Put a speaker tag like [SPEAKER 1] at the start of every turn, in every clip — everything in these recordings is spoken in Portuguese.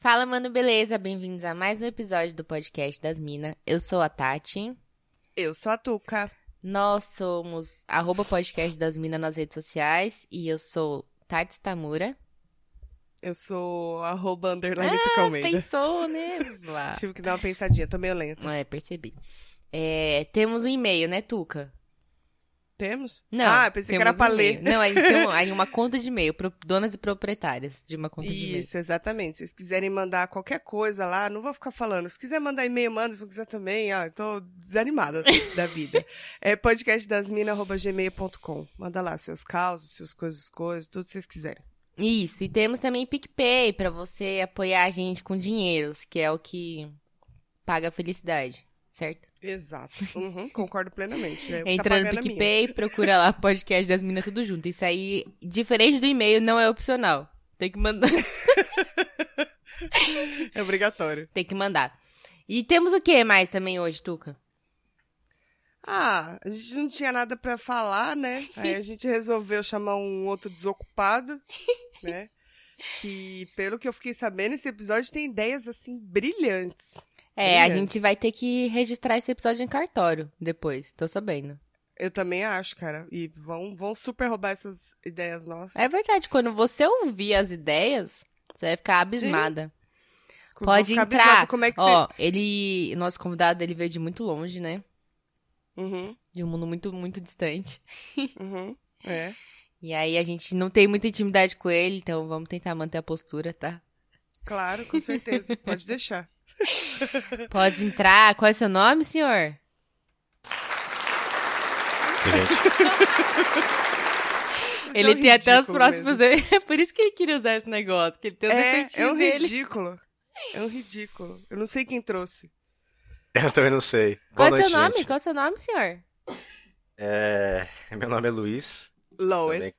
[SPEAKER 1] Fala, mano, beleza? Bem-vindos a mais um episódio do podcast das Minas. Eu sou a Tati.
[SPEAKER 2] Eu sou a Tuca.
[SPEAKER 1] Nós somos arroba podcast das Minas nas redes sociais e eu sou Tati Stamura.
[SPEAKER 2] Eu sou arroba
[SPEAKER 1] Ah,
[SPEAKER 2] underline Tuca Almeida.
[SPEAKER 1] Pensou, né? Lá.
[SPEAKER 2] Tive que dar uma pensadinha, tô meio lenta.
[SPEAKER 1] É, percebi. É, temos um e-mail, né, Tuca?
[SPEAKER 2] Temos?
[SPEAKER 1] Não.
[SPEAKER 2] Ah, pensei que era
[SPEAKER 1] temos
[SPEAKER 2] pra
[SPEAKER 1] um e-mail.
[SPEAKER 2] ler.
[SPEAKER 1] Não, aí tem um- aí uma conta de e-mail, pro- donas e proprietárias de uma conta de e-mail.
[SPEAKER 2] Isso, exatamente. Se vocês quiserem mandar qualquer coisa lá, não vou ficar falando. Se quiser mandar e-mail, manda. Se não quiser também, ah, eu tô desanimada da vida. É podcastdasmina.gmail.com. Manda lá seus causos, suas coisas, coisas, tudo que vocês quiserem.
[SPEAKER 1] Isso, e temos também PicPay pra você apoiar a gente com dinheiros, que é o que paga a felicidade, certo?
[SPEAKER 2] Exato. Uhum, concordo plenamente. É o que
[SPEAKER 1] Entra
[SPEAKER 2] tá
[SPEAKER 1] no
[SPEAKER 2] pagando a minha.
[SPEAKER 1] PicPay, procura lá podcast das minas tudo junto. Isso aí, diferente do e-mail, não é opcional. Tem que mandar.
[SPEAKER 2] É obrigatório.
[SPEAKER 1] Tem que mandar. E temos o que mais também hoje, Tuca?
[SPEAKER 2] Ah, a gente não tinha nada pra falar, né? Aí a gente resolveu chamar um outro desocupado, né? Que, pelo que eu fiquei sabendo, esse episódio tem ideias assim brilhantes.
[SPEAKER 1] É, a
[SPEAKER 2] Brilhantes.
[SPEAKER 1] gente vai ter que registrar esse episódio em cartório depois. Tô sabendo.
[SPEAKER 2] Eu também acho, cara. E vão, vão super roubar essas ideias nossas.
[SPEAKER 1] É verdade, quando você ouvir as ideias, você vai ficar abismada.
[SPEAKER 2] Vão
[SPEAKER 1] pode
[SPEAKER 2] ficar
[SPEAKER 1] entrar.
[SPEAKER 2] abismado. Como é que
[SPEAKER 1] Ó, ele. Nosso convidado, ele veio de muito longe, né?
[SPEAKER 2] você. Uhum,
[SPEAKER 1] De um mundo muito, muito distante.
[SPEAKER 2] uhum. É.
[SPEAKER 1] E aí a gente não tem muita intimidade com ele, então vamos tentar manter a postura, tá?
[SPEAKER 2] Claro, com certeza. Pode deixar.
[SPEAKER 1] Pode entrar. Qual é seu nome, senhor?
[SPEAKER 3] Excelente.
[SPEAKER 2] Mas é
[SPEAKER 1] ele
[SPEAKER 2] um
[SPEAKER 1] tem até os
[SPEAKER 2] ridículo
[SPEAKER 1] próximos.
[SPEAKER 2] mesmo.
[SPEAKER 1] É por isso que ele queria usar esse negócio, que ele tem os
[SPEAKER 2] É, é
[SPEAKER 1] defeitinhos
[SPEAKER 2] um
[SPEAKER 1] dele.
[SPEAKER 2] ridículo. É um ridículo. Eu não sei quem trouxe.
[SPEAKER 3] Eu também não sei.
[SPEAKER 1] Qual
[SPEAKER 3] Boa
[SPEAKER 1] é seu
[SPEAKER 3] noite,
[SPEAKER 1] nome?
[SPEAKER 3] gente.
[SPEAKER 1] Qual é seu nome, senhor?
[SPEAKER 3] É, Meu nome é Luiz
[SPEAKER 2] Lois.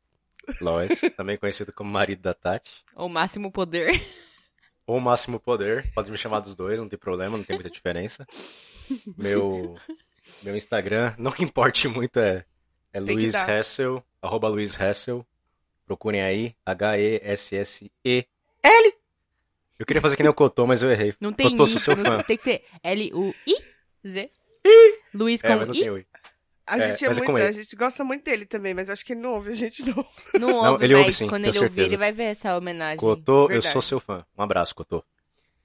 [SPEAKER 3] Lois, também conhecido como marido da Tati.
[SPEAKER 1] O máximo poder.
[SPEAKER 3] Ou Máximo Poder. Pode me chamar dos dois, não tem problema, não tem muita diferença. Meu, meu Instagram, não que importe muito, é, é
[SPEAKER 2] Tem que
[SPEAKER 3] Luiz
[SPEAKER 2] dar.
[SPEAKER 3] Hessel, arroba Luiz Hessel. Procurem aí, H-E-S-S-E-L. Eu queria fazer que nem o Cotô, mas eu errei.
[SPEAKER 1] Não tem
[SPEAKER 3] Cotô, sou
[SPEAKER 1] I,
[SPEAKER 3] seu
[SPEAKER 1] não-
[SPEAKER 3] fã.
[SPEAKER 1] Tem que ser L-U-I-Z. Luiz com
[SPEAKER 3] É, mas não
[SPEAKER 1] I.
[SPEAKER 3] tem o I.
[SPEAKER 2] A
[SPEAKER 3] É,
[SPEAKER 2] gente é
[SPEAKER 3] mas é
[SPEAKER 2] muito,
[SPEAKER 3] com ele.
[SPEAKER 2] a gente gosta muito dele também, mas acho que ele não ouve a gente não.
[SPEAKER 1] Não ouve,
[SPEAKER 3] ele ouve
[SPEAKER 1] mas
[SPEAKER 3] sim,
[SPEAKER 1] quando ele
[SPEAKER 3] tenho
[SPEAKER 1] ouvir,
[SPEAKER 3] certeza.
[SPEAKER 1] ele vai ver essa homenagem.
[SPEAKER 3] Cotô, eu
[SPEAKER 2] Verdade.
[SPEAKER 3] sou seu fã. Um abraço, Cotô.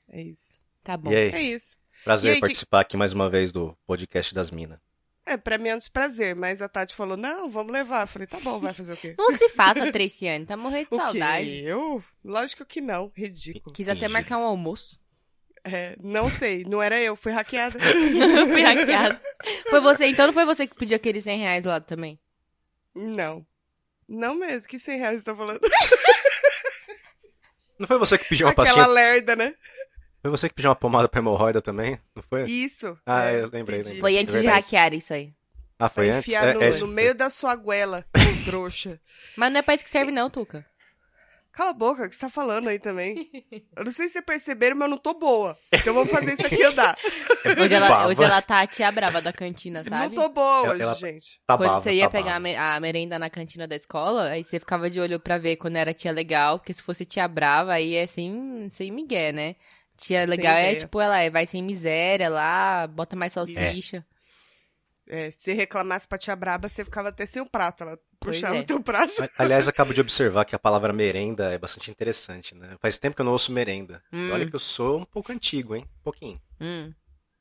[SPEAKER 2] É isso.
[SPEAKER 1] Tá bom.
[SPEAKER 3] E aí?
[SPEAKER 2] É isso. E
[SPEAKER 3] Prazer
[SPEAKER 2] aí, que-
[SPEAKER 3] participar aqui mais uma vez do podcast das minas.
[SPEAKER 2] É, pra mim é um desprazer, mas a Tati falou, não, vamos levar. Eu falei, tá bom, vai fazer o quê?
[SPEAKER 1] Não se faça, Treciane. Tá morrendo de
[SPEAKER 2] O
[SPEAKER 1] saudade.
[SPEAKER 2] quê? Eu? Lógico que não, ridículo.
[SPEAKER 1] Quis até
[SPEAKER 3] Entendi.
[SPEAKER 1] marcar um almoço.
[SPEAKER 2] É, não sei, não era eu, fui hackeada.
[SPEAKER 1] Eu fui hackeado. Foi você, então não foi você que pediu aqueles 100 reais lá também?
[SPEAKER 2] não. Não mesmo, que 100 reais você tá falando?
[SPEAKER 3] Não foi você que pediu uma
[SPEAKER 2] Aquela
[SPEAKER 3] pastinha?
[SPEAKER 2] lerda, né?
[SPEAKER 3] Foi você que pediu uma pomada pra hemorroida também? Não foi?
[SPEAKER 2] Isso.
[SPEAKER 3] Ah,
[SPEAKER 2] é,
[SPEAKER 3] eu lembrei,
[SPEAKER 2] pedi.
[SPEAKER 3] lembrei.
[SPEAKER 1] Foi
[SPEAKER 3] É
[SPEAKER 1] antes de
[SPEAKER 3] verdade.
[SPEAKER 1] hackear isso aí.
[SPEAKER 3] Ah, foi
[SPEAKER 2] Pra
[SPEAKER 3] antes?
[SPEAKER 2] enfiar
[SPEAKER 3] É-
[SPEAKER 2] no,
[SPEAKER 3] é esse-
[SPEAKER 2] no meio da sua goela, trouxa.
[SPEAKER 1] Mas não é pra isso que serve, não, Tuca.
[SPEAKER 2] Cala a boca, o que você tá falando aí também? Eu não sei se vocês perceberam, mas eu não tô boa. Então vamos fazer isso aqui andar.
[SPEAKER 3] É
[SPEAKER 1] Hoje ela,
[SPEAKER 3] Bava.
[SPEAKER 1] hoje ela tá a tia brava da cantina, sabe?
[SPEAKER 2] Não tô boa
[SPEAKER 3] Ela-
[SPEAKER 2] hoje,
[SPEAKER 3] ela-
[SPEAKER 2] gente.
[SPEAKER 3] Tá
[SPEAKER 1] Quando
[SPEAKER 3] bava,
[SPEAKER 1] você ia
[SPEAKER 3] tá
[SPEAKER 1] pegar a,
[SPEAKER 3] bava.
[SPEAKER 1] me- a merenda na cantina da escola, aí você ficava de olho pra ver quando era tia legal, porque se fosse tia brava, aí é sem, sem migué, né? Tia
[SPEAKER 2] Sem
[SPEAKER 1] legal é
[SPEAKER 2] ideia.
[SPEAKER 1] tipo, ela é, vai sem miséria lá, bota mais salsicha.
[SPEAKER 2] É, se reclamasse pra tia braba, você ficava até sem o prato. Ela
[SPEAKER 1] Pois
[SPEAKER 2] puxava
[SPEAKER 1] é.
[SPEAKER 2] o teu prato.
[SPEAKER 3] A- Aliás, acabo de observar que a palavra merenda é bastante interessante, né? Faz tempo que eu não ouço merenda. E
[SPEAKER 1] Hum.
[SPEAKER 3] Olha que eu sou um pouco antigo, hein? Um pouquinho.
[SPEAKER 1] Hum.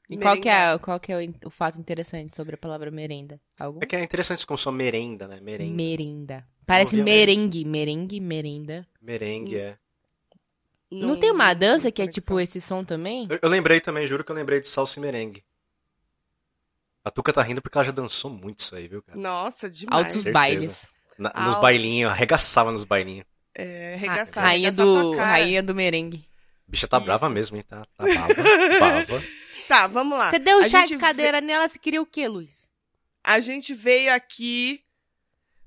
[SPEAKER 1] E
[SPEAKER 2] Merenda.
[SPEAKER 1] qual que, é, qual que é o, in- o fato interessante sobre a palavra merenda? Algum?
[SPEAKER 3] É que é interessante como só merenda, né? Merenda.
[SPEAKER 1] Merenda. Parece
[SPEAKER 3] Obviamente.
[SPEAKER 1] merengue. Merengue, merenda. Hum.
[SPEAKER 3] Merengue, é.
[SPEAKER 1] Não, tem uma dança que é
[SPEAKER 2] conexão.
[SPEAKER 1] tipo esse som também?
[SPEAKER 3] Eu, eu lembrei também, juro que eu lembrei de salsa e merengue. A Tuca tá rindo porque ela já dançou muito isso aí, viu, cara?
[SPEAKER 2] Nossa, demais.
[SPEAKER 1] Altos
[SPEAKER 3] Certeza.
[SPEAKER 1] bailes.
[SPEAKER 3] Na-
[SPEAKER 2] Alto.
[SPEAKER 3] nos bailinhos, arregaçava nos bailinhos.
[SPEAKER 2] É,
[SPEAKER 1] A-
[SPEAKER 2] arregaçar,
[SPEAKER 1] Ah, rainha
[SPEAKER 2] arregaçar
[SPEAKER 1] do,
[SPEAKER 2] tua cara.
[SPEAKER 1] rainha do merengue.
[SPEAKER 3] Bicha tá
[SPEAKER 2] Isso.
[SPEAKER 3] brava mesmo, hein? Tá, tá bava, bava.
[SPEAKER 2] Tá, vamos lá.
[SPEAKER 1] Você deu um
[SPEAKER 2] A
[SPEAKER 1] chá
[SPEAKER 2] gente
[SPEAKER 1] de
[SPEAKER 2] vê-
[SPEAKER 1] cadeira nela, você queria o quê, Luiz?
[SPEAKER 2] A gente veio aqui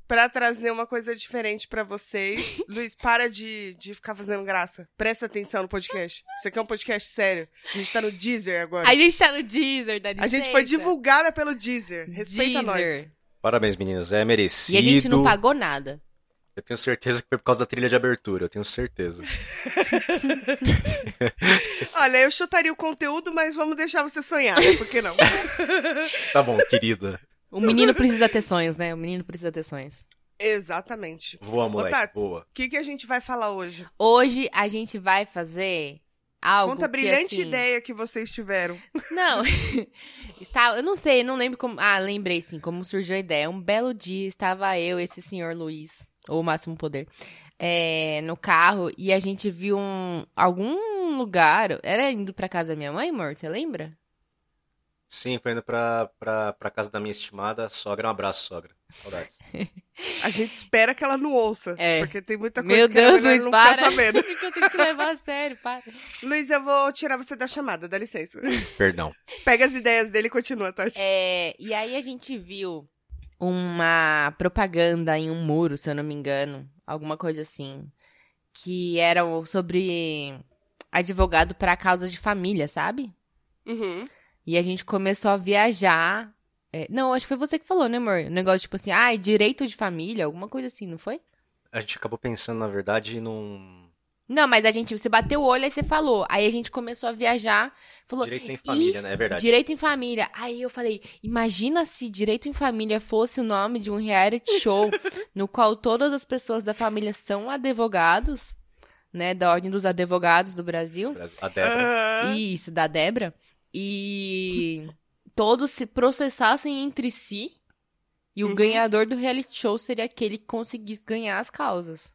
[SPEAKER 2] pra trazer uma coisa diferente pra vocês. Luiz, para de, de ficar fazendo graça. Presta atenção no podcast. Isso aqui é um podcast sério. A gente tá no Deezer agora.
[SPEAKER 1] A gente tá no Deezer, da
[SPEAKER 2] A gente foi divulgada pelo Deezer. Respeita nós.
[SPEAKER 3] Parabéns, meninas. É merecido.
[SPEAKER 1] E a gente não pagou nada.
[SPEAKER 3] Eu tenho certeza que foi por causa da trilha de abertura, eu tenho certeza.
[SPEAKER 2] Olha, eu chutaria o conteúdo, mas vamos deixar você sonhar, né? Por que não?
[SPEAKER 3] Tá bom, querida.
[SPEAKER 1] O menino precisa ter sonhos, né? O menino precisa ter sonhos.
[SPEAKER 2] Exatamente.
[SPEAKER 3] Voa,
[SPEAKER 2] Ô,
[SPEAKER 3] moleque,
[SPEAKER 2] Tats,
[SPEAKER 3] voa.
[SPEAKER 2] o que, que a gente vai falar hoje?
[SPEAKER 1] Hoje a gente vai fazer algo
[SPEAKER 2] Conta a
[SPEAKER 1] que,
[SPEAKER 2] brilhante
[SPEAKER 1] assim,
[SPEAKER 2] ideia que vocês tiveram.
[SPEAKER 1] Não, estava, eu não sei, eu não lembro como. Ah, lembrei sim, como surgiu a ideia. Um belo dia estava eu, esse senhor Luiz, ou o Máximo Poder, é, no carro e a gente viu um, algum lugar. Era indo pra casa da minha mãe, amor? Você lembra?
[SPEAKER 3] Sim, foi indo pra, pra, pra casa da minha estimada sogra. Um abraço, sogra. Saudades.
[SPEAKER 2] A gente espera que ela não ouça.
[SPEAKER 1] É.
[SPEAKER 2] Porque tem muita coisa
[SPEAKER 1] Meu
[SPEAKER 2] que era
[SPEAKER 1] Deus,
[SPEAKER 2] melhor
[SPEAKER 1] Luiz,
[SPEAKER 2] não
[SPEAKER 1] para.
[SPEAKER 2] ficar sabendo.
[SPEAKER 1] Por que eu tenho que levar a sério, para.
[SPEAKER 2] Luiz, eu vou tirar você da chamada, dá licença.
[SPEAKER 3] Perdão.
[SPEAKER 2] Pega as ideias dele e continua, tá? Tati.
[SPEAKER 1] É, e aí a gente viu uma propaganda em um muro, se eu não me engano, alguma coisa assim, que era o- sobre advogado para causas de família, sabe?
[SPEAKER 2] Uhum.
[SPEAKER 1] E a gente começou a viajar. é, não, acho que foi você que falou, né, amor? Um negócio tipo assim, ah, direito de família, alguma coisa assim, não foi?
[SPEAKER 3] A gente acabou pensando, na verdade, num.
[SPEAKER 1] Não, mas a gente, você bateu o olho e você falou. Aí a gente começou a viajar, falou,
[SPEAKER 3] Direito em família, né? É verdade.
[SPEAKER 1] Direito em Família. Aí eu falei, imagina se Direito em Família fosse o nome de um reality show no qual todas as pessoas da família são advogados, né, da Ordem dos Advogados do Brasil.
[SPEAKER 3] A
[SPEAKER 1] Ah.
[SPEAKER 3] Débora.
[SPEAKER 2] Aham.
[SPEAKER 1] Isso, da Débora. E todos se processassem entre si e o
[SPEAKER 2] Uhum.
[SPEAKER 1] ganhador do reality show seria aquele que conseguisse ganhar as causas.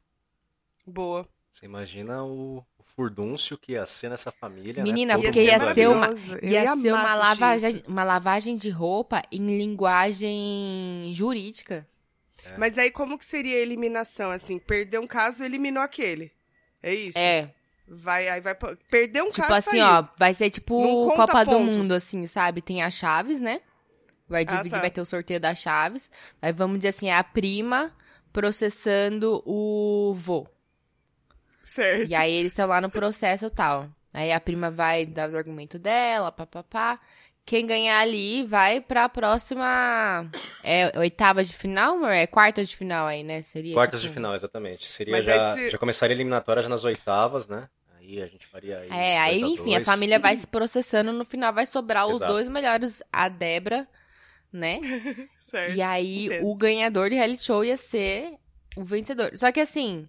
[SPEAKER 2] Boa.
[SPEAKER 3] Você imagina o, o furdúncio que ia ser nessa família,
[SPEAKER 1] Menina,
[SPEAKER 3] né? Todo
[SPEAKER 1] porque ia
[SPEAKER 3] mundo
[SPEAKER 1] ser
[SPEAKER 3] ali.
[SPEAKER 1] uma-
[SPEAKER 2] maravilhoso. Eu
[SPEAKER 1] Ia, ser
[SPEAKER 2] amar
[SPEAKER 1] uma
[SPEAKER 2] assistir
[SPEAKER 1] lavagem,
[SPEAKER 2] isso.
[SPEAKER 1] uma lavagem de roupa em linguagem jurídica.
[SPEAKER 3] É.
[SPEAKER 2] Mas aí como que seria a eliminação? Assim, perdeu um caso, eliminou aquele. É isso?
[SPEAKER 1] É.
[SPEAKER 2] Vai, aí vai. pra- Perdeu um
[SPEAKER 1] Tipo
[SPEAKER 2] caso.
[SPEAKER 1] assim,
[SPEAKER 2] saiu.
[SPEAKER 1] ó, vai ser tipo
[SPEAKER 2] Não conta
[SPEAKER 1] Copa do
[SPEAKER 2] pontos.
[SPEAKER 1] Mundo, assim, sabe? Tem as chaves, né? Vai dividir,
[SPEAKER 2] tá.
[SPEAKER 1] vai ter o sorteio das chaves. Aí vamos dizer assim, é a prima processando o vô.
[SPEAKER 2] Certo.
[SPEAKER 1] E aí eles estão lá no processo e tal. Aí a prima vai dar o argumento dela, papapá. Quem ganhar ali vai pra próxima. É oitava de final, amor? É quarta de final aí, né? Seria.
[SPEAKER 3] Quartas de
[SPEAKER 1] tipo-
[SPEAKER 3] final, exatamente. Seria
[SPEAKER 2] Mas
[SPEAKER 3] já,
[SPEAKER 2] aí se-
[SPEAKER 3] já começaria a eliminatória já nas oitavas, né? Aí a gente faria aí.
[SPEAKER 1] É, aí,
[SPEAKER 3] dois
[SPEAKER 1] enfim, a
[SPEAKER 3] dois.
[SPEAKER 1] família vai se processando, no final vai sobrar os
[SPEAKER 3] Exato.
[SPEAKER 1] dois melhores, a Débora, né?
[SPEAKER 2] Certo.
[SPEAKER 1] E aí
[SPEAKER 2] Entendo.
[SPEAKER 1] o ganhador do reality show ia ser o vencedor. Só que assim,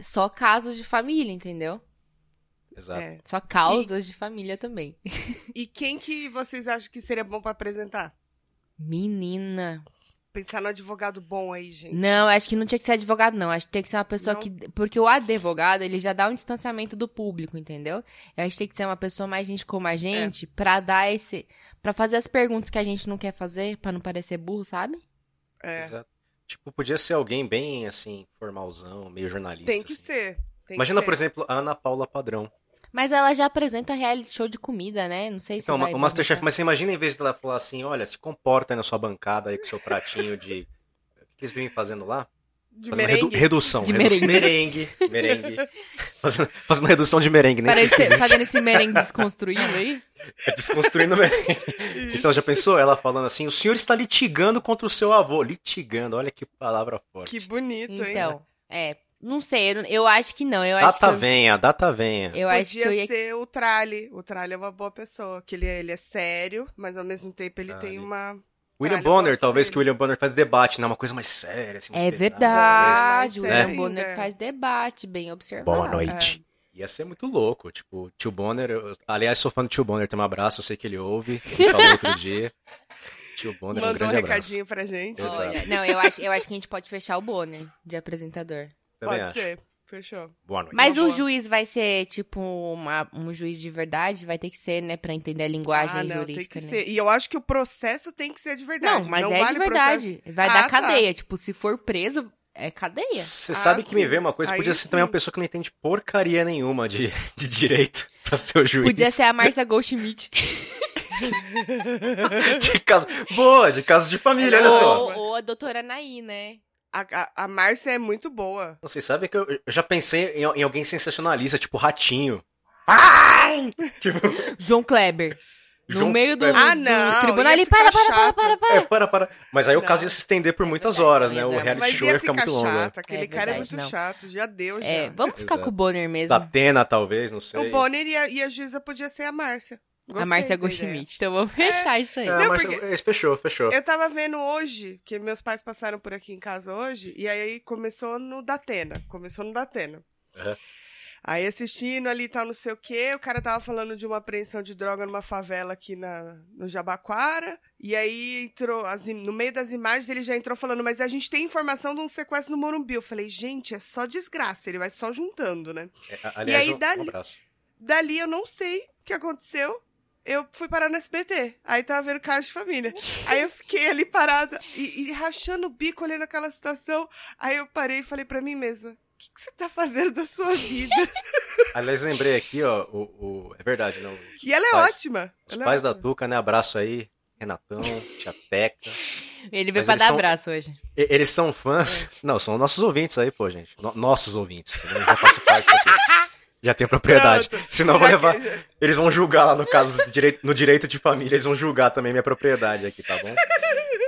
[SPEAKER 1] só casos de família, entendeu?
[SPEAKER 3] Exato.
[SPEAKER 2] É.
[SPEAKER 1] Só causas de família também.
[SPEAKER 2] E quem que vocês acham que seria bom pra apresentar?
[SPEAKER 1] Menina.
[SPEAKER 2] Pensar no advogado bom aí, gente.
[SPEAKER 1] Não, acho que não tinha que ser advogado, não. Acho que tem que ser uma pessoa
[SPEAKER 2] Não?
[SPEAKER 1] que. Porque o advogado, ele já dá um distanciamento do público, entendeu? Eu acho que tem que ser uma pessoa mais gente como
[SPEAKER 3] É.
[SPEAKER 1] a gente pra dar esse. Pra fazer as perguntas que a gente não quer fazer, pra não parecer burro, sabe?
[SPEAKER 2] É.
[SPEAKER 3] Exato. Tipo, podia ser alguém bem, assim, formalzão, meio jornalista.
[SPEAKER 2] Tem que
[SPEAKER 3] assim.
[SPEAKER 2] ser. tem que
[SPEAKER 3] Imagina,
[SPEAKER 2] ser.
[SPEAKER 3] por exemplo, a Ana Paula Padrão.
[SPEAKER 1] Mas ela já apresenta reality show de comida, né? Não sei se.
[SPEAKER 3] Então,
[SPEAKER 1] vai
[SPEAKER 3] o Masterchef,
[SPEAKER 1] publicar.
[SPEAKER 3] mas você imagina em vez dela falar assim, olha, se comporta aí na sua bancada aí com seu pratinho de. O que eles vivem fazendo lá?
[SPEAKER 2] De
[SPEAKER 3] Fazendo uma redu-
[SPEAKER 2] merengue.
[SPEAKER 3] redução.
[SPEAKER 1] De
[SPEAKER 3] redu- Merengue. Merengue. fazendo, fazendo redução de merengue, nem
[SPEAKER 1] Peraí,
[SPEAKER 3] sei se
[SPEAKER 1] você
[SPEAKER 3] existe.
[SPEAKER 1] fazendo esse merengue desconstruído aí?
[SPEAKER 3] É desconstruindo merengue. Então, já pensou ela falando assim, o senhor está litigando contra o seu avô. Litigando, olha que palavra forte.
[SPEAKER 2] Que bonito, hein?
[SPEAKER 1] Então, é. Não sei, eu, não- eu acho que não. Eu acho que
[SPEAKER 3] Data
[SPEAKER 1] eu,
[SPEAKER 3] venha, data venha.
[SPEAKER 1] eu acho que
[SPEAKER 2] Podia
[SPEAKER 1] eu ia. É
[SPEAKER 2] ser o Trali. O Trali é uma boa pessoa. Que ele, é- ele é sério, mas ao mesmo tempo ele
[SPEAKER 3] Trali.
[SPEAKER 2] tem uma.
[SPEAKER 3] William
[SPEAKER 2] Caralho, eu
[SPEAKER 3] Bonner,
[SPEAKER 2] gosto
[SPEAKER 3] talvez
[SPEAKER 2] dele.
[SPEAKER 3] que o William Bonner faz debate, né? Uma coisa mais séria, assim. mais
[SPEAKER 1] É
[SPEAKER 3] pesada,
[SPEAKER 1] verdade, Ah, o
[SPEAKER 2] Mas
[SPEAKER 3] é
[SPEAKER 1] William
[SPEAKER 2] ainda.
[SPEAKER 1] Bonner faz debate, bem observado.
[SPEAKER 3] Boa noite.
[SPEAKER 1] é.
[SPEAKER 3] Ia ser muito louco, tipo, tio Bonner, eu- aliás, sou fã do tio Bonner, tem um abraço, eu sei que ele ouve, ele falou outro dia. Tio Bonner, um
[SPEAKER 2] Mandou um
[SPEAKER 3] grande abraço.
[SPEAKER 2] recadinho pra gente.
[SPEAKER 3] Exato.
[SPEAKER 1] Olha, não, eu acho, eu acho que a gente pode fechar o Bonner de apresentador.
[SPEAKER 3] Também
[SPEAKER 2] Pode
[SPEAKER 3] acho.
[SPEAKER 2] ser. Fechou.
[SPEAKER 3] Boa noite.
[SPEAKER 1] Mas
[SPEAKER 2] Uma
[SPEAKER 1] o
[SPEAKER 2] boa.
[SPEAKER 1] juiz vai ser, tipo, uma- um juiz de verdade? Vai ter que ser, né? Pra entender a linguagem
[SPEAKER 2] ah, não, tem
[SPEAKER 1] jurídica,
[SPEAKER 2] que
[SPEAKER 1] né?
[SPEAKER 2] ser. E eu acho que o processo tem que ser de verdade.
[SPEAKER 1] Não, mas é
[SPEAKER 2] vale
[SPEAKER 1] de
[SPEAKER 2] processo-
[SPEAKER 1] verdade. Vai
[SPEAKER 2] Ah,
[SPEAKER 1] dar
[SPEAKER 2] tá.
[SPEAKER 1] cadeia. Tipo, se for preso, é cadeia.
[SPEAKER 3] Você
[SPEAKER 2] Ah,
[SPEAKER 3] sabe que me
[SPEAKER 2] sim.
[SPEAKER 3] veio uma coisa,
[SPEAKER 2] Aí
[SPEAKER 3] podia ser também
[SPEAKER 2] sim.
[SPEAKER 3] uma pessoa que não entende porcaria nenhuma de, de direito pra ser o juiz.
[SPEAKER 1] Podia ser a Marcia Goldschmidt.
[SPEAKER 3] De caso, boa, de casos de família, olha só.
[SPEAKER 1] ou, ou a doutora Naí, né?
[SPEAKER 2] A, a, a Márcia é muito boa.
[SPEAKER 3] Não sei, sabe que eu, eu já pensei em, em alguém sensacionalista, tipo Ratinho. Ai! Tipo,
[SPEAKER 1] João Kleber. No
[SPEAKER 3] Junto-
[SPEAKER 1] meio do,
[SPEAKER 3] é,
[SPEAKER 2] Ah,
[SPEAKER 1] do
[SPEAKER 2] não,
[SPEAKER 1] tribunal
[SPEAKER 2] ia
[SPEAKER 1] ali, para,
[SPEAKER 2] ficar
[SPEAKER 1] para, para,
[SPEAKER 2] chato.
[SPEAKER 1] para, para.
[SPEAKER 3] É, para, para. Mas aí o
[SPEAKER 2] Não.
[SPEAKER 3] caso ia se estender por muitas horas, né? O
[SPEAKER 1] Mas
[SPEAKER 3] reality
[SPEAKER 2] Mas
[SPEAKER 3] show ia
[SPEAKER 2] ia
[SPEAKER 3] ficar
[SPEAKER 2] ficar
[SPEAKER 3] muito longo. né?
[SPEAKER 2] chato, aquele
[SPEAKER 1] É
[SPEAKER 2] cara é
[SPEAKER 1] verdade,
[SPEAKER 2] muito
[SPEAKER 1] não.
[SPEAKER 2] chato, já deu, já.
[SPEAKER 1] É, vamos ficar
[SPEAKER 3] Exato.
[SPEAKER 1] com o Bonner mesmo.
[SPEAKER 3] Da
[SPEAKER 2] Tá.
[SPEAKER 3] Atena, talvez, não sei.
[SPEAKER 2] O Bonner e a, e a juíza podia ser a Márcia. Gostei
[SPEAKER 1] a Márcia
[SPEAKER 2] da ideia.
[SPEAKER 1] Goldschmidt. Então vamos fechar isso aí.
[SPEAKER 3] É,
[SPEAKER 2] Não,
[SPEAKER 3] mas
[SPEAKER 2] porque-
[SPEAKER 3] é, fechou, fechou.
[SPEAKER 2] Eu tava vendo hoje, que meus pais passaram por aqui em casa hoje, e aí começou no Datena. Começou no Datena.
[SPEAKER 3] Aham.
[SPEAKER 2] Aí assistindo ali tal, não sei o quê, o cara tava falando de uma apreensão de droga numa favela aqui na, no Jabaquara, e aí entrou, as im- no meio das imagens ele já entrou falando, mas a gente tem informação de um sequestro no Morumbi. Eu falei, gente, é só desgraça, ele vai só juntando, né?
[SPEAKER 3] É, a- aliás,
[SPEAKER 2] aí,
[SPEAKER 3] um,
[SPEAKER 2] dali-
[SPEAKER 3] um abraço.
[SPEAKER 2] Dali eu não sei o que aconteceu. Eu fui parar no SBT. Aí tava vendo Casa de Família. Aí eu fiquei ali parada e, e rachando o bico olhando aquela situação. Aí eu parei e falei pra mim mesma: o que, que você tá fazendo da sua vida?
[SPEAKER 3] Aliás, lembrei aqui, ó, o, o- é verdade, né? Os
[SPEAKER 2] E ela é
[SPEAKER 3] pais,
[SPEAKER 2] ótima.
[SPEAKER 3] Os
[SPEAKER 2] Ela é
[SPEAKER 3] pais da
[SPEAKER 2] ótima.
[SPEAKER 3] Tuca, né? Abraço aí, Renatão, Tia Teca.
[SPEAKER 1] Ele veio
[SPEAKER 3] Mas
[SPEAKER 1] pra
[SPEAKER 3] eles
[SPEAKER 1] dar
[SPEAKER 3] são-
[SPEAKER 1] abraço hoje.
[SPEAKER 3] E- Eles são
[SPEAKER 2] É.
[SPEAKER 3] fãs. Não, são nossos ouvintes aí, pô, gente. No- nossos ouvintes. Eu já faço parte aqui. Já tenho propriedade.
[SPEAKER 2] Pronto.
[SPEAKER 3] Senão eu vou
[SPEAKER 2] Já
[SPEAKER 3] levar.
[SPEAKER 2] que- já-
[SPEAKER 3] Eles vão julgar lá no caso do direito, no direito de família, eles vão julgar também minha propriedade aqui, tá bom?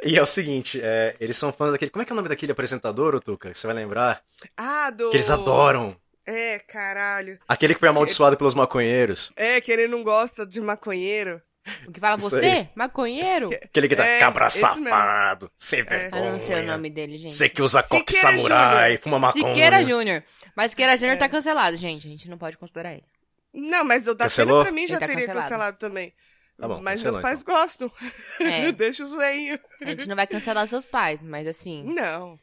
[SPEAKER 3] E é o seguinte, é, eles são fãs daquele. Como é que é o nome daquele apresentador, ô Tuca? Você vai lembrar?
[SPEAKER 2] Ah, do.
[SPEAKER 3] Que eles adoram.
[SPEAKER 2] É, caralho.
[SPEAKER 3] Aquele que foi amaldiçoado pelos maconheiros.
[SPEAKER 2] É, que ele não gosta de maconheiro.
[SPEAKER 1] O que fala
[SPEAKER 3] Isso
[SPEAKER 1] você? Maconheiro?
[SPEAKER 3] Aquele que tá
[SPEAKER 2] É,
[SPEAKER 3] cabra
[SPEAKER 2] esse É.
[SPEAKER 3] safado, sem
[SPEAKER 1] Eu Ah, não sei o
[SPEAKER 3] vergonha.
[SPEAKER 1] nome dele, gente.
[SPEAKER 3] Você que usa coque
[SPEAKER 2] Siqueira
[SPEAKER 3] samurai, fuma maconha.
[SPEAKER 1] Siqueira Júnior. Mas Siqueira Júnior
[SPEAKER 2] É.
[SPEAKER 1] tá cancelado, gente. A gente não pode considerar ele.
[SPEAKER 2] Não, mas o da Pena
[SPEAKER 3] Cancelou?
[SPEAKER 2] pra mim já
[SPEAKER 1] Ele tá
[SPEAKER 2] teria
[SPEAKER 1] cancelado.
[SPEAKER 2] cancelado, também.
[SPEAKER 3] Tá bom,
[SPEAKER 2] mas
[SPEAKER 3] cancelou,
[SPEAKER 2] meus pais gostam.
[SPEAKER 1] É.
[SPEAKER 2] Deixa o zoinho.
[SPEAKER 1] A gente não vai cancelar seus pais, mas assim,
[SPEAKER 2] Não.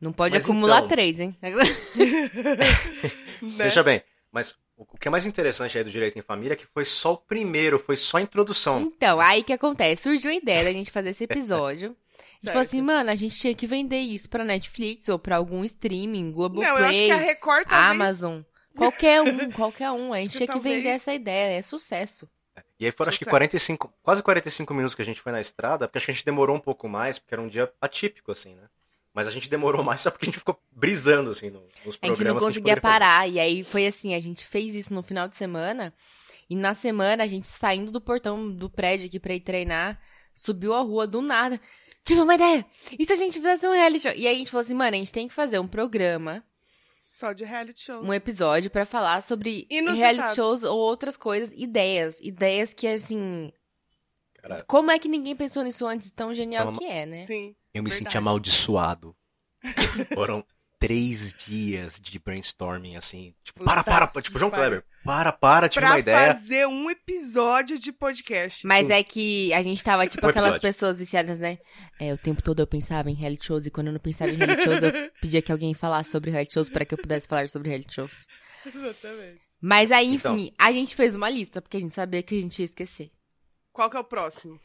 [SPEAKER 1] não pode
[SPEAKER 3] Mas
[SPEAKER 1] acumular
[SPEAKER 3] então-
[SPEAKER 1] três, hein?
[SPEAKER 2] Né?
[SPEAKER 3] Veja bem, mas o o que é mais interessante aí do direito em família é que foi só o primeiro, foi só a introdução.
[SPEAKER 1] Então, aí que acontece? Surgiu a ideia da gente fazer esse episódio. E falou
[SPEAKER 2] Certo.
[SPEAKER 1] assim, mano, a gente tinha que vender isso pra Netflix ou pra algum streaming, Globoplay,
[SPEAKER 2] Não, eu acho que a Record talvez...
[SPEAKER 1] Amazon. Qualquer um, qualquer um. A gente
[SPEAKER 2] que
[SPEAKER 1] tinha que vender
[SPEAKER 2] talvez-
[SPEAKER 1] essa ideia, é sucesso.
[SPEAKER 3] E aí foram acho que
[SPEAKER 2] Sucesso.
[SPEAKER 3] 45, quase 45 minutos que a gente foi na estrada, porque acho que a gente demorou um pouco mais, porque era um dia atípico, assim, né? Mas a gente demorou mais só porque a gente ficou brisando, assim, no- nos
[SPEAKER 1] A gente não
[SPEAKER 3] programas. que
[SPEAKER 1] conseguia
[SPEAKER 3] poderia fazer.
[SPEAKER 1] parar. E aí foi assim, a gente fez isso no final de semana. E na semana, a gente saindo do portão do prédio aqui pra ir treinar, subiu a rua do nada. Tive uma ideia! E se a gente fizesse um reality show? E aí a gente falou assim, mano, a gente tem que fazer um programa,
[SPEAKER 2] Só de reality shows.
[SPEAKER 1] um episódio pra falar sobre
[SPEAKER 2] Inusitados.
[SPEAKER 1] reality shows ou outras coisas, ideias. Ideias que, assim.
[SPEAKER 3] Caralho.
[SPEAKER 1] Como é que ninguém pensou nisso antes? Tão genial
[SPEAKER 3] Toma-
[SPEAKER 1] que é, né?
[SPEAKER 2] Sim.
[SPEAKER 3] Eu me
[SPEAKER 2] Verdade.
[SPEAKER 3] senti amaldiçoado. Foram três dias de brainstorming, assim. Tipo, para, para,
[SPEAKER 2] Puta
[SPEAKER 3] tipo,
[SPEAKER 2] que
[SPEAKER 3] João
[SPEAKER 2] pariu.
[SPEAKER 3] Kleber, para, para, tive
[SPEAKER 2] Pra
[SPEAKER 3] uma ideia.
[SPEAKER 2] fazer um episódio de podcast.
[SPEAKER 1] Mas é que a gente tava, tipo,
[SPEAKER 3] Tipo, Um
[SPEAKER 1] aquelas
[SPEAKER 3] episódio.
[SPEAKER 1] pessoas viciadas, né? É, o tempo todo eu pensava em reality shows e quando eu não pensava em reality shows, eu pedia que alguém falasse sobre reality shows pra que eu pudesse falar sobre reality shows.
[SPEAKER 2] Exatamente.
[SPEAKER 1] Mas aí,
[SPEAKER 3] Então.
[SPEAKER 1] enfim, a gente fez uma lista, porque a gente sabia que a gente ia esquecer.
[SPEAKER 2] Qual que é o próximo?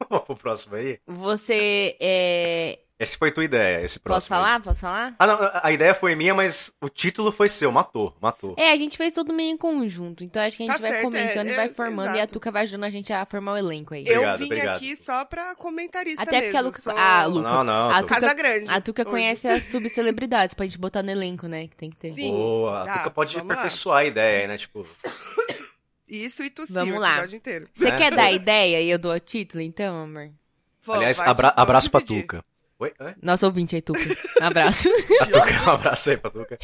[SPEAKER 3] Vamos pro próximo aí.
[SPEAKER 1] Você, é...
[SPEAKER 3] Esse foi tua ideia, esse próximo.
[SPEAKER 1] Posso
[SPEAKER 3] aí.
[SPEAKER 1] falar? Posso falar?
[SPEAKER 3] Ah, não, a- a ideia foi minha, mas o título foi seu, matou, matou.
[SPEAKER 1] É, a gente fez tudo meio em conjunto, então acho que a gente
[SPEAKER 2] Tá
[SPEAKER 1] vai
[SPEAKER 2] certo,
[SPEAKER 1] comentando
[SPEAKER 2] é,
[SPEAKER 1] e vai
[SPEAKER 2] é,
[SPEAKER 1] formando, e a
[SPEAKER 2] exato.
[SPEAKER 1] Tuca vai ajudando a gente a formar o elenco aí.
[SPEAKER 3] Obrigado,
[SPEAKER 2] eu vim
[SPEAKER 3] obrigado.
[SPEAKER 2] aqui só pra comentarista
[SPEAKER 1] Até porque
[SPEAKER 2] mesmo.
[SPEAKER 1] a Luca-
[SPEAKER 2] sou
[SPEAKER 1] a Lu- Luca,
[SPEAKER 3] Não, não,
[SPEAKER 1] a
[SPEAKER 3] Tuca.
[SPEAKER 2] Casa Grande.
[SPEAKER 1] A Tuca
[SPEAKER 2] hoje.
[SPEAKER 1] conhece as subcelebridades pra gente botar no elenco, né? Que tem que ter.
[SPEAKER 2] Sim.
[SPEAKER 3] Boa, a
[SPEAKER 2] Tá,
[SPEAKER 3] Tuca pode
[SPEAKER 2] vamos lá.
[SPEAKER 3] aperfeiçoar a ideia, aí, né? Tipo,
[SPEAKER 2] Isso e tu sim,
[SPEAKER 1] Vamos
[SPEAKER 2] o
[SPEAKER 1] lá.
[SPEAKER 2] episódio inteiro.
[SPEAKER 1] Você
[SPEAKER 3] É.
[SPEAKER 1] quer dar ideia e eu dou o título, então, amor?
[SPEAKER 2] Vamos,
[SPEAKER 3] aliás,
[SPEAKER 2] vai,
[SPEAKER 3] abra-
[SPEAKER 1] tipo,
[SPEAKER 2] vamos
[SPEAKER 3] abraço pra
[SPEAKER 2] dividir.
[SPEAKER 3] Tuca. Oi? Oi?
[SPEAKER 1] Nosso ouvinte aí, Tuca. Abraço.
[SPEAKER 3] A Tuca, um abraço aí pra Tuca.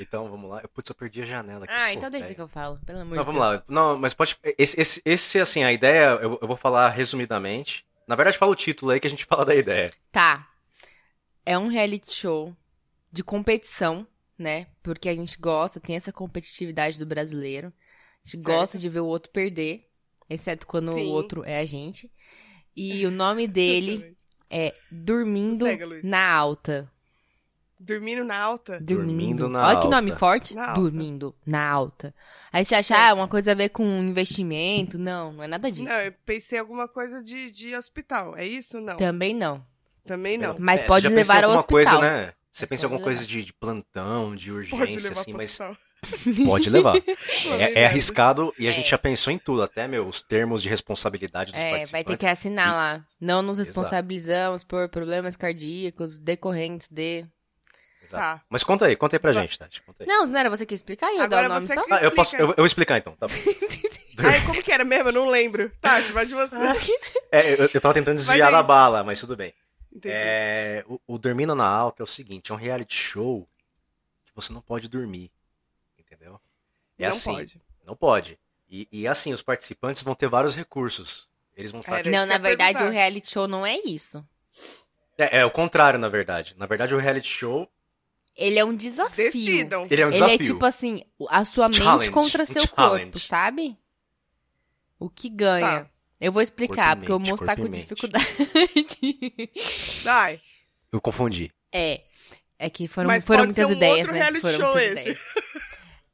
[SPEAKER 3] Então, vamos lá. Eu, Putz, eu perdi a janela. Que
[SPEAKER 1] ah,
[SPEAKER 3] sou
[SPEAKER 1] então deixa
[SPEAKER 3] velho.
[SPEAKER 1] que eu falo, pelo amor
[SPEAKER 2] Então
[SPEAKER 3] Não,
[SPEAKER 1] de
[SPEAKER 3] vamos
[SPEAKER 1] Deus.
[SPEAKER 3] lá. Não, mas pode. Esse, esse, esse, assim, a ideia, eu, vou- eu vou falar resumidamente. Na verdade, fala o título aí que a gente fala da ideia.
[SPEAKER 1] Tá. É um reality show de competição, né? Porque a gente gosta, tem essa competitividade do brasileiro. A gente
[SPEAKER 2] Certo.
[SPEAKER 1] gosta de ver o outro perder, exceto quando
[SPEAKER 2] Sim.
[SPEAKER 1] o outro é a gente. E o nome dele
[SPEAKER 2] Exatamente.
[SPEAKER 1] é Dormindo
[SPEAKER 2] Sossega, Luiz.
[SPEAKER 1] na Alta.
[SPEAKER 2] Dormindo na alta.
[SPEAKER 1] Dormindo,
[SPEAKER 3] Dormindo na
[SPEAKER 1] Olha que nome
[SPEAKER 3] alta.
[SPEAKER 1] forte.
[SPEAKER 2] Na alta.
[SPEAKER 1] Dormindo na alta. Aí você acha, ah, uma coisa a ver com investimento. Não, não é nada disso.
[SPEAKER 2] Não, eu pensei alguma coisa de, de hospital. É isso? Não.
[SPEAKER 3] Então,
[SPEAKER 1] Também não.
[SPEAKER 2] Também não.
[SPEAKER 1] Mas
[SPEAKER 3] É, você
[SPEAKER 1] pode
[SPEAKER 3] já pensa em
[SPEAKER 1] levar ao
[SPEAKER 3] alguma coisa,
[SPEAKER 1] hospital.
[SPEAKER 3] né?
[SPEAKER 1] Mas
[SPEAKER 3] Você pensa em
[SPEAKER 1] pode
[SPEAKER 3] alguma coisa
[SPEAKER 1] levar.
[SPEAKER 3] de, de plantão, de urgência,
[SPEAKER 2] Pode levar
[SPEAKER 3] assim,
[SPEAKER 2] pro
[SPEAKER 3] mas
[SPEAKER 2] hospital.
[SPEAKER 3] pode levar.
[SPEAKER 2] Uma
[SPEAKER 3] É- é,
[SPEAKER 2] merda.
[SPEAKER 3] arriscado e a gente
[SPEAKER 1] né? É.
[SPEAKER 3] já pensou em tudo, até, meu, os termos de responsabilidade dos
[SPEAKER 1] É,
[SPEAKER 3] participantes.
[SPEAKER 1] vai ter que assinar lá. Não nos
[SPEAKER 3] Exato.
[SPEAKER 1] responsabilizamos por problemas cardíacos decorrentes de.
[SPEAKER 3] Exato.
[SPEAKER 2] Tá.
[SPEAKER 3] Mas conta aí, conta aí pra
[SPEAKER 2] Vai.
[SPEAKER 3] gente, Tati. Conta aí.
[SPEAKER 1] Não, não era você que ia explicar? Eu ia dar
[SPEAKER 2] Agora
[SPEAKER 1] o nome
[SPEAKER 2] você
[SPEAKER 1] só?
[SPEAKER 2] que-
[SPEAKER 3] Ah, eu, posso,
[SPEAKER 2] explica.
[SPEAKER 3] eu, eu vou explicar então, tá bom.
[SPEAKER 2] Ai, como que era mesmo? Eu não lembro. Tati, vai de você.
[SPEAKER 3] É, eu, eu tava tentando desviar
[SPEAKER 2] Vai daí.
[SPEAKER 3] da bala, mas tudo bem.
[SPEAKER 2] Entendi.
[SPEAKER 3] É, o, o Dormindo na Alta é o seguinte, é um reality show que você não pode dormir, entendeu? É
[SPEAKER 2] não
[SPEAKER 3] assim,
[SPEAKER 2] pode.
[SPEAKER 3] não pode. E, e assim, os participantes vão ter vários recursos. Eles vão tá estar
[SPEAKER 2] Era
[SPEAKER 1] Não,
[SPEAKER 2] isso que
[SPEAKER 1] na
[SPEAKER 2] eu ia
[SPEAKER 1] verdade, o
[SPEAKER 2] perguntar.
[SPEAKER 1] reality show não é isso.
[SPEAKER 3] É, é o contrário, na verdade. Na verdade, o reality show,
[SPEAKER 1] Ele é um desafio.
[SPEAKER 2] Decidam.
[SPEAKER 3] ele é um
[SPEAKER 1] Ele é
[SPEAKER 3] desafio.
[SPEAKER 1] tipo assim, a sua mente
[SPEAKER 3] Challenge,
[SPEAKER 1] contra
[SPEAKER 3] um
[SPEAKER 1] seu corpo,
[SPEAKER 3] challenge.
[SPEAKER 1] sabe? O que ganha.
[SPEAKER 2] Tá.
[SPEAKER 1] Eu vou explicar,
[SPEAKER 3] Corpo e
[SPEAKER 1] porque o
[SPEAKER 3] mente,
[SPEAKER 1] moço tá com
[SPEAKER 3] corpo e mente.
[SPEAKER 1] dificuldade.
[SPEAKER 2] Vai.
[SPEAKER 3] Eu confundi.
[SPEAKER 1] É. É que foram,
[SPEAKER 2] Mas
[SPEAKER 1] foram
[SPEAKER 2] pode ser
[SPEAKER 1] muitas
[SPEAKER 2] um
[SPEAKER 1] ideias,
[SPEAKER 2] outro
[SPEAKER 1] né?
[SPEAKER 2] reality
[SPEAKER 1] foram
[SPEAKER 2] show
[SPEAKER 1] muitas
[SPEAKER 2] esse.
[SPEAKER 1] ideias.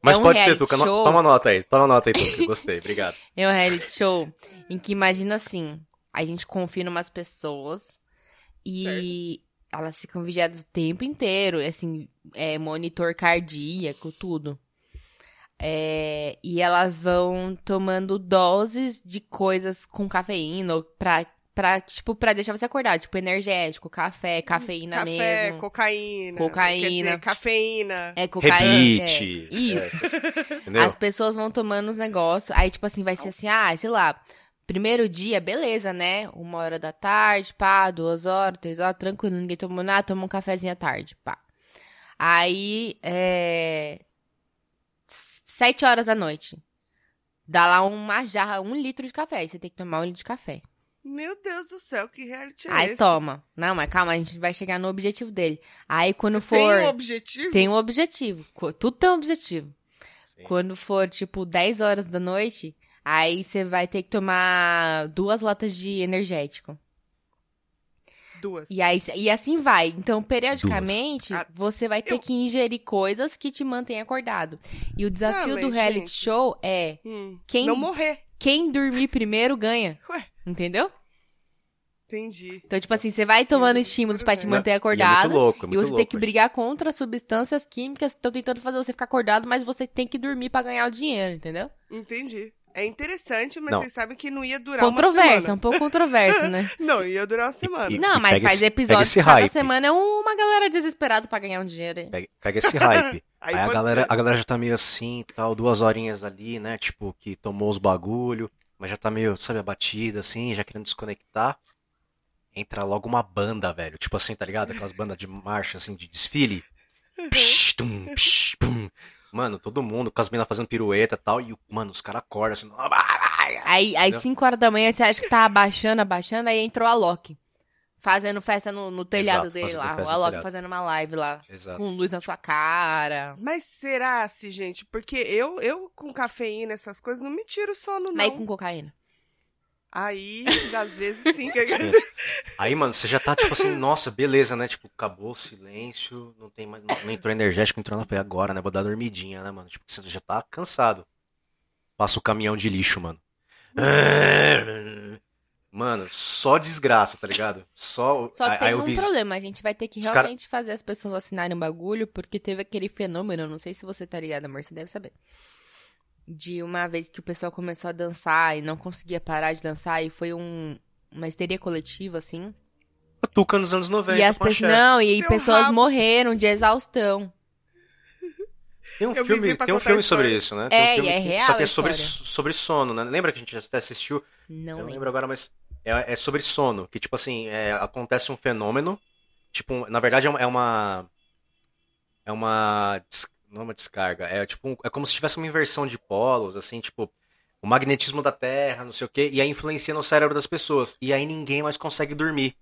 [SPEAKER 3] Mas
[SPEAKER 1] É um
[SPEAKER 3] pode ser,
[SPEAKER 1] reality
[SPEAKER 3] Tuca. no-
[SPEAKER 1] show.
[SPEAKER 3] Toma nota aí. Toma nota aí, Tuca. Gostei, obrigado.
[SPEAKER 1] É um reality show em que imagina assim, a gente confia em umas pessoas e elas ficam vigiadas o tempo inteiro, assim, é, monitor cardíaco, tudo. É, e elas vão tomando doses de coisas com cafeína, ou pra, pra, tipo, pra deixar você acordar, tipo, energético, café, cafeína
[SPEAKER 2] Café,
[SPEAKER 1] mesmo.
[SPEAKER 2] cocaína.
[SPEAKER 1] Cocaína.
[SPEAKER 2] Quer dizer, cafeína.
[SPEAKER 1] É cocaína.
[SPEAKER 3] Rebite.
[SPEAKER 1] É, isso.
[SPEAKER 3] É, entendeu?
[SPEAKER 1] As pessoas vão tomando os negócios. Aí, tipo assim, vai ser assim, ah, sei lá, primeiro dia, beleza, né? Uma hora da tarde, pá, duas horas, três horas, tranquilo, ninguém tomou nada, toma um cafezinho à tarde, pá. Aí, é. Sete horas da noite. Dá lá uma jarra, um litro de café. Aí você tem que tomar um litro de café.
[SPEAKER 2] Meu Deus do céu, que reality é
[SPEAKER 1] Aí
[SPEAKER 2] esse?
[SPEAKER 1] toma. Não, mas calma, a gente vai chegar no objetivo dele. Aí quando for.
[SPEAKER 2] Tem um objetivo?
[SPEAKER 1] Tem um objetivo. Co- Tudo tem um objetivo.
[SPEAKER 3] Sim. é
[SPEAKER 1] Quando for, tipo, 10 horas da noite, aí você vai ter que tomar duas latas de energético.
[SPEAKER 2] Duas.
[SPEAKER 1] E, aí, e assim vai. Então, periodicamente,
[SPEAKER 2] Ah,
[SPEAKER 1] você vai ter
[SPEAKER 2] eu-
[SPEAKER 1] que ingerir coisas que te mantêm acordado. E o
[SPEAKER 3] Ah,
[SPEAKER 1] desafio
[SPEAKER 2] mas,
[SPEAKER 1] do reality
[SPEAKER 2] gente.
[SPEAKER 1] show é
[SPEAKER 2] Hum,
[SPEAKER 1] quem,
[SPEAKER 2] Não morrer.
[SPEAKER 1] quem dormir primeiro ganha.
[SPEAKER 2] Ué.
[SPEAKER 1] Entendeu?
[SPEAKER 2] Entendi.
[SPEAKER 1] Então, tipo assim, você vai tomando
[SPEAKER 2] Hum,
[SPEAKER 1] estímulos pra te
[SPEAKER 2] tudo
[SPEAKER 3] bem.
[SPEAKER 1] manter
[SPEAKER 3] E é muito
[SPEAKER 1] acordado.
[SPEAKER 3] louco,
[SPEAKER 1] E
[SPEAKER 3] é muito
[SPEAKER 1] você
[SPEAKER 3] louco.
[SPEAKER 1] tem que brigar contra as substâncias químicas que estão tentando fazer você ficar acordado, mas você tem que dormir pra ganhar o dinheiro, entendeu?
[SPEAKER 2] Entendi. É interessante, mas
[SPEAKER 3] Não.
[SPEAKER 2] vocês sabem que não ia durar uma
[SPEAKER 1] Controverso, é
[SPEAKER 2] semana.
[SPEAKER 1] um pouco controverso, né?
[SPEAKER 2] Não, ia durar uma semana.
[SPEAKER 3] E-
[SPEAKER 1] Não, mas
[SPEAKER 3] pega
[SPEAKER 1] faz
[SPEAKER 3] esse- pega
[SPEAKER 1] episódios
[SPEAKER 3] esse
[SPEAKER 1] cada
[SPEAKER 3] hype.
[SPEAKER 1] semana é uma galera desesperada pra ganhar um dinheiro. hein?
[SPEAKER 3] Pega, pega esse hype. Aí, a,
[SPEAKER 2] pode
[SPEAKER 3] galera,
[SPEAKER 2] ser.
[SPEAKER 3] a galera já tá meio assim e tal, duas horinhas ali, né? Tipo, que tomou os bagulho, mas já tá meio, sabe, abatida, assim, já querendo desconectar. Entra logo uma banda, velho. Tipo assim, tá ligado? Aquelas bandas de marcha, assim, de desfile.
[SPEAKER 1] Uhum.
[SPEAKER 3] Psh, tum, psh, pum. Mano, todo mundo com as minas fazendo pirueta e tal. E, o- mano, os caras acordam assim.
[SPEAKER 1] Aí, aí
[SPEAKER 3] Não.
[SPEAKER 1] 5 horas da manhã, você acha que tá abaixando, abaixando, aí entrou a Loki. Fazendo festa no, no telhado
[SPEAKER 3] Exato,
[SPEAKER 1] dele
[SPEAKER 3] fazendo
[SPEAKER 1] lá.
[SPEAKER 3] festa
[SPEAKER 1] O
[SPEAKER 3] no
[SPEAKER 1] Alok
[SPEAKER 3] telhado.
[SPEAKER 1] fazendo uma live lá.
[SPEAKER 3] Exato.
[SPEAKER 1] Com luz na sua cara.
[SPEAKER 2] Mas será assim, gente? Porque eu, eu com cafeína, essas coisas, não me tiro o sono, não.
[SPEAKER 1] Mas com cocaína.
[SPEAKER 2] Aí, às vezes, sim. que-
[SPEAKER 3] Aí, mano, você já tá tipo assim, nossa, beleza, né? Tipo, acabou o silêncio, não tem mais. Não, não entrou energético, entrou na foi agora, né? Vou dar dormidinha, né, mano? Tipo, você já tá cansado. Passa o caminhão de lixo, mano. Mano, só desgraça, tá ligado? Só.
[SPEAKER 1] Só
[SPEAKER 3] aí,
[SPEAKER 1] tem
[SPEAKER 3] aí eu
[SPEAKER 1] um
[SPEAKER 3] vi.
[SPEAKER 1] problema, a gente vai ter que
[SPEAKER 3] Os cara-
[SPEAKER 1] realmente fazer as pessoas assinarem o bagulho, porque teve aquele fenômeno, não sei se você tá ligado, amor, você deve saber. De uma vez que o pessoal começou a dançar e não conseguia parar de dançar, e foi um- uma histeria coletiva, assim.
[SPEAKER 3] A Tuca nos anos 90,
[SPEAKER 1] E as
[SPEAKER 3] com a
[SPEAKER 1] pessoas.
[SPEAKER 3] Cher.
[SPEAKER 1] Não, e
[SPEAKER 2] Teu
[SPEAKER 1] pessoas
[SPEAKER 2] rabo.
[SPEAKER 1] morreram de exaustão.
[SPEAKER 3] Tem um
[SPEAKER 2] Eu vivi
[SPEAKER 3] filme,
[SPEAKER 2] pra
[SPEAKER 3] tem um
[SPEAKER 2] contar
[SPEAKER 3] filme
[SPEAKER 2] a história.
[SPEAKER 3] sobre isso, né?
[SPEAKER 1] É,
[SPEAKER 3] Tem um
[SPEAKER 1] e
[SPEAKER 3] filme
[SPEAKER 1] é
[SPEAKER 3] que-
[SPEAKER 1] real
[SPEAKER 3] Só que
[SPEAKER 1] a
[SPEAKER 3] é sobre,
[SPEAKER 1] história.
[SPEAKER 3] sobre sono, né? Lembra que a gente até assistiu
[SPEAKER 1] Não
[SPEAKER 3] Eu não
[SPEAKER 1] lembro.
[SPEAKER 3] lembro agora, mas é, é sobre sono, que tipo assim, é, acontece um fenômeno, tipo, um- na verdade é uma é uma é uma des- não é uma descarga, é tipo, um- é como se tivesse uma inversão de polos, assim, tipo, o magnetismo da Terra, não sei o quê, e aí influencia no cérebro das pessoas, e aí ninguém mais consegue dormir.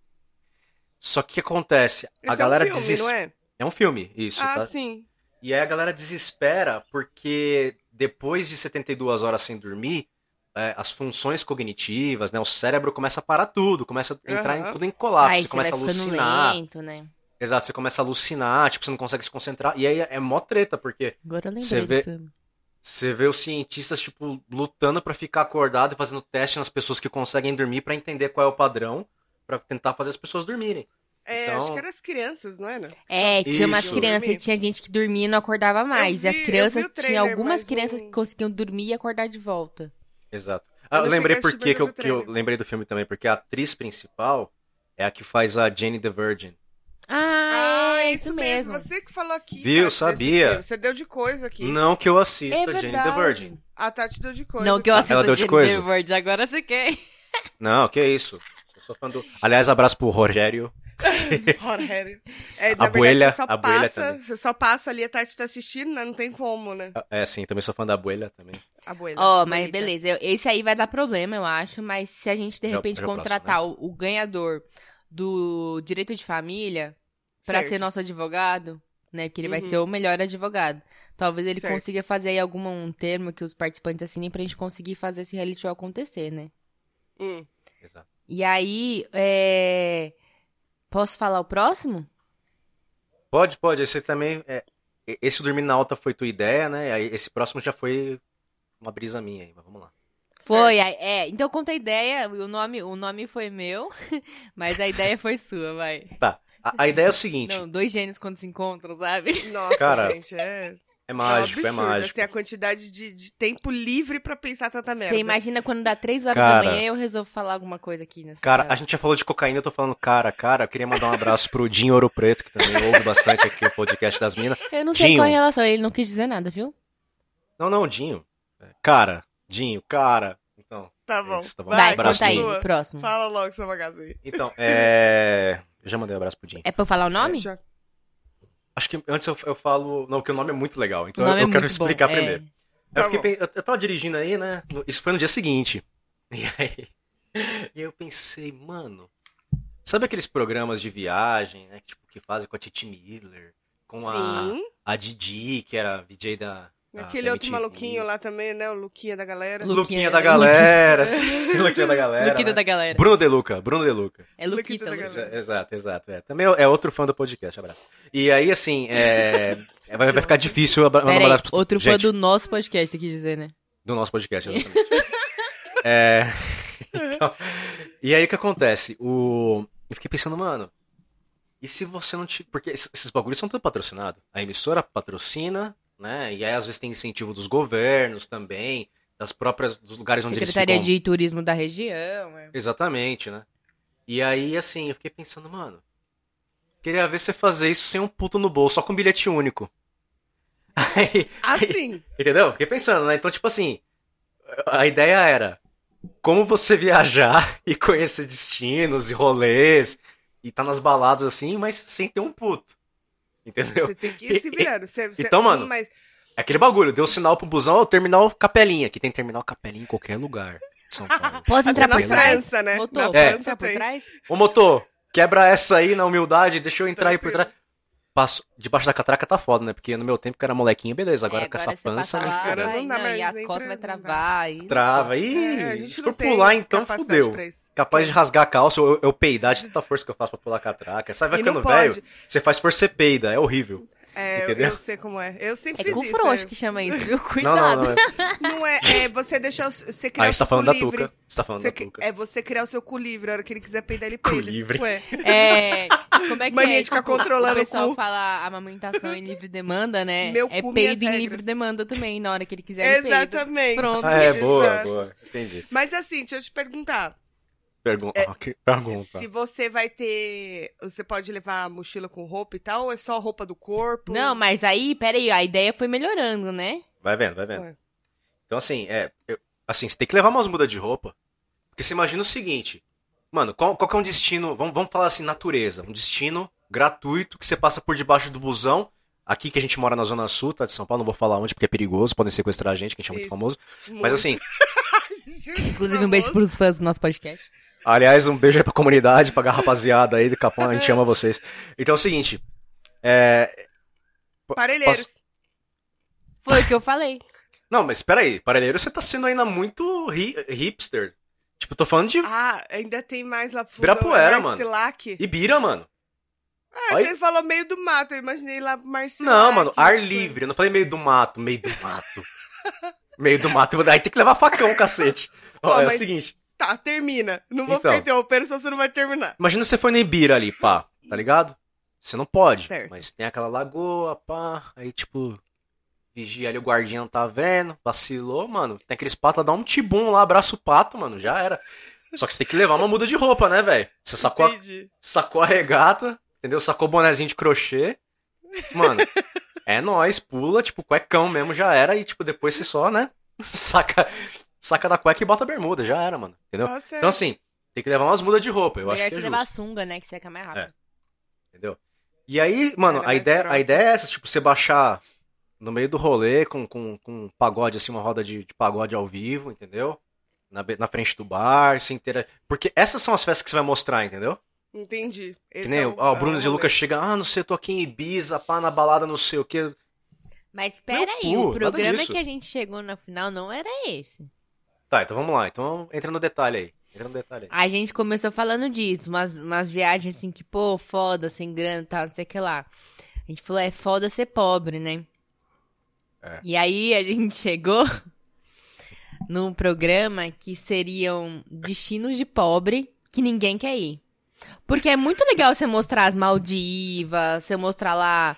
[SPEAKER 3] Só que o que acontece?
[SPEAKER 2] Esse
[SPEAKER 3] a galera
[SPEAKER 2] é um filme,
[SPEAKER 3] desiste.
[SPEAKER 2] não é?
[SPEAKER 3] É um filme, isso,
[SPEAKER 2] ah,
[SPEAKER 3] tá?
[SPEAKER 2] sim.
[SPEAKER 3] E aí a galera desespera porque depois de 72 horas sem dormir, é, as funções cognitivas, né, o cérebro começa a parar tudo, começa a entrar em,
[SPEAKER 2] Aham.
[SPEAKER 3] tudo em colapso,
[SPEAKER 1] Aí
[SPEAKER 3] você começa a
[SPEAKER 1] vai ficando
[SPEAKER 3] alucinar.
[SPEAKER 1] lento, né?
[SPEAKER 3] Exato, você começa a alucinar, tipo, você não consegue se concentrar. E aí é mó treta, porque
[SPEAKER 1] Agora eu lembrei
[SPEAKER 3] Você
[SPEAKER 1] do
[SPEAKER 3] vê-
[SPEAKER 1] filme.
[SPEAKER 3] você vê os cientistas, tipo, lutando pra ficar acordado e fazendo teste nas pessoas que conseguem dormir pra entender qual é o padrão, pra tentar fazer as pessoas dormirem.
[SPEAKER 2] É,
[SPEAKER 3] Então-
[SPEAKER 2] acho que eram as crianças, não era?
[SPEAKER 1] É, tinha umas
[SPEAKER 3] Isso.
[SPEAKER 1] crianças e
[SPEAKER 2] Dormir.
[SPEAKER 1] tinha gente que dormia e não acordava mais.
[SPEAKER 2] vi-
[SPEAKER 1] e as
[SPEAKER 2] eu vi
[SPEAKER 1] crianças,
[SPEAKER 2] o
[SPEAKER 1] tinha
[SPEAKER 2] trailer,
[SPEAKER 1] algumas
[SPEAKER 2] mas
[SPEAKER 1] crianças
[SPEAKER 2] não-
[SPEAKER 1] que conseguiam dormir e acordar de volta.
[SPEAKER 3] Exato. Ah, eu
[SPEAKER 2] não
[SPEAKER 3] lembrei
[SPEAKER 2] cheguei a
[SPEAKER 3] por
[SPEAKER 2] assistir,
[SPEAKER 3] que
[SPEAKER 2] mas
[SPEAKER 3] que
[SPEAKER 2] eu
[SPEAKER 3] eu,
[SPEAKER 2] vi o
[SPEAKER 3] que eu
[SPEAKER 2] trailer.
[SPEAKER 3] lembrei do filme também, porque a atriz principal é a que faz a Jane the Virgin.
[SPEAKER 1] Ah,
[SPEAKER 2] Ah,
[SPEAKER 1] é, É, isso mesmo.
[SPEAKER 2] Você que falou aqui.
[SPEAKER 3] Viu?
[SPEAKER 2] Tati, desse
[SPEAKER 3] Sabia.
[SPEAKER 2] filme. Você deu de coisa aqui.
[SPEAKER 3] Não que eu
[SPEAKER 1] É
[SPEAKER 3] assista Jane the
[SPEAKER 1] verdade.
[SPEAKER 3] Virgin.
[SPEAKER 2] A Tati deu de coisa.
[SPEAKER 1] Não que eu assista
[SPEAKER 3] Ela deu de
[SPEAKER 1] Jane
[SPEAKER 3] coisa?
[SPEAKER 1] the Virgin, agora você quer.
[SPEAKER 3] Não, que isso. Eu sou fã do... Aliás, abraço pro Rogério.
[SPEAKER 2] Rogério. É,
[SPEAKER 3] A
[SPEAKER 2] na verdade,
[SPEAKER 3] abuela-
[SPEAKER 2] você só
[SPEAKER 3] a abuela
[SPEAKER 2] passa,
[SPEAKER 3] também.
[SPEAKER 2] você só passa ali, a Tati tá assistindo, né? Não tem como, né?
[SPEAKER 3] É, sim, também sou fã da Abuela também.
[SPEAKER 2] Abuela.
[SPEAKER 1] Ó, mas
[SPEAKER 2] bonita.
[SPEAKER 1] beleza, eu- esse aí vai dar problema, eu acho, mas se a gente de
[SPEAKER 3] Já-
[SPEAKER 1] repente
[SPEAKER 3] já é o próximo,
[SPEAKER 1] contratar o, o ganhador do direito de família pra
[SPEAKER 2] Certo.
[SPEAKER 1] ser nosso advogado, né? Porque ele vai
[SPEAKER 2] Uhum.
[SPEAKER 1] ser o melhor advogado. Talvez ele
[SPEAKER 2] Certo.
[SPEAKER 1] consiga fazer aí algum um termo que os participantes assinem pra gente conseguir fazer esse reality show acontecer, né?
[SPEAKER 2] Hum.
[SPEAKER 3] Exato.
[SPEAKER 1] E aí, é... posso falar o próximo?
[SPEAKER 3] Pode, pode. Esse também. É... e- Esse dormir na alta foi tua ideia, né? Aí Esse próximo já foi uma brisa minha aí, mas vamos lá.
[SPEAKER 1] Foi, aí- é, então conta a ideia, o nome, o nome foi meu, mas a ideia foi sua, vai.
[SPEAKER 3] A, a ideia é o seguinte:
[SPEAKER 1] Não, dois gênios quando se encontram, sabe?
[SPEAKER 2] Nossa,
[SPEAKER 3] Cara,
[SPEAKER 2] gente, é,
[SPEAKER 3] é
[SPEAKER 2] é um
[SPEAKER 3] mágico, é
[SPEAKER 2] absurdo,
[SPEAKER 3] mágico.
[SPEAKER 2] Assim, a quantidade de, de tempo livre pra pensar tanta merda.
[SPEAKER 1] Você imagina quando dá três horas
[SPEAKER 3] Cara.
[SPEAKER 1] da manhã eu resolvo falar alguma coisa aqui nessa
[SPEAKER 3] Cara,
[SPEAKER 1] sala.
[SPEAKER 3] a gente já falou de cocaína, eu tô falando, cara, cara, eu queria mandar um abraço pro Dinho Ouro Preto, que também ouve bastante aqui o podcast das minas.
[SPEAKER 1] Eu não sei
[SPEAKER 3] Dinho.
[SPEAKER 1] qual é a relação, ele não quis dizer nada, viu?
[SPEAKER 3] Não, não, Dinho. É, Cara, Dinho, cara. Então,
[SPEAKER 2] Tá bom.
[SPEAKER 3] Isso, tá bom.
[SPEAKER 1] Vai,
[SPEAKER 3] Vai, abraço,
[SPEAKER 1] conta aí,
[SPEAKER 3] Dinho.
[SPEAKER 2] continua.
[SPEAKER 1] próximo.
[SPEAKER 2] Fala logo, seu magazine.
[SPEAKER 3] então, é. Eu já mandei um abraço pro Dinho.
[SPEAKER 1] É pra eu falar o nome?
[SPEAKER 2] Já-
[SPEAKER 3] Acho que antes eu, eu falo. Não, porque o nome é muito legal, então
[SPEAKER 1] o nome
[SPEAKER 3] eu, eu
[SPEAKER 1] é
[SPEAKER 3] quero
[SPEAKER 1] muito bom,
[SPEAKER 3] explicar
[SPEAKER 1] é.
[SPEAKER 3] primeiro.
[SPEAKER 2] Tá
[SPEAKER 3] eu, fiquei
[SPEAKER 2] bom.
[SPEAKER 3] pen- eu, eu tava dirigindo aí, né? no- Isso foi no dia seguinte. E aí, e aí eu pensei, mano, sabe aqueles programas de viagem, né? Tipo, que fazem com a Titi Miller, com a,
[SPEAKER 2] Sim.
[SPEAKER 3] a Didi, que era VJ da. da-
[SPEAKER 2] Aquele
[SPEAKER 3] da
[SPEAKER 2] outro
[SPEAKER 3] MTV.
[SPEAKER 2] maluquinho lá também, né? O Luquinha da galera.
[SPEAKER 1] Lu-
[SPEAKER 3] Luquinha,
[SPEAKER 1] Luquinha,
[SPEAKER 3] da
[SPEAKER 1] né?
[SPEAKER 3] galera, sim, Luquinha da galera.
[SPEAKER 1] É Luquita
[SPEAKER 3] né?
[SPEAKER 1] da galera.
[SPEAKER 3] Bruno De Luca, Bruno De Luca.
[SPEAKER 1] É Luquita.
[SPEAKER 2] Luquita da
[SPEAKER 1] Luquita.
[SPEAKER 2] galera.
[SPEAKER 3] Exa- Exato, exato. É. Também é outro fã do podcast, abraço. E aí, assim, é, é, vai, vai ficar difícil abra- mandar um
[SPEAKER 1] Pera aí,
[SPEAKER 3] abraço pro-
[SPEAKER 1] outro fã
[SPEAKER 3] Gente,
[SPEAKER 1] do nosso podcast, você quis dizer, né?
[SPEAKER 3] do nosso podcast, exatamente. É, então, e aí o que acontece? O, eu fiquei pensando, mano, e se você não te. Porque es- esses bagulhos são tudo patrocinados. A emissora patrocina, né? E aí às vezes tem incentivo dos governos também, das próprias. dos lugares onde
[SPEAKER 1] Secretaria
[SPEAKER 3] eles ficam.
[SPEAKER 1] de Turismo da região. é.
[SPEAKER 3] Exatamente, né? E aí, assim, eu fiquei pensando, mano, queria ver você fazer isso sem um puto no bolso, só com bilhete único. Aí,
[SPEAKER 2] Assim.
[SPEAKER 3] Entendeu? Fiquei pensando, né? Então, tipo assim, a ideia era como você viajar e conhecer destinos e rolês e tá nas baladas assim, mas sem ter um puto. Entendeu?
[SPEAKER 2] Você tem que ir se virando. Você, você-
[SPEAKER 3] Então, mano,
[SPEAKER 2] Mas
[SPEAKER 3] É aquele bagulho, deu sinal pro busão, ó, terminal Capelinha, que tem terminal Capelinha em qualquer lugar de São Paulo.
[SPEAKER 1] Posso
[SPEAKER 2] até
[SPEAKER 1] entrar
[SPEAKER 2] na
[SPEAKER 1] por trás?
[SPEAKER 2] França, né?
[SPEAKER 1] Voltou,
[SPEAKER 2] Na
[SPEAKER 1] posso
[SPEAKER 3] É.
[SPEAKER 2] França
[SPEAKER 1] entrar por
[SPEAKER 2] tem.
[SPEAKER 1] trás?
[SPEAKER 3] Ô motor, quebra essa aí na humildade, deixa eu entrar aí por trás. Passo, debaixo da catraca tá foda, né? Porque no meu tempo que era molequinho, beleza, agora
[SPEAKER 1] É,
[SPEAKER 3] com essa
[SPEAKER 1] você passa
[SPEAKER 3] pança, né?
[SPEAKER 1] lá,
[SPEAKER 3] fudeu.
[SPEAKER 2] Agora
[SPEAKER 1] vai,
[SPEAKER 2] não dá
[SPEAKER 1] não, e
[SPEAKER 2] mais,
[SPEAKER 1] as
[SPEAKER 2] nem
[SPEAKER 1] costas
[SPEAKER 2] pra-
[SPEAKER 1] vai travar. e-
[SPEAKER 3] Trava, ih,
[SPEAKER 2] É, a gente
[SPEAKER 3] se
[SPEAKER 2] não
[SPEAKER 3] for
[SPEAKER 2] tem
[SPEAKER 3] pular então,
[SPEAKER 2] capacidade
[SPEAKER 3] fudeu.
[SPEAKER 2] pra isso.
[SPEAKER 3] Capaz de rasgar a calça, eu, eu peidar de tanta força que eu faço pra pular a catraca. Sai vai
[SPEAKER 2] E não
[SPEAKER 3] ficando
[SPEAKER 2] pode.
[SPEAKER 3] velho, você faz por você peida, é horrível.
[SPEAKER 2] É, eu,
[SPEAKER 3] Entendeu?
[SPEAKER 2] eu sei como é. Eu sempre
[SPEAKER 1] É
[SPEAKER 2] fiz
[SPEAKER 1] cu
[SPEAKER 2] isso.
[SPEAKER 1] frouxo
[SPEAKER 2] é.
[SPEAKER 1] que chama isso, viu?
[SPEAKER 3] Não, não,
[SPEAKER 1] Cuidado.
[SPEAKER 3] não. é-
[SPEAKER 2] Não é, é você deixar o, você criar
[SPEAKER 3] Aí
[SPEAKER 2] o
[SPEAKER 3] você
[SPEAKER 2] seu
[SPEAKER 3] tá falando
[SPEAKER 2] cu
[SPEAKER 3] da
[SPEAKER 2] livre.
[SPEAKER 3] Tuca. Você tá falando
[SPEAKER 2] Você
[SPEAKER 3] da
[SPEAKER 2] cri-
[SPEAKER 3] Tuca.
[SPEAKER 2] é você criar o seu cu livre. A hora que ele quiser peidar, ele
[SPEAKER 3] Cu
[SPEAKER 2] peida.
[SPEAKER 3] livre.
[SPEAKER 2] Ué,
[SPEAKER 1] É, como é que
[SPEAKER 2] Mania
[SPEAKER 1] é?
[SPEAKER 2] de ficar
[SPEAKER 1] Tipo,
[SPEAKER 2] controlando
[SPEAKER 1] O
[SPEAKER 2] o
[SPEAKER 1] pessoal
[SPEAKER 2] cu.
[SPEAKER 1] fala amamentação em livre demanda, né?
[SPEAKER 2] Meu
[SPEAKER 1] é
[SPEAKER 2] cu, minhas
[SPEAKER 1] peido em
[SPEAKER 2] regras.
[SPEAKER 1] livre demanda também, na hora que ele quiser. ele peida.
[SPEAKER 2] exatamente.
[SPEAKER 1] é Pronto.
[SPEAKER 3] Ah, é, boa,
[SPEAKER 2] Exato.
[SPEAKER 3] boa. Entendi.
[SPEAKER 2] Mas assim, deixa eu te perguntar.
[SPEAKER 3] Pergun ah, que pergunta.
[SPEAKER 2] É, Se você vai ter. Você pode levar mochila com roupa e tal? Ou é só roupa do corpo?
[SPEAKER 1] Não, mas aí, peraí, a ideia foi melhorando, né?
[SPEAKER 3] Vai vendo, vai Tá vendo.
[SPEAKER 2] Ué.
[SPEAKER 3] Então, assim, é. eu- assim, você tem que levar umas mudas de roupa. Porque você imagina o seguinte. Mano, qual, qual que é um destino. Vamos, vamos falar assim, natureza. Um destino gratuito que você passa por debaixo do busão. Aqui que a gente mora na Zona Sul, tá? De São Paulo, não vou falar onde, porque é perigoso, podem sequestrar a gente, que a gente é muito
[SPEAKER 2] Isso.
[SPEAKER 3] famoso.
[SPEAKER 2] Muito.
[SPEAKER 3] Mas assim,
[SPEAKER 1] Inclusive, um beijo pros fãs do nosso podcast.
[SPEAKER 3] aliás, um beijo aí pra comunidade, pra rapaziada aí do Capão, a gente ama vocês. Então é o seguinte. É.
[SPEAKER 2] Parelheiros.
[SPEAKER 1] Foi o que eu falei.
[SPEAKER 3] Não, mas peraí, parelheiro, você tá sendo ainda muito hi- hipster. Tipo, tô falando de
[SPEAKER 2] Ah, ainda tem mais lá fora.
[SPEAKER 3] Ibirapuera, mano.
[SPEAKER 2] Marcilac.
[SPEAKER 3] Ibira, mano.
[SPEAKER 2] Ah,
[SPEAKER 3] Olha-
[SPEAKER 2] você falou meio do mato. Eu imaginei lá pro Marcilac.
[SPEAKER 3] Não, mano, ar livre. Eu não falei meio do mato, meio do mato. meio do mato. Daí tem que levar facão, cacete. Ó,
[SPEAKER 2] Pô,
[SPEAKER 3] é o
[SPEAKER 2] mas-
[SPEAKER 3] seguinte.
[SPEAKER 2] Tá, termina. Não vou
[SPEAKER 3] Então.
[SPEAKER 2] ficar interrompendo, senão você não vai terminar.
[SPEAKER 3] Imagina você foi na Ibira ali, pá, tá ligado? Você não pode.
[SPEAKER 2] Certo.
[SPEAKER 3] Mas tem aquela lagoa, pá. Aí, tipo, vigia ali, o guardinha não tá vendo. Vacilou, mano. Tem aqueles patos lá, dá um tibum lá, abraça o pato, mano. Já era. Só que você tem que levar uma muda de roupa, né, velho? Você sacou a
[SPEAKER 2] Entendi.
[SPEAKER 3] sacou a regata, entendeu? Sacou o bonezinho de crochê. Mano, é nóis, pula, tipo, cuecão mesmo já era. E, tipo, depois você só, né? Saca, saca da cueca e bota a bermuda, já era, mano. Entendeu?
[SPEAKER 2] Tá certo.
[SPEAKER 3] Então, assim, tem que levar umas mudas de roupa, eu
[SPEAKER 1] Melhor
[SPEAKER 3] acho que
[SPEAKER 1] você
[SPEAKER 3] é
[SPEAKER 1] levar a
[SPEAKER 3] justo. É.
[SPEAKER 1] sunga, né? Que seca mais rápido.
[SPEAKER 3] Entendeu? E aí, mano,
[SPEAKER 2] Era
[SPEAKER 3] a
[SPEAKER 2] mais
[SPEAKER 3] ideia, a
[SPEAKER 2] próximo.
[SPEAKER 3] ideia é essa, tipo, você baixar no meio do rolê com, com, com um pagode, assim, uma roda de, de pagode ao vivo, entendeu? Na, be- na frente do bar, se inteira. Porque essas são as festas que você vai mostrar, entendeu?
[SPEAKER 2] Entendi. Esse
[SPEAKER 3] que nem
[SPEAKER 2] é
[SPEAKER 3] o, ó, o
[SPEAKER 2] é
[SPEAKER 3] Bruno de
[SPEAKER 2] rolê.
[SPEAKER 3] Lucas chega, ah, não sei, eu tô aqui em Ibiza, pá, na balada, não sei o quê.
[SPEAKER 1] Mas espera aí,
[SPEAKER 3] cu,
[SPEAKER 1] o
[SPEAKER 3] nada
[SPEAKER 1] programa
[SPEAKER 3] disso.
[SPEAKER 1] que a gente chegou no final não era esse.
[SPEAKER 3] Tá, então vamos lá. Então entra no detalhe aí. Entra no detalhe aí.
[SPEAKER 1] A gente começou falando disso, umas, umas viagens assim que, pô, foda, sem grana e tal, não sei o que lá. A gente falou, é foda ser pobre, né?
[SPEAKER 3] É.
[SPEAKER 1] E aí a gente chegou num programa que seriam destinos de pobre que ninguém quer ir. Porque é muito legal você mostrar as Maldivas, você mostrar lá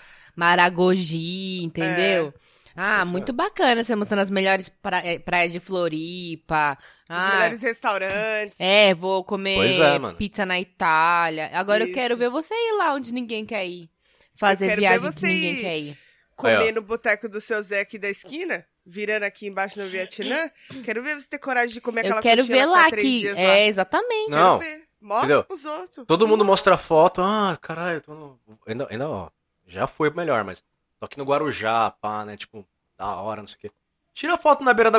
[SPEAKER 1] Maragogi, entendeu? Ah,
[SPEAKER 3] Isso é.
[SPEAKER 1] muito bacana você mostrando as melhores pra- eh, praias de Floripa.
[SPEAKER 2] Os
[SPEAKER 1] ah,
[SPEAKER 2] melhores restaurantes.
[SPEAKER 1] é, vou comer
[SPEAKER 3] Pois é, mano.
[SPEAKER 1] pizza na Itália. Agora eu
[SPEAKER 2] Isso.
[SPEAKER 1] quero ver você ir lá onde ninguém quer ir. Fazer
[SPEAKER 2] quero ver
[SPEAKER 1] viagem que
[SPEAKER 2] você
[SPEAKER 1] ninguém
[SPEAKER 2] ir.
[SPEAKER 1] quer ir.
[SPEAKER 2] Comer
[SPEAKER 3] Aí, ó.
[SPEAKER 2] no boteco do seu Zé aqui da esquina, virando aqui embaixo no Vietnã. Quero ver você ter coragem de comer
[SPEAKER 1] Eu
[SPEAKER 2] aquela
[SPEAKER 1] quero
[SPEAKER 2] coxinha
[SPEAKER 1] ver
[SPEAKER 2] lá que tá
[SPEAKER 1] lá
[SPEAKER 2] três
[SPEAKER 1] que.
[SPEAKER 2] dias lá.
[SPEAKER 1] É, exatamente.
[SPEAKER 2] Quero
[SPEAKER 3] Não.
[SPEAKER 2] ver. Mostra
[SPEAKER 3] Entendeu?
[SPEAKER 2] pros outros.
[SPEAKER 3] Todo mundo mostra foto, ah, caralho, eu tô no. Ainda, ainda, ó. Já foi melhor, mas. Tô aqui no Guarujá, pá, né? Tipo, da hora, não sei o quê. Tira foto na beira da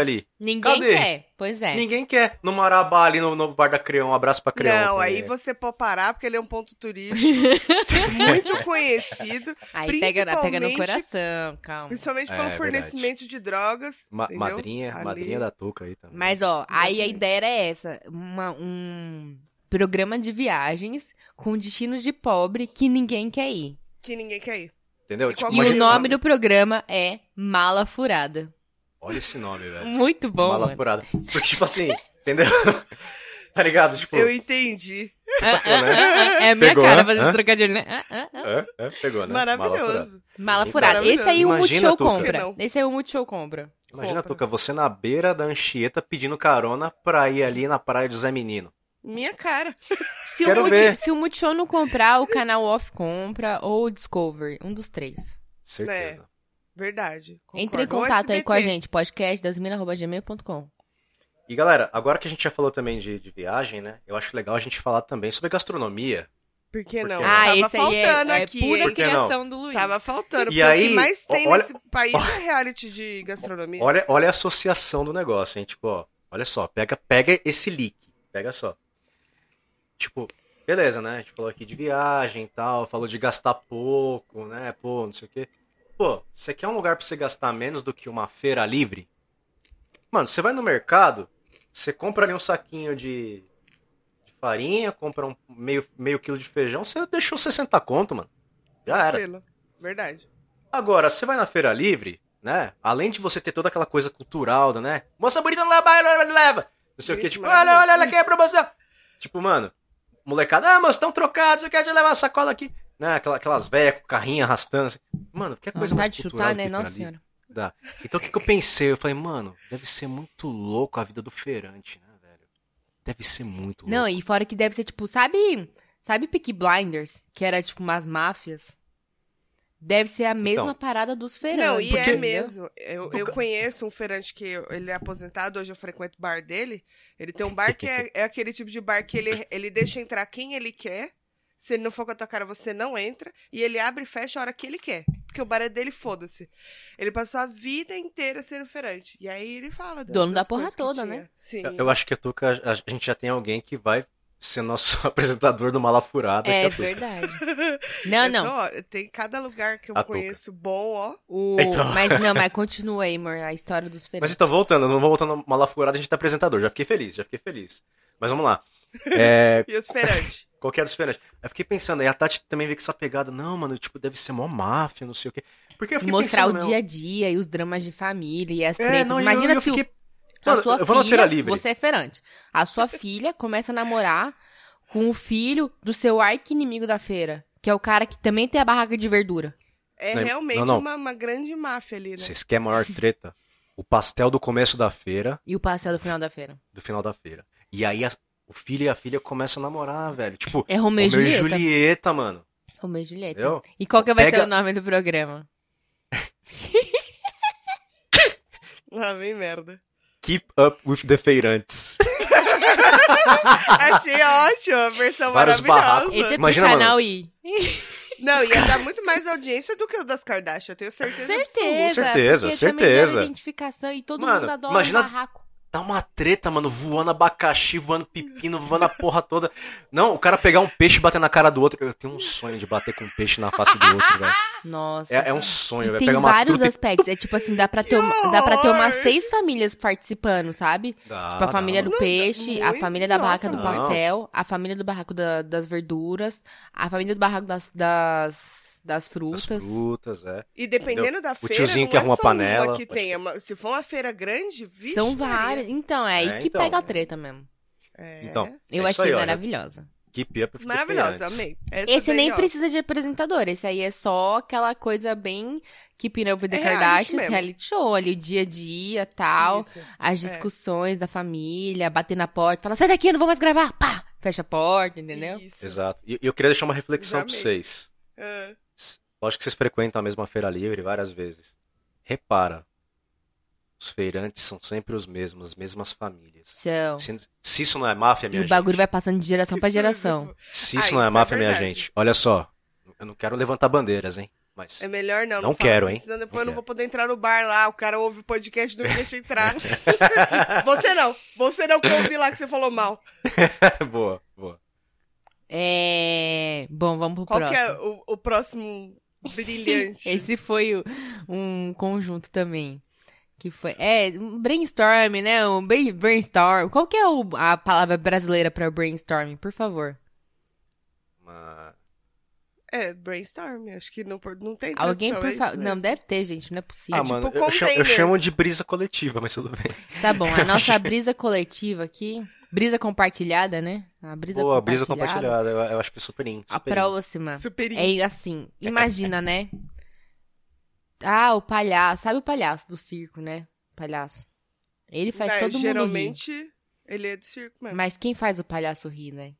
[SPEAKER 3] ali.
[SPEAKER 1] Ninguém
[SPEAKER 3] Cadê?
[SPEAKER 1] quer. Pois é.
[SPEAKER 3] Ninguém quer. No Marabá ali no, no bar da Creon, um abraço pra Creon.
[SPEAKER 2] Não,
[SPEAKER 3] porque-
[SPEAKER 2] aí você pode parar, porque ele é um ponto turístico muito conhecido,
[SPEAKER 1] Aí pega, na- pega no
[SPEAKER 2] Principalmente-
[SPEAKER 1] coração, calma.
[SPEAKER 2] principalmente
[SPEAKER 3] É,
[SPEAKER 2] pelo
[SPEAKER 3] verdade.
[SPEAKER 2] fornecimento de drogas.
[SPEAKER 3] Ma-
[SPEAKER 2] entendeu?
[SPEAKER 3] madrinha,
[SPEAKER 2] Ali.
[SPEAKER 3] madrinha da Tuca aí também.
[SPEAKER 1] Mas, ó, aí a
[SPEAKER 2] Exatamente.
[SPEAKER 1] ideia era essa: uma- um programa de viagens com destinos de pobre que ninguém quer ir.
[SPEAKER 2] Que ninguém quer ir.
[SPEAKER 3] Entendeu? Tipo,
[SPEAKER 2] e qual
[SPEAKER 1] E
[SPEAKER 2] Mas
[SPEAKER 1] o
[SPEAKER 2] gente-
[SPEAKER 1] nome do programa é Mala Furada.
[SPEAKER 3] Olha esse nome, velho.
[SPEAKER 1] Muito bom.
[SPEAKER 3] Mala
[SPEAKER 1] mano.
[SPEAKER 3] furada. Porque, tipo assim, entendeu? tá ligado? Tipo.
[SPEAKER 2] Eu entendi.
[SPEAKER 1] Ah, ah, ah, ah, é a minha
[SPEAKER 3] Pegou,
[SPEAKER 1] cara
[SPEAKER 3] né?
[SPEAKER 1] fazer
[SPEAKER 3] Hã?
[SPEAKER 1] esse trocadilho, né? Ah, ah, ah.
[SPEAKER 3] É, é, pegou, né? Mala furada.
[SPEAKER 2] Maravilhoso.
[SPEAKER 1] Mala furada. Esse aí o
[SPEAKER 3] Imagina,
[SPEAKER 1] Multishow
[SPEAKER 3] Tuca.
[SPEAKER 1] compra.
[SPEAKER 2] Por que
[SPEAKER 1] Esse aí o Multishow compra.
[SPEAKER 3] Imagina,
[SPEAKER 2] Compra.
[SPEAKER 3] Tuca, você na beira da Anchieta pedindo carona pra ir ali na praia do Zé Menino.
[SPEAKER 2] Minha cara.
[SPEAKER 1] Se o,
[SPEAKER 3] Quero
[SPEAKER 1] multi,
[SPEAKER 3] ver.
[SPEAKER 1] se o Multishow não comprar, o canal Off compra ou o Discovery. Um dos três.
[SPEAKER 3] Certeza.
[SPEAKER 2] Verdade.
[SPEAKER 1] Entre em
[SPEAKER 2] concordo. Ou
[SPEAKER 1] contato aí com a
[SPEAKER 2] SBT.
[SPEAKER 1] gente. Podcast dasmina.gmail.com
[SPEAKER 3] E galera, agora que a gente já falou também de, de viagem, né? Eu acho legal a gente falar também sobre gastronomia.
[SPEAKER 2] Por que não?
[SPEAKER 3] Por que
[SPEAKER 1] Ah,
[SPEAKER 2] Tava
[SPEAKER 1] esse aí
[SPEAKER 2] faltando
[SPEAKER 1] é, é
[SPEAKER 2] aqui,
[SPEAKER 1] pura
[SPEAKER 2] hein?
[SPEAKER 3] que não?
[SPEAKER 1] criação do Luiz.
[SPEAKER 2] Tava faltando.
[SPEAKER 3] E
[SPEAKER 2] porque o
[SPEAKER 3] aí,
[SPEAKER 2] que mais tem
[SPEAKER 3] olha-
[SPEAKER 2] nesse país é reality de gastronomia.
[SPEAKER 3] Olha, olha a associação do negócio, hein? Tipo, ó, olha só, pega, pega esse leak, pega só. Tipo, beleza, né? A gente falou aqui de viagem e tal, falou de gastar pouco, né? Pô, não sei o quê. Pô, você quer um lugar pra você gastar menos do que uma feira livre? Mano, você vai no mercado, você compra ali um saquinho de, de farinha, compra um meio, meio quilo de feijão, você deixou 60 conto, mano. Já era.
[SPEAKER 2] Tranquilo. Verdade.
[SPEAKER 3] Agora, você vai na Feira Livre, né? Além de você ter toda aquela coisa cultural, da, né? Moça bonita não leva, leva, leva. Não sei o que,
[SPEAKER 2] Isso,
[SPEAKER 3] tipo, olha,
[SPEAKER 2] maravilhoso.
[SPEAKER 3] olha, olha, que é promoção. Tipo, mano, molecada, ah, moço, tão trocados, eu quero levar a sacola aqui. Né? Aquela- Aquelas velhas com carrinho arrastando. Assim. Mano, que
[SPEAKER 1] Dá
[SPEAKER 3] coisa mais
[SPEAKER 1] Vontade de
[SPEAKER 3] cultural
[SPEAKER 1] chutar,
[SPEAKER 3] do
[SPEAKER 1] né?
[SPEAKER 3] que Feira
[SPEAKER 1] Nossa
[SPEAKER 3] Livre?
[SPEAKER 1] senhora.
[SPEAKER 3] Dá. Então o que, que eu pensei? Eu falei, mano, deve ser muito louco a vida do feirante, né, velho? Deve ser muito louco.
[SPEAKER 1] Não, e fora que deve ser, tipo, sabe... Sabe Peaky Blinders? Que era, tipo, umas máfias? Deve ser a
[SPEAKER 3] Então.
[SPEAKER 1] mesma parada dos feirantes.
[SPEAKER 2] Não, e
[SPEAKER 1] entendeu?
[SPEAKER 2] é mesmo. Eu, eu
[SPEAKER 3] Nunca-
[SPEAKER 2] conheço um feirante que eu- ele é aposentado, hoje eu frequento o bar dele. Ele tem um bar que é, é aquele tipo de bar que ele, ele deixa entrar quem ele quer. Se ele não for com a tua cara, você não entra. E ele abre e fecha a hora que ele quer. Porque o bar é dele, foda-se. Ele passou a vida inteira sendo feirante. E aí ele fala. das-
[SPEAKER 1] Dono da
[SPEAKER 2] das
[SPEAKER 1] porra
[SPEAKER 2] coisas que
[SPEAKER 1] toda,
[SPEAKER 2] tinha.
[SPEAKER 1] né?
[SPEAKER 2] Sim.
[SPEAKER 3] Eu acho que a Tuca, a a gente já tem alguém que vai ser nosso apresentador do Mala Furada.
[SPEAKER 1] É
[SPEAKER 3] daqui a pouco.
[SPEAKER 1] verdade. Não,
[SPEAKER 2] É
[SPEAKER 1] não.
[SPEAKER 2] só, ó, tem cada lugar que eu
[SPEAKER 3] A touca.
[SPEAKER 2] conheço bom, ó.
[SPEAKER 1] O...
[SPEAKER 3] Então.
[SPEAKER 1] Mas não, mas continua aí, amor, a história dos
[SPEAKER 3] Mas
[SPEAKER 1] feirantes.
[SPEAKER 3] então, voltando, não vou voltando uma mala furada, a gente tá apresentador. Já fiquei feliz, já fiquei feliz. Mas vamos lá. É,
[SPEAKER 2] E os feirantes.
[SPEAKER 3] qual que era os feirantes? Eu fiquei pensando, aí a Tati também veio com essa pegada. Não, mano, tipo, deve ser mó máfia, não sei o quê. Porque eu fiquei
[SPEAKER 1] Mostrar
[SPEAKER 3] pensando,
[SPEAKER 1] o
[SPEAKER 3] meu,
[SPEAKER 1] dia a dia e os dramas de família e as
[SPEAKER 3] É,
[SPEAKER 1] tretas.
[SPEAKER 3] não,
[SPEAKER 1] Imagina
[SPEAKER 3] eu, eu
[SPEAKER 1] se o-
[SPEAKER 3] fiquei...
[SPEAKER 1] a
[SPEAKER 3] Mano,
[SPEAKER 1] sua
[SPEAKER 3] eu vou na
[SPEAKER 1] filha,
[SPEAKER 3] Feira Livre.
[SPEAKER 1] você é feirante, a sua filha começa a namorar com o filho do seu arqui-inimigo da feira, que é o cara que também tem a barraca de verdura.
[SPEAKER 2] É
[SPEAKER 3] Não,
[SPEAKER 2] realmente
[SPEAKER 3] não, não.
[SPEAKER 2] Uma, uma grande máfia ali, né?
[SPEAKER 3] Vocês querem a maior treta? O pastel do começo da feira,
[SPEAKER 1] E o pastel do final da feira.
[SPEAKER 3] do final da feira. E aí, as- O filho e a filha começam a namorar, velho. Tipo,
[SPEAKER 1] É Romeu e
[SPEAKER 3] Romeu e
[SPEAKER 1] Julieta.
[SPEAKER 3] Julieta, mano.
[SPEAKER 1] Romeu e Julieta.
[SPEAKER 3] Entendeu?
[SPEAKER 1] E qual que vai ser
[SPEAKER 3] Pega-
[SPEAKER 1] o nome do programa?
[SPEAKER 2] Lá Ah, vem merda.
[SPEAKER 3] Keep up with the feirantes.
[SPEAKER 2] Achei ótimo, a versão
[SPEAKER 3] Vários barracos.
[SPEAKER 1] Esse é
[SPEAKER 2] maravilhosa.
[SPEAKER 1] pro
[SPEAKER 3] Imagina, mano.
[SPEAKER 1] canal I.
[SPEAKER 2] Não, ia dar muito mais audiência do que o das Kardashian, eu tenho certeza. absoluta.
[SPEAKER 1] Certeza.
[SPEAKER 3] certeza,
[SPEAKER 1] porque
[SPEAKER 3] certeza.
[SPEAKER 1] também gera identificação e todo
[SPEAKER 3] Mano,
[SPEAKER 1] mundo adora
[SPEAKER 3] imagina-
[SPEAKER 1] um barraco.
[SPEAKER 3] Tá uma treta, mano, voando abacaxi, voando pepino, voando a porra toda. Não, o cara pegar um peixe e bater na cara do outro. Eu tenho um sonho de bater com um peixe na face do outro, velho.
[SPEAKER 1] Nossa.
[SPEAKER 3] É, é um
[SPEAKER 1] E
[SPEAKER 3] sonho, velho.
[SPEAKER 1] tem
[SPEAKER 3] Pegar uma
[SPEAKER 1] vários
[SPEAKER 3] truta e...
[SPEAKER 1] aspectos. É tipo assim, dá pra, ter, uma- dá pra ter umas
[SPEAKER 2] horror!
[SPEAKER 1] seis famílias participando, sabe?
[SPEAKER 3] Dá,
[SPEAKER 1] Tipo, a
[SPEAKER 3] Ah, dá,
[SPEAKER 1] família
[SPEAKER 3] mano.
[SPEAKER 1] do
[SPEAKER 2] Não,
[SPEAKER 1] peixe, a
[SPEAKER 2] muito-
[SPEAKER 1] família da barraca do
[SPEAKER 2] nossa,
[SPEAKER 3] mano.
[SPEAKER 1] pastel, a família do barraco da- das verduras, a família do barraco das, das, das
[SPEAKER 3] As
[SPEAKER 1] frutas.
[SPEAKER 3] frutas, é.
[SPEAKER 2] E dependendo da feira,
[SPEAKER 3] tiozinho
[SPEAKER 2] não
[SPEAKER 3] que
[SPEAKER 2] é
[SPEAKER 3] arruma
[SPEAKER 2] só
[SPEAKER 3] panela,
[SPEAKER 2] uma que
[SPEAKER 3] pode
[SPEAKER 2] tem. é uma- Se for uma feira grande, vixe.
[SPEAKER 1] São
[SPEAKER 2] Maria.
[SPEAKER 1] várias. Então, é aí
[SPEAKER 3] É,
[SPEAKER 1] que
[SPEAKER 3] então.
[SPEAKER 1] pega a treta mesmo.
[SPEAKER 2] É.
[SPEAKER 3] Então,
[SPEAKER 1] Eu
[SPEAKER 3] É isso
[SPEAKER 1] achei
[SPEAKER 3] aí, ó, já-
[SPEAKER 1] maravilhosa.
[SPEAKER 3] Keep up with the
[SPEAKER 2] Maravilhosa,
[SPEAKER 3] feirantes.
[SPEAKER 2] amei. Essa é
[SPEAKER 1] Esse
[SPEAKER 2] daí,
[SPEAKER 1] nem
[SPEAKER 2] ó.
[SPEAKER 1] precisa de apresentador. Esse aí é só aquela coisa bem que up with the
[SPEAKER 2] É reality
[SPEAKER 1] Kardashians,
[SPEAKER 2] mesmo.
[SPEAKER 1] reality show ali, o dia a dia tal.
[SPEAKER 2] Isso.
[SPEAKER 1] As discussões da família, bater na porta, falar, sai daqui, eu não vou mais gravar. Pá! Fecha a porta, entendeu?
[SPEAKER 2] Isso.
[SPEAKER 3] Exato. E e eu queria deixar uma reflexão
[SPEAKER 2] Já
[SPEAKER 3] pra
[SPEAKER 2] amei.
[SPEAKER 3] vocês.
[SPEAKER 2] Ah,
[SPEAKER 3] Lógico que vocês frequentam a mesma feira livre várias vezes. Repara. Os feirantes são sempre os mesmos, as mesmas famílias.
[SPEAKER 1] Então,
[SPEAKER 3] Se, se isso não é máfia,
[SPEAKER 1] e
[SPEAKER 3] minha
[SPEAKER 1] o bagulho
[SPEAKER 3] gente.
[SPEAKER 1] vai passando de geração pra
[SPEAKER 2] isso é
[SPEAKER 1] geração.
[SPEAKER 3] Se
[SPEAKER 2] Ah,
[SPEAKER 3] isso não é
[SPEAKER 2] isso é
[SPEAKER 3] máfia, minha
[SPEAKER 2] verdade.
[SPEAKER 3] gente. Olha só. Eu não quero levantar bandeiras, hein? Mas.
[SPEAKER 2] É melhor não.
[SPEAKER 3] Não
[SPEAKER 2] fala
[SPEAKER 3] quero,
[SPEAKER 2] assim,
[SPEAKER 3] hein?
[SPEAKER 2] Senão depois
[SPEAKER 3] Não
[SPEAKER 2] eu não
[SPEAKER 3] quero.
[SPEAKER 2] vou poder entrar no bar lá. O cara ouve o podcast e não me deixa entrar. você não. Você não que eu ouvi lá que você falou mal.
[SPEAKER 3] boa, boa.
[SPEAKER 1] É. Bom, vamos pro
[SPEAKER 2] Qual que
[SPEAKER 1] próximo.
[SPEAKER 2] é o, o próximo brilhante?
[SPEAKER 1] Esse foi o- um conjunto também. Que foi. É, um brainstorm, né? Um bem- brainstorm. Qual que é o- a palavra brasileira pra brainstorm, por favor?
[SPEAKER 3] Uma-
[SPEAKER 2] É, brainstorm. Acho que não, não tem tradução,
[SPEAKER 1] Alguém, por
[SPEAKER 2] é
[SPEAKER 1] favor.
[SPEAKER 2] isso
[SPEAKER 1] Não,
[SPEAKER 2] mesmo.
[SPEAKER 1] deve ter, gente, não é possível.
[SPEAKER 3] Ah, mano,
[SPEAKER 2] tipo
[SPEAKER 3] eu- eu, chamo, eu
[SPEAKER 2] container.
[SPEAKER 3] chamo de brisa coletiva, mas tudo bem.
[SPEAKER 1] Tá bom, a nossa brisa coletiva aqui. Brisa compartilhada, né? A brisa
[SPEAKER 3] boa,
[SPEAKER 1] compartilhada.
[SPEAKER 3] brisa compartilhada. Eu, eu acho que é super in.
[SPEAKER 1] A
[SPEAKER 3] super in.
[SPEAKER 1] próxima.
[SPEAKER 2] Super
[SPEAKER 1] É assim, imagina, né? Ah, o palhaço. Sabe o palhaço do circo, né? Palhaço. Ele faz
[SPEAKER 2] É,
[SPEAKER 1] todo mundo rir.
[SPEAKER 2] Geralmente, ele é do circo mesmo.
[SPEAKER 1] Mas quem faz o palhaço rir, né?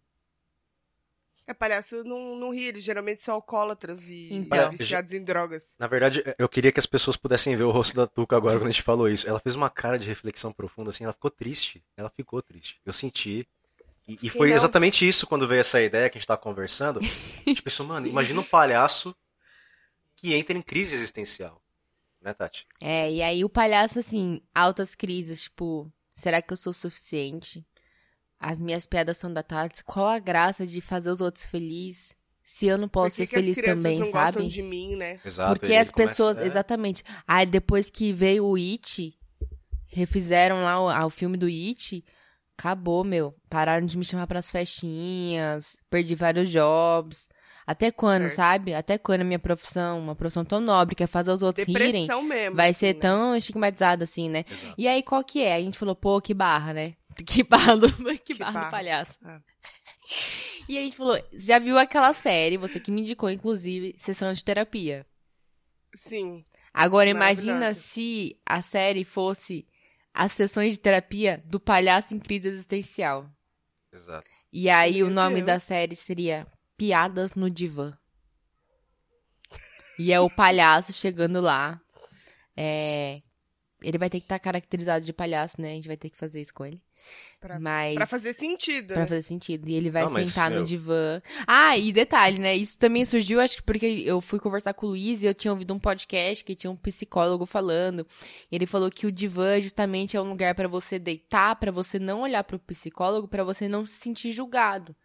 [SPEAKER 2] É, palhaço não, não ri, eles geralmente são alcoólatras e
[SPEAKER 1] Então.
[SPEAKER 2] viciados em drogas.
[SPEAKER 3] Na verdade, eu queria que as pessoas pudessem ver o rosto da Tuca agora quando a gente falou isso. Ela fez uma cara de reflexão profunda, assim, ela ficou triste. Ela ficou triste. Eu senti. E, e foi
[SPEAKER 2] não?
[SPEAKER 3] exatamente isso quando veio essa ideia que a gente tava conversando. A gente pensou, mano, imagina um palhaço que entra em crise existencial. Né, Tati?
[SPEAKER 1] É, e aí o palhaço, assim, altas crises, tipo, será que eu sou o suficiente? As minhas piadas são datadas. Qual a graça de fazer os outros felizes se eu não
[SPEAKER 2] Por
[SPEAKER 1] posso
[SPEAKER 2] que
[SPEAKER 1] ser
[SPEAKER 2] que as
[SPEAKER 1] feliz
[SPEAKER 2] crianças
[SPEAKER 1] também,
[SPEAKER 2] não
[SPEAKER 1] sabe?
[SPEAKER 2] gostam de mim, né?
[SPEAKER 3] Exato.
[SPEAKER 1] Porque
[SPEAKER 3] ele
[SPEAKER 1] as
[SPEAKER 3] começa-
[SPEAKER 1] pessoas,
[SPEAKER 3] é.
[SPEAKER 1] exatamente. Aí depois que veio o It, refizeram lá o, ah, o filme do It, acabou, meu. Pararam de me chamar pras festinhas, perdi vários jobs. Até quando,
[SPEAKER 2] Certo.
[SPEAKER 1] sabe? Até quando a minha profissão, uma profissão tão nobre, que é fazer os outros rirem,
[SPEAKER 2] Depressão mesmo.
[SPEAKER 1] vai
[SPEAKER 2] assim,
[SPEAKER 1] ser
[SPEAKER 2] né?
[SPEAKER 1] tão estigmatizada assim, né?
[SPEAKER 3] Exato.
[SPEAKER 1] E aí, qual que é? A gente falou, pô, que barra, né? Que barra do, que
[SPEAKER 2] Que
[SPEAKER 1] barra do
[SPEAKER 2] barra.
[SPEAKER 1] palhaço.
[SPEAKER 2] Ah.
[SPEAKER 1] E a gente falou, já viu aquela série, você que me indicou, inclusive, Sessão de Terapia.
[SPEAKER 2] Sim.
[SPEAKER 1] Agora imagina
[SPEAKER 2] Maravilhosa.
[SPEAKER 1] se a série fosse as sessões de terapia do palhaço em crise existencial.
[SPEAKER 3] Exato.
[SPEAKER 1] E aí o
[SPEAKER 2] Meu
[SPEAKER 1] nome
[SPEAKER 2] Deus.
[SPEAKER 1] da série seria Piadas no Divã. E é o palhaço chegando lá. É, Ele vai ter que estar caracterizado de palhaço, né? A gente vai ter que fazer isso com ele.
[SPEAKER 2] Pra-
[SPEAKER 1] Mas...
[SPEAKER 2] Pra fazer sentido,
[SPEAKER 1] Pra
[SPEAKER 2] né?
[SPEAKER 1] fazer sentido. E ele vai
[SPEAKER 3] Não, mas,
[SPEAKER 1] sentar no
[SPEAKER 3] meu-
[SPEAKER 1] divã. Ah, e detalhe, né? Isso também surgiu, acho que porque eu fui conversar com o Luiz e eu tinha ouvido um podcast que tinha um psicólogo falando. E ele falou que o divã justamente é um lugar pra você deitar, pra você não olhar pro psicólogo, pra você não se sentir julgado.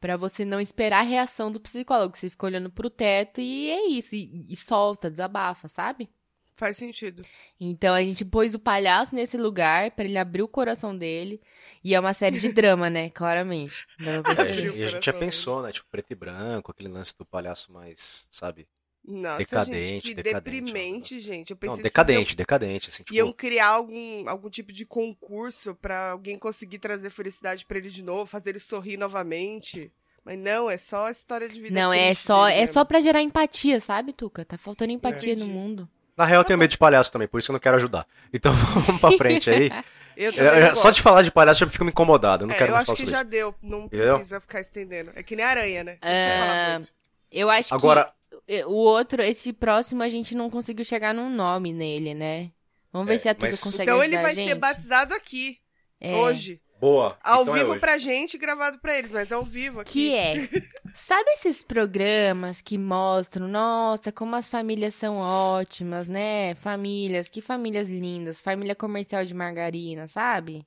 [SPEAKER 1] Pra você não esperar a reação do psicólogo. Você fica olhando pro teto e é isso. E, e solta, desabafa, sabe?
[SPEAKER 2] Faz sentido.
[SPEAKER 1] Então a gente pôs o palhaço nesse lugar pra ele abrir o coração dele. E é uma série de drama, né? Claramente. Dá pra
[SPEAKER 3] É,
[SPEAKER 1] perceber.
[SPEAKER 2] Abriu
[SPEAKER 3] e a
[SPEAKER 2] o
[SPEAKER 3] gente já
[SPEAKER 2] coração,
[SPEAKER 3] pensou, né? Tipo, preto e branco, aquele lance do palhaço mais, sabe?
[SPEAKER 2] Nossa, gente,
[SPEAKER 3] Decadente,
[SPEAKER 2] que
[SPEAKER 3] decadente,
[SPEAKER 2] deprimente, gente. Eu pensei
[SPEAKER 3] Não,
[SPEAKER 2] que
[SPEAKER 3] decadente, decadente, assim, tipo,
[SPEAKER 2] Iam, iam criar algum, algum tipo de concurso pra alguém conseguir trazer felicidade pra ele de novo, fazer ele sorrir novamente. Mas não, é só a história de vida
[SPEAKER 1] Não, é
[SPEAKER 2] triste
[SPEAKER 1] só,
[SPEAKER 2] dele
[SPEAKER 1] é
[SPEAKER 2] mesmo. É.
[SPEAKER 1] só pra gerar empatia, sabe, Tuca? Tá faltando empatia no
[SPEAKER 2] Entendi.
[SPEAKER 1] mundo.
[SPEAKER 2] Tá
[SPEAKER 3] Na real, eu tenho medo de palhaço também, por isso que eu não quero ajudar. Então vamos pra frente aí.
[SPEAKER 2] Eu
[SPEAKER 3] Eu-
[SPEAKER 2] também
[SPEAKER 3] eu-
[SPEAKER 2] não
[SPEAKER 3] só
[SPEAKER 2] gosto.
[SPEAKER 3] de falar de palhaço eu já fico me incomodado. Eu não
[SPEAKER 2] É,
[SPEAKER 3] quero
[SPEAKER 2] eu
[SPEAKER 3] mais
[SPEAKER 2] acho
[SPEAKER 3] falar
[SPEAKER 2] que
[SPEAKER 3] sobre
[SPEAKER 2] já
[SPEAKER 3] isso.
[SPEAKER 2] deu. Não
[SPEAKER 3] Entendeu?
[SPEAKER 2] precisa ficar estendendo. É que nem aranha, né? Não precisa
[SPEAKER 1] Ah,
[SPEAKER 2] falar muito.
[SPEAKER 1] Eu acho
[SPEAKER 3] Agora,
[SPEAKER 1] que eh, o outro, esse próximo, a gente não conseguiu chegar num nome nele, né? Vamos ver
[SPEAKER 3] É,
[SPEAKER 1] se a Tuca
[SPEAKER 3] mas-
[SPEAKER 1] consegue
[SPEAKER 2] Então ele
[SPEAKER 1] ajudar a
[SPEAKER 2] vai ser
[SPEAKER 1] gente.
[SPEAKER 2] batizado aqui,
[SPEAKER 1] É.
[SPEAKER 2] hoje.
[SPEAKER 3] boa.
[SPEAKER 2] Ao
[SPEAKER 3] então é
[SPEAKER 2] vivo
[SPEAKER 3] hoje.
[SPEAKER 2] pra gente e gravado pra eles, mas ao vivo aqui.
[SPEAKER 1] Que é, sabe esses programas que mostram, nossa, como as famílias são ótimas, né? Famílias, que famílias lindas, família comercial de margarina, sabe?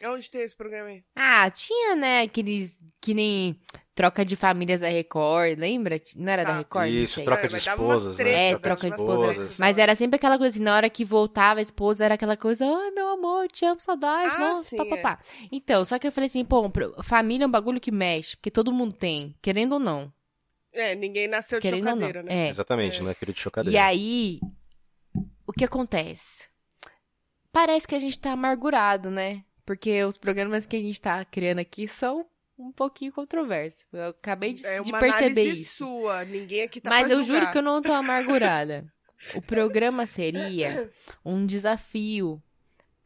[SPEAKER 2] é... Onde tem esse programa aí?
[SPEAKER 1] Ah, tinha, né, aqueles que nem troca de famílias da Record, lembra? Não era da
[SPEAKER 2] Tá.
[SPEAKER 1] Record? Não
[SPEAKER 3] Isso,
[SPEAKER 1] sei.
[SPEAKER 3] troca
[SPEAKER 2] É,
[SPEAKER 3] de
[SPEAKER 2] mas dava umas
[SPEAKER 3] esposas,
[SPEAKER 2] treta,
[SPEAKER 3] né?
[SPEAKER 1] É,
[SPEAKER 2] dava
[SPEAKER 1] troca de
[SPEAKER 2] umas
[SPEAKER 1] esposas.
[SPEAKER 2] tretas.
[SPEAKER 1] Mas era sempre aquela coisa assim, na hora que voltava a esposa, era aquela coisa, ai, meu amor, te amo, saudade,
[SPEAKER 2] Ah,
[SPEAKER 1] nossa,
[SPEAKER 2] sim,
[SPEAKER 1] papapá. Então, só que eu falei assim, pô, um pro- família é um bagulho que mexe, porque todo mundo tem, querendo ou não.
[SPEAKER 2] É, ninguém nasceu de
[SPEAKER 1] Querendo ou não.
[SPEAKER 2] chocadeira, né?
[SPEAKER 1] É.
[SPEAKER 3] Exatamente, né? Querido
[SPEAKER 1] E
[SPEAKER 3] chocadeiro.
[SPEAKER 1] aí, o que acontece? Parece que a gente tá amargurado, né? Porque os programas que a gente tá criando aqui são um pouquinho controversos. Eu acabei de,
[SPEAKER 2] É
[SPEAKER 1] de
[SPEAKER 2] uma
[SPEAKER 1] perceber
[SPEAKER 2] análise
[SPEAKER 1] isso.
[SPEAKER 2] sua, ninguém aqui tá
[SPEAKER 1] Mas
[SPEAKER 2] pra
[SPEAKER 1] eu juro
[SPEAKER 2] julgar.
[SPEAKER 1] que eu não tô amargurada. O programa seria um desafio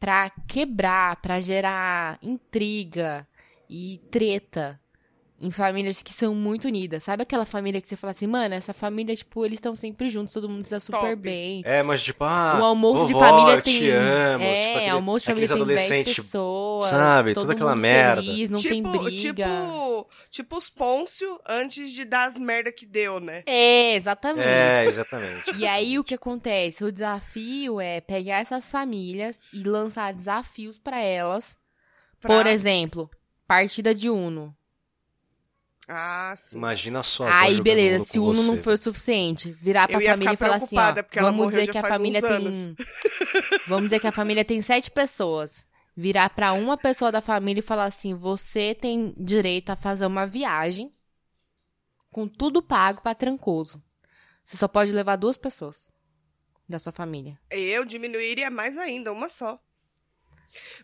[SPEAKER 1] pra quebrar, pra gerar intriga e treta em famílias que são muito unidas. Sabe aquela família que você fala assim, mano, essa família, tipo, eles estão sempre juntos, todo mundo se dá super
[SPEAKER 2] Top.
[SPEAKER 1] bem.
[SPEAKER 3] É, mas tipo, ah,
[SPEAKER 1] o almoço de
[SPEAKER 3] vovó,
[SPEAKER 1] família
[SPEAKER 3] eu
[SPEAKER 1] tem.
[SPEAKER 3] te amo.
[SPEAKER 1] É,
[SPEAKER 3] tipo, aquele-
[SPEAKER 1] almoço de família
[SPEAKER 3] aqueles
[SPEAKER 1] tem 10
[SPEAKER 3] adolescentes,
[SPEAKER 1] pessoas.
[SPEAKER 3] sabe,
[SPEAKER 1] todo
[SPEAKER 3] toda aquela
[SPEAKER 1] mundo
[SPEAKER 3] merda.
[SPEAKER 1] Feliz, não
[SPEAKER 2] tipo,
[SPEAKER 1] tem briga.
[SPEAKER 2] Tipo, tipo os Pôncio antes de dar as merda que deu, né?
[SPEAKER 1] É, exatamente.
[SPEAKER 3] É, exatamente.
[SPEAKER 1] E aí o que acontece? O desafio é pegar essas famílias e lançar desafios pra elas.
[SPEAKER 2] Pra-
[SPEAKER 1] Por exemplo, partida de Uno.
[SPEAKER 2] Ah, sim.
[SPEAKER 3] Imagina só.
[SPEAKER 1] aí beleza, se o Uno não foi o suficiente, virar pra
[SPEAKER 2] Eu ia
[SPEAKER 1] família e
[SPEAKER 2] ficar
[SPEAKER 1] falar assim,
[SPEAKER 2] preocupada,
[SPEAKER 1] ó,
[SPEAKER 2] porque ela
[SPEAKER 1] vamos
[SPEAKER 2] morreu
[SPEAKER 1] dizer
[SPEAKER 2] já
[SPEAKER 1] que a
[SPEAKER 2] faz
[SPEAKER 1] família
[SPEAKER 2] uns
[SPEAKER 1] tem um,
[SPEAKER 2] anos.
[SPEAKER 1] Vamos dizer que a família tem sete pessoas. Virar pra uma pessoa da família e falar assim: "Você tem direito a fazer uma viagem com tudo pago pra Trancoso. Você só pode levar duas pessoas da sua família."
[SPEAKER 2] Eu diminuiria mais ainda, uma só.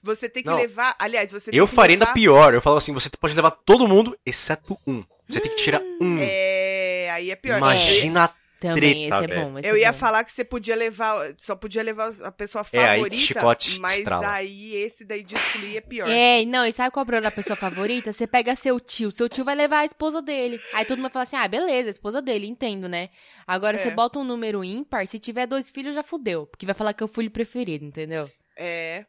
[SPEAKER 2] Você tem que
[SPEAKER 3] Não.
[SPEAKER 2] levar. Aliás, você tem
[SPEAKER 3] Eu
[SPEAKER 2] que
[SPEAKER 3] faria ainda
[SPEAKER 2] levar-
[SPEAKER 3] pior. Eu falava assim: você pode levar todo mundo, exceto um. Você tem que tirar
[SPEAKER 1] Hum,
[SPEAKER 3] um.
[SPEAKER 2] É, aí é pior.
[SPEAKER 3] Imagina.
[SPEAKER 1] Também,
[SPEAKER 3] Treta,
[SPEAKER 1] esse é
[SPEAKER 3] velho.
[SPEAKER 1] bom. esse
[SPEAKER 2] Eu
[SPEAKER 1] é
[SPEAKER 2] ia
[SPEAKER 1] bom.
[SPEAKER 2] falar que você podia levar, só podia levar a pessoa
[SPEAKER 3] É, aí que
[SPEAKER 2] favorita,
[SPEAKER 3] chicote
[SPEAKER 2] mas
[SPEAKER 3] estrala.
[SPEAKER 2] aí esse daí de excluir é pior.
[SPEAKER 1] É, não, e sabe qual é o problema da pessoa favorita? Você pega seu tio, seu tio vai levar a esposa dele. Aí todo mundo fala assim: ah, beleza, a esposa dele, entendo, né? Agora
[SPEAKER 2] É.
[SPEAKER 1] você bota um número ímpar, se tiver dois filhos já fudeu, porque vai falar que é o filho preferido, entendeu?
[SPEAKER 2] É.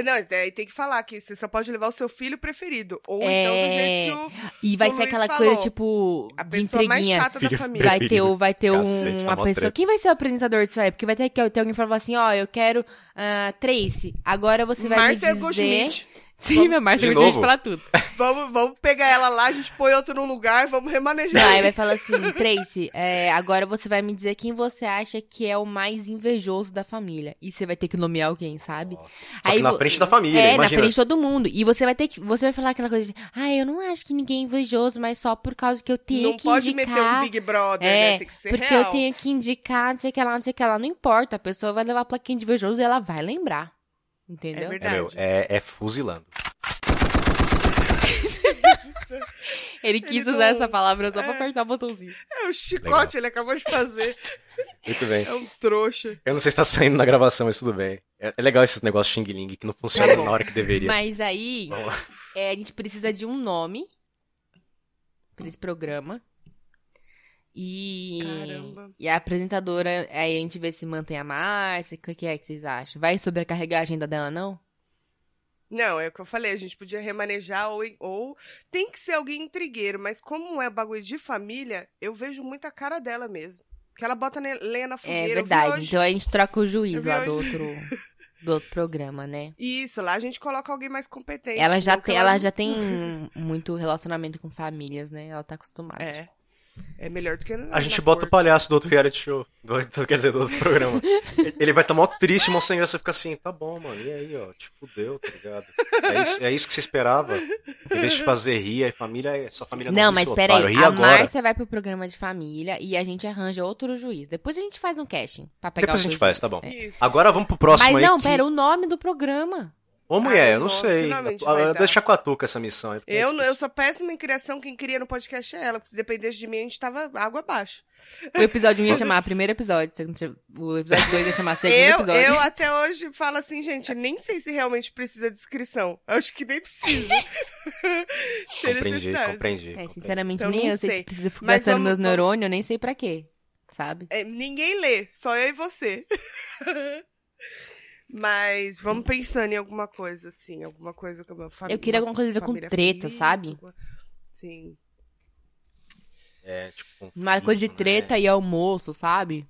[SPEAKER 2] Não, mas aí tem que falar que você só pode levar o seu filho preferido. Ou
[SPEAKER 1] É.
[SPEAKER 2] então do jeito que o,
[SPEAKER 1] E vai
[SPEAKER 2] O
[SPEAKER 1] ser
[SPEAKER 2] Luiz
[SPEAKER 1] aquela
[SPEAKER 2] falou,
[SPEAKER 1] coisa tipo
[SPEAKER 2] a
[SPEAKER 1] de
[SPEAKER 2] pessoa mais
[SPEAKER 1] intriguinha.
[SPEAKER 2] chata da
[SPEAKER 3] Filho
[SPEAKER 2] família.
[SPEAKER 1] Vai ter, o- vai ter um-
[SPEAKER 3] Cacete, tá
[SPEAKER 1] uma
[SPEAKER 3] mó
[SPEAKER 1] pessoa.
[SPEAKER 3] treta.
[SPEAKER 1] Quem vai ser o apresentador disso aí? Porque vai ter que ter alguém que falava assim: ó, eu quero ah, Tracy. Agora você vai
[SPEAKER 2] Márcia
[SPEAKER 1] me
[SPEAKER 2] é
[SPEAKER 1] dizer.
[SPEAKER 2] Goldschmidt.
[SPEAKER 1] Sim, meu Márcia
[SPEAKER 3] De
[SPEAKER 1] Goldschmidt
[SPEAKER 3] novo.
[SPEAKER 1] fala tudo.
[SPEAKER 2] Vamos, vamos pegar ela lá, a gente põe outro num lugar, vamos remanejar.
[SPEAKER 1] Vai, vai falar assim, Tracy, é, agora você vai me dizer quem você acha que é o mais invejoso da família. E você vai ter que nomear alguém, sabe?
[SPEAKER 3] Nossa. Só
[SPEAKER 1] Aí
[SPEAKER 3] que na
[SPEAKER 1] vo-
[SPEAKER 3] frente da família,
[SPEAKER 1] é, na
[SPEAKER 3] imagina.
[SPEAKER 1] frente de todo mundo. E você vai ter que. Você vai falar aquela coisa de, ah, eu não acho que ninguém é invejoso, mas só por causa que eu tenho
[SPEAKER 2] Não
[SPEAKER 1] que
[SPEAKER 2] pode
[SPEAKER 1] indicar.
[SPEAKER 2] meter um Big Brother,
[SPEAKER 1] É,
[SPEAKER 2] né? Tem que ser
[SPEAKER 1] porque
[SPEAKER 2] real.
[SPEAKER 1] eu tenho que indicar, não sei o que lá, não sei o que lá. Não importa, a pessoa vai levar a plaquinha de invejoso e ela vai lembrar. Entendeu?
[SPEAKER 2] verdade.
[SPEAKER 3] É, meu, é, é fuzilando.
[SPEAKER 1] Ele quis
[SPEAKER 2] Ele
[SPEAKER 1] usar
[SPEAKER 2] não-
[SPEAKER 1] essa palavra só pra
[SPEAKER 2] é.
[SPEAKER 1] apertar o botãozinho.
[SPEAKER 2] É o chicote, ele acabou de fazer.
[SPEAKER 3] Muito bem.
[SPEAKER 2] É um trouxa.
[SPEAKER 3] Eu não sei se tá saindo na gravação, mas tudo bem. É, é legal esses negócios xing-ling que não funcionam
[SPEAKER 1] Tá bom.
[SPEAKER 3] na hora que deveria.
[SPEAKER 1] Mas aí,
[SPEAKER 3] Vamos lá.
[SPEAKER 1] é, a gente precisa de um nome pra esse programa. E,
[SPEAKER 2] Caramba.
[SPEAKER 1] e a apresentadora, aí a gente vê se mantém a Márcia, o que, que é que vocês acham? Vai sobrecarregar a agenda dela, não?
[SPEAKER 2] Não, é o que eu falei, a gente podia remanejar ou, ou- Tem que ser alguém intrigueiro, mas como é bagulho de família, eu vejo muita cara dela mesmo. Que ela bota ne- lenha na
[SPEAKER 1] É
[SPEAKER 2] fogueira. eu vi
[SPEAKER 1] verdade,
[SPEAKER 2] hoje.
[SPEAKER 1] então a gente troca o juiz
[SPEAKER 2] Eu vi
[SPEAKER 1] lá
[SPEAKER 2] hoje.
[SPEAKER 1] do outro, do outro programa, né?
[SPEAKER 2] Isso, lá a gente coloca alguém mais competente.
[SPEAKER 1] Ela já,
[SPEAKER 2] não que
[SPEAKER 1] tem, ela já tem muito relacionamento com famílias, né? Ela tá acostumada.
[SPEAKER 2] É. É melhor do que.
[SPEAKER 3] A gente bota o palhaço do outro reality show. Do, do- quer dizer, do outro programa. Ele vai estar mó triste, mó sem graça. Você fica assim, tá bom, mano. E aí, ó? Tipo, deu, tá ligado? É isso, é isso que você esperava? Em vez de fazer rir, aí família, é- sua família não
[SPEAKER 1] Não,
[SPEAKER 3] ri,
[SPEAKER 1] mas
[SPEAKER 3] seu
[SPEAKER 1] peraí,
[SPEAKER 3] otário, ri
[SPEAKER 1] a
[SPEAKER 3] agora.
[SPEAKER 1] Márcia vai pro programa de família e a gente arranja outro juiz. Depois a gente faz um casting pra pegar
[SPEAKER 3] Depois a
[SPEAKER 1] outro
[SPEAKER 3] gente faz,
[SPEAKER 1] juiz.
[SPEAKER 3] tá bom.
[SPEAKER 1] É.
[SPEAKER 2] Isso.
[SPEAKER 3] Agora vamos pro próximo
[SPEAKER 1] Mas
[SPEAKER 3] aí.
[SPEAKER 1] não,
[SPEAKER 3] que-
[SPEAKER 1] pera, o nome do programa.
[SPEAKER 3] Ô, mulher, eu não
[SPEAKER 2] nossa,
[SPEAKER 3] sei.
[SPEAKER 2] finalmente
[SPEAKER 3] Ah,
[SPEAKER 2] vai dar.
[SPEAKER 3] Deixa com a Tuca essa missão. aí, porque-
[SPEAKER 2] Eu, não- eu sou péssima em criação, quem cria no podcast é ela, porque se dependesse de mim, a gente tava água abaixo.
[SPEAKER 1] O episódio 1 ia chamar primeiro episódio, segundo- o episódio 2 ia chamar segundo
[SPEAKER 2] Eu,
[SPEAKER 1] episódio.
[SPEAKER 2] eu até hoje falo assim, gente, nem sei se realmente precisa de inscrição. Acho que nem precisa. Sem
[SPEAKER 3] Compreendi,
[SPEAKER 2] necessidade.
[SPEAKER 3] compreendi.
[SPEAKER 1] É,
[SPEAKER 3] compreendi.
[SPEAKER 1] sinceramente,
[SPEAKER 2] Então,
[SPEAKER 1] nem
[SPEAKER 2] não
[SPEAKER 1] eu sei,
[SPEAKER 2] sei.
[SPEAKER 1] se precisa ficar
[SPEAKER 2] Mas
[SPEAKER 1] gastando
[SPEAKER 2] vamos-
[SPEAKER 1] meus
[SPEAKER 2] vamos-
[SPEAKER 1] neurônios, eu nem sei pra quê, sabe?
[SPEAKER 2] É, ninguém lê, só eu e você. Mas vamos pensando em alguma coisa, assim, alguma coisa com a minha família.
[SPEAKER 1] Eu queria alguma coisa com treta, sabe?
[SPEAKER 2] Sim.
[SPEAKER 3] É, tipo, conflito,
[SPEAKER 1] Uma coisa de
[SPEAKER 3] né?
[SPEAKER 1] treta e almoço, sabe?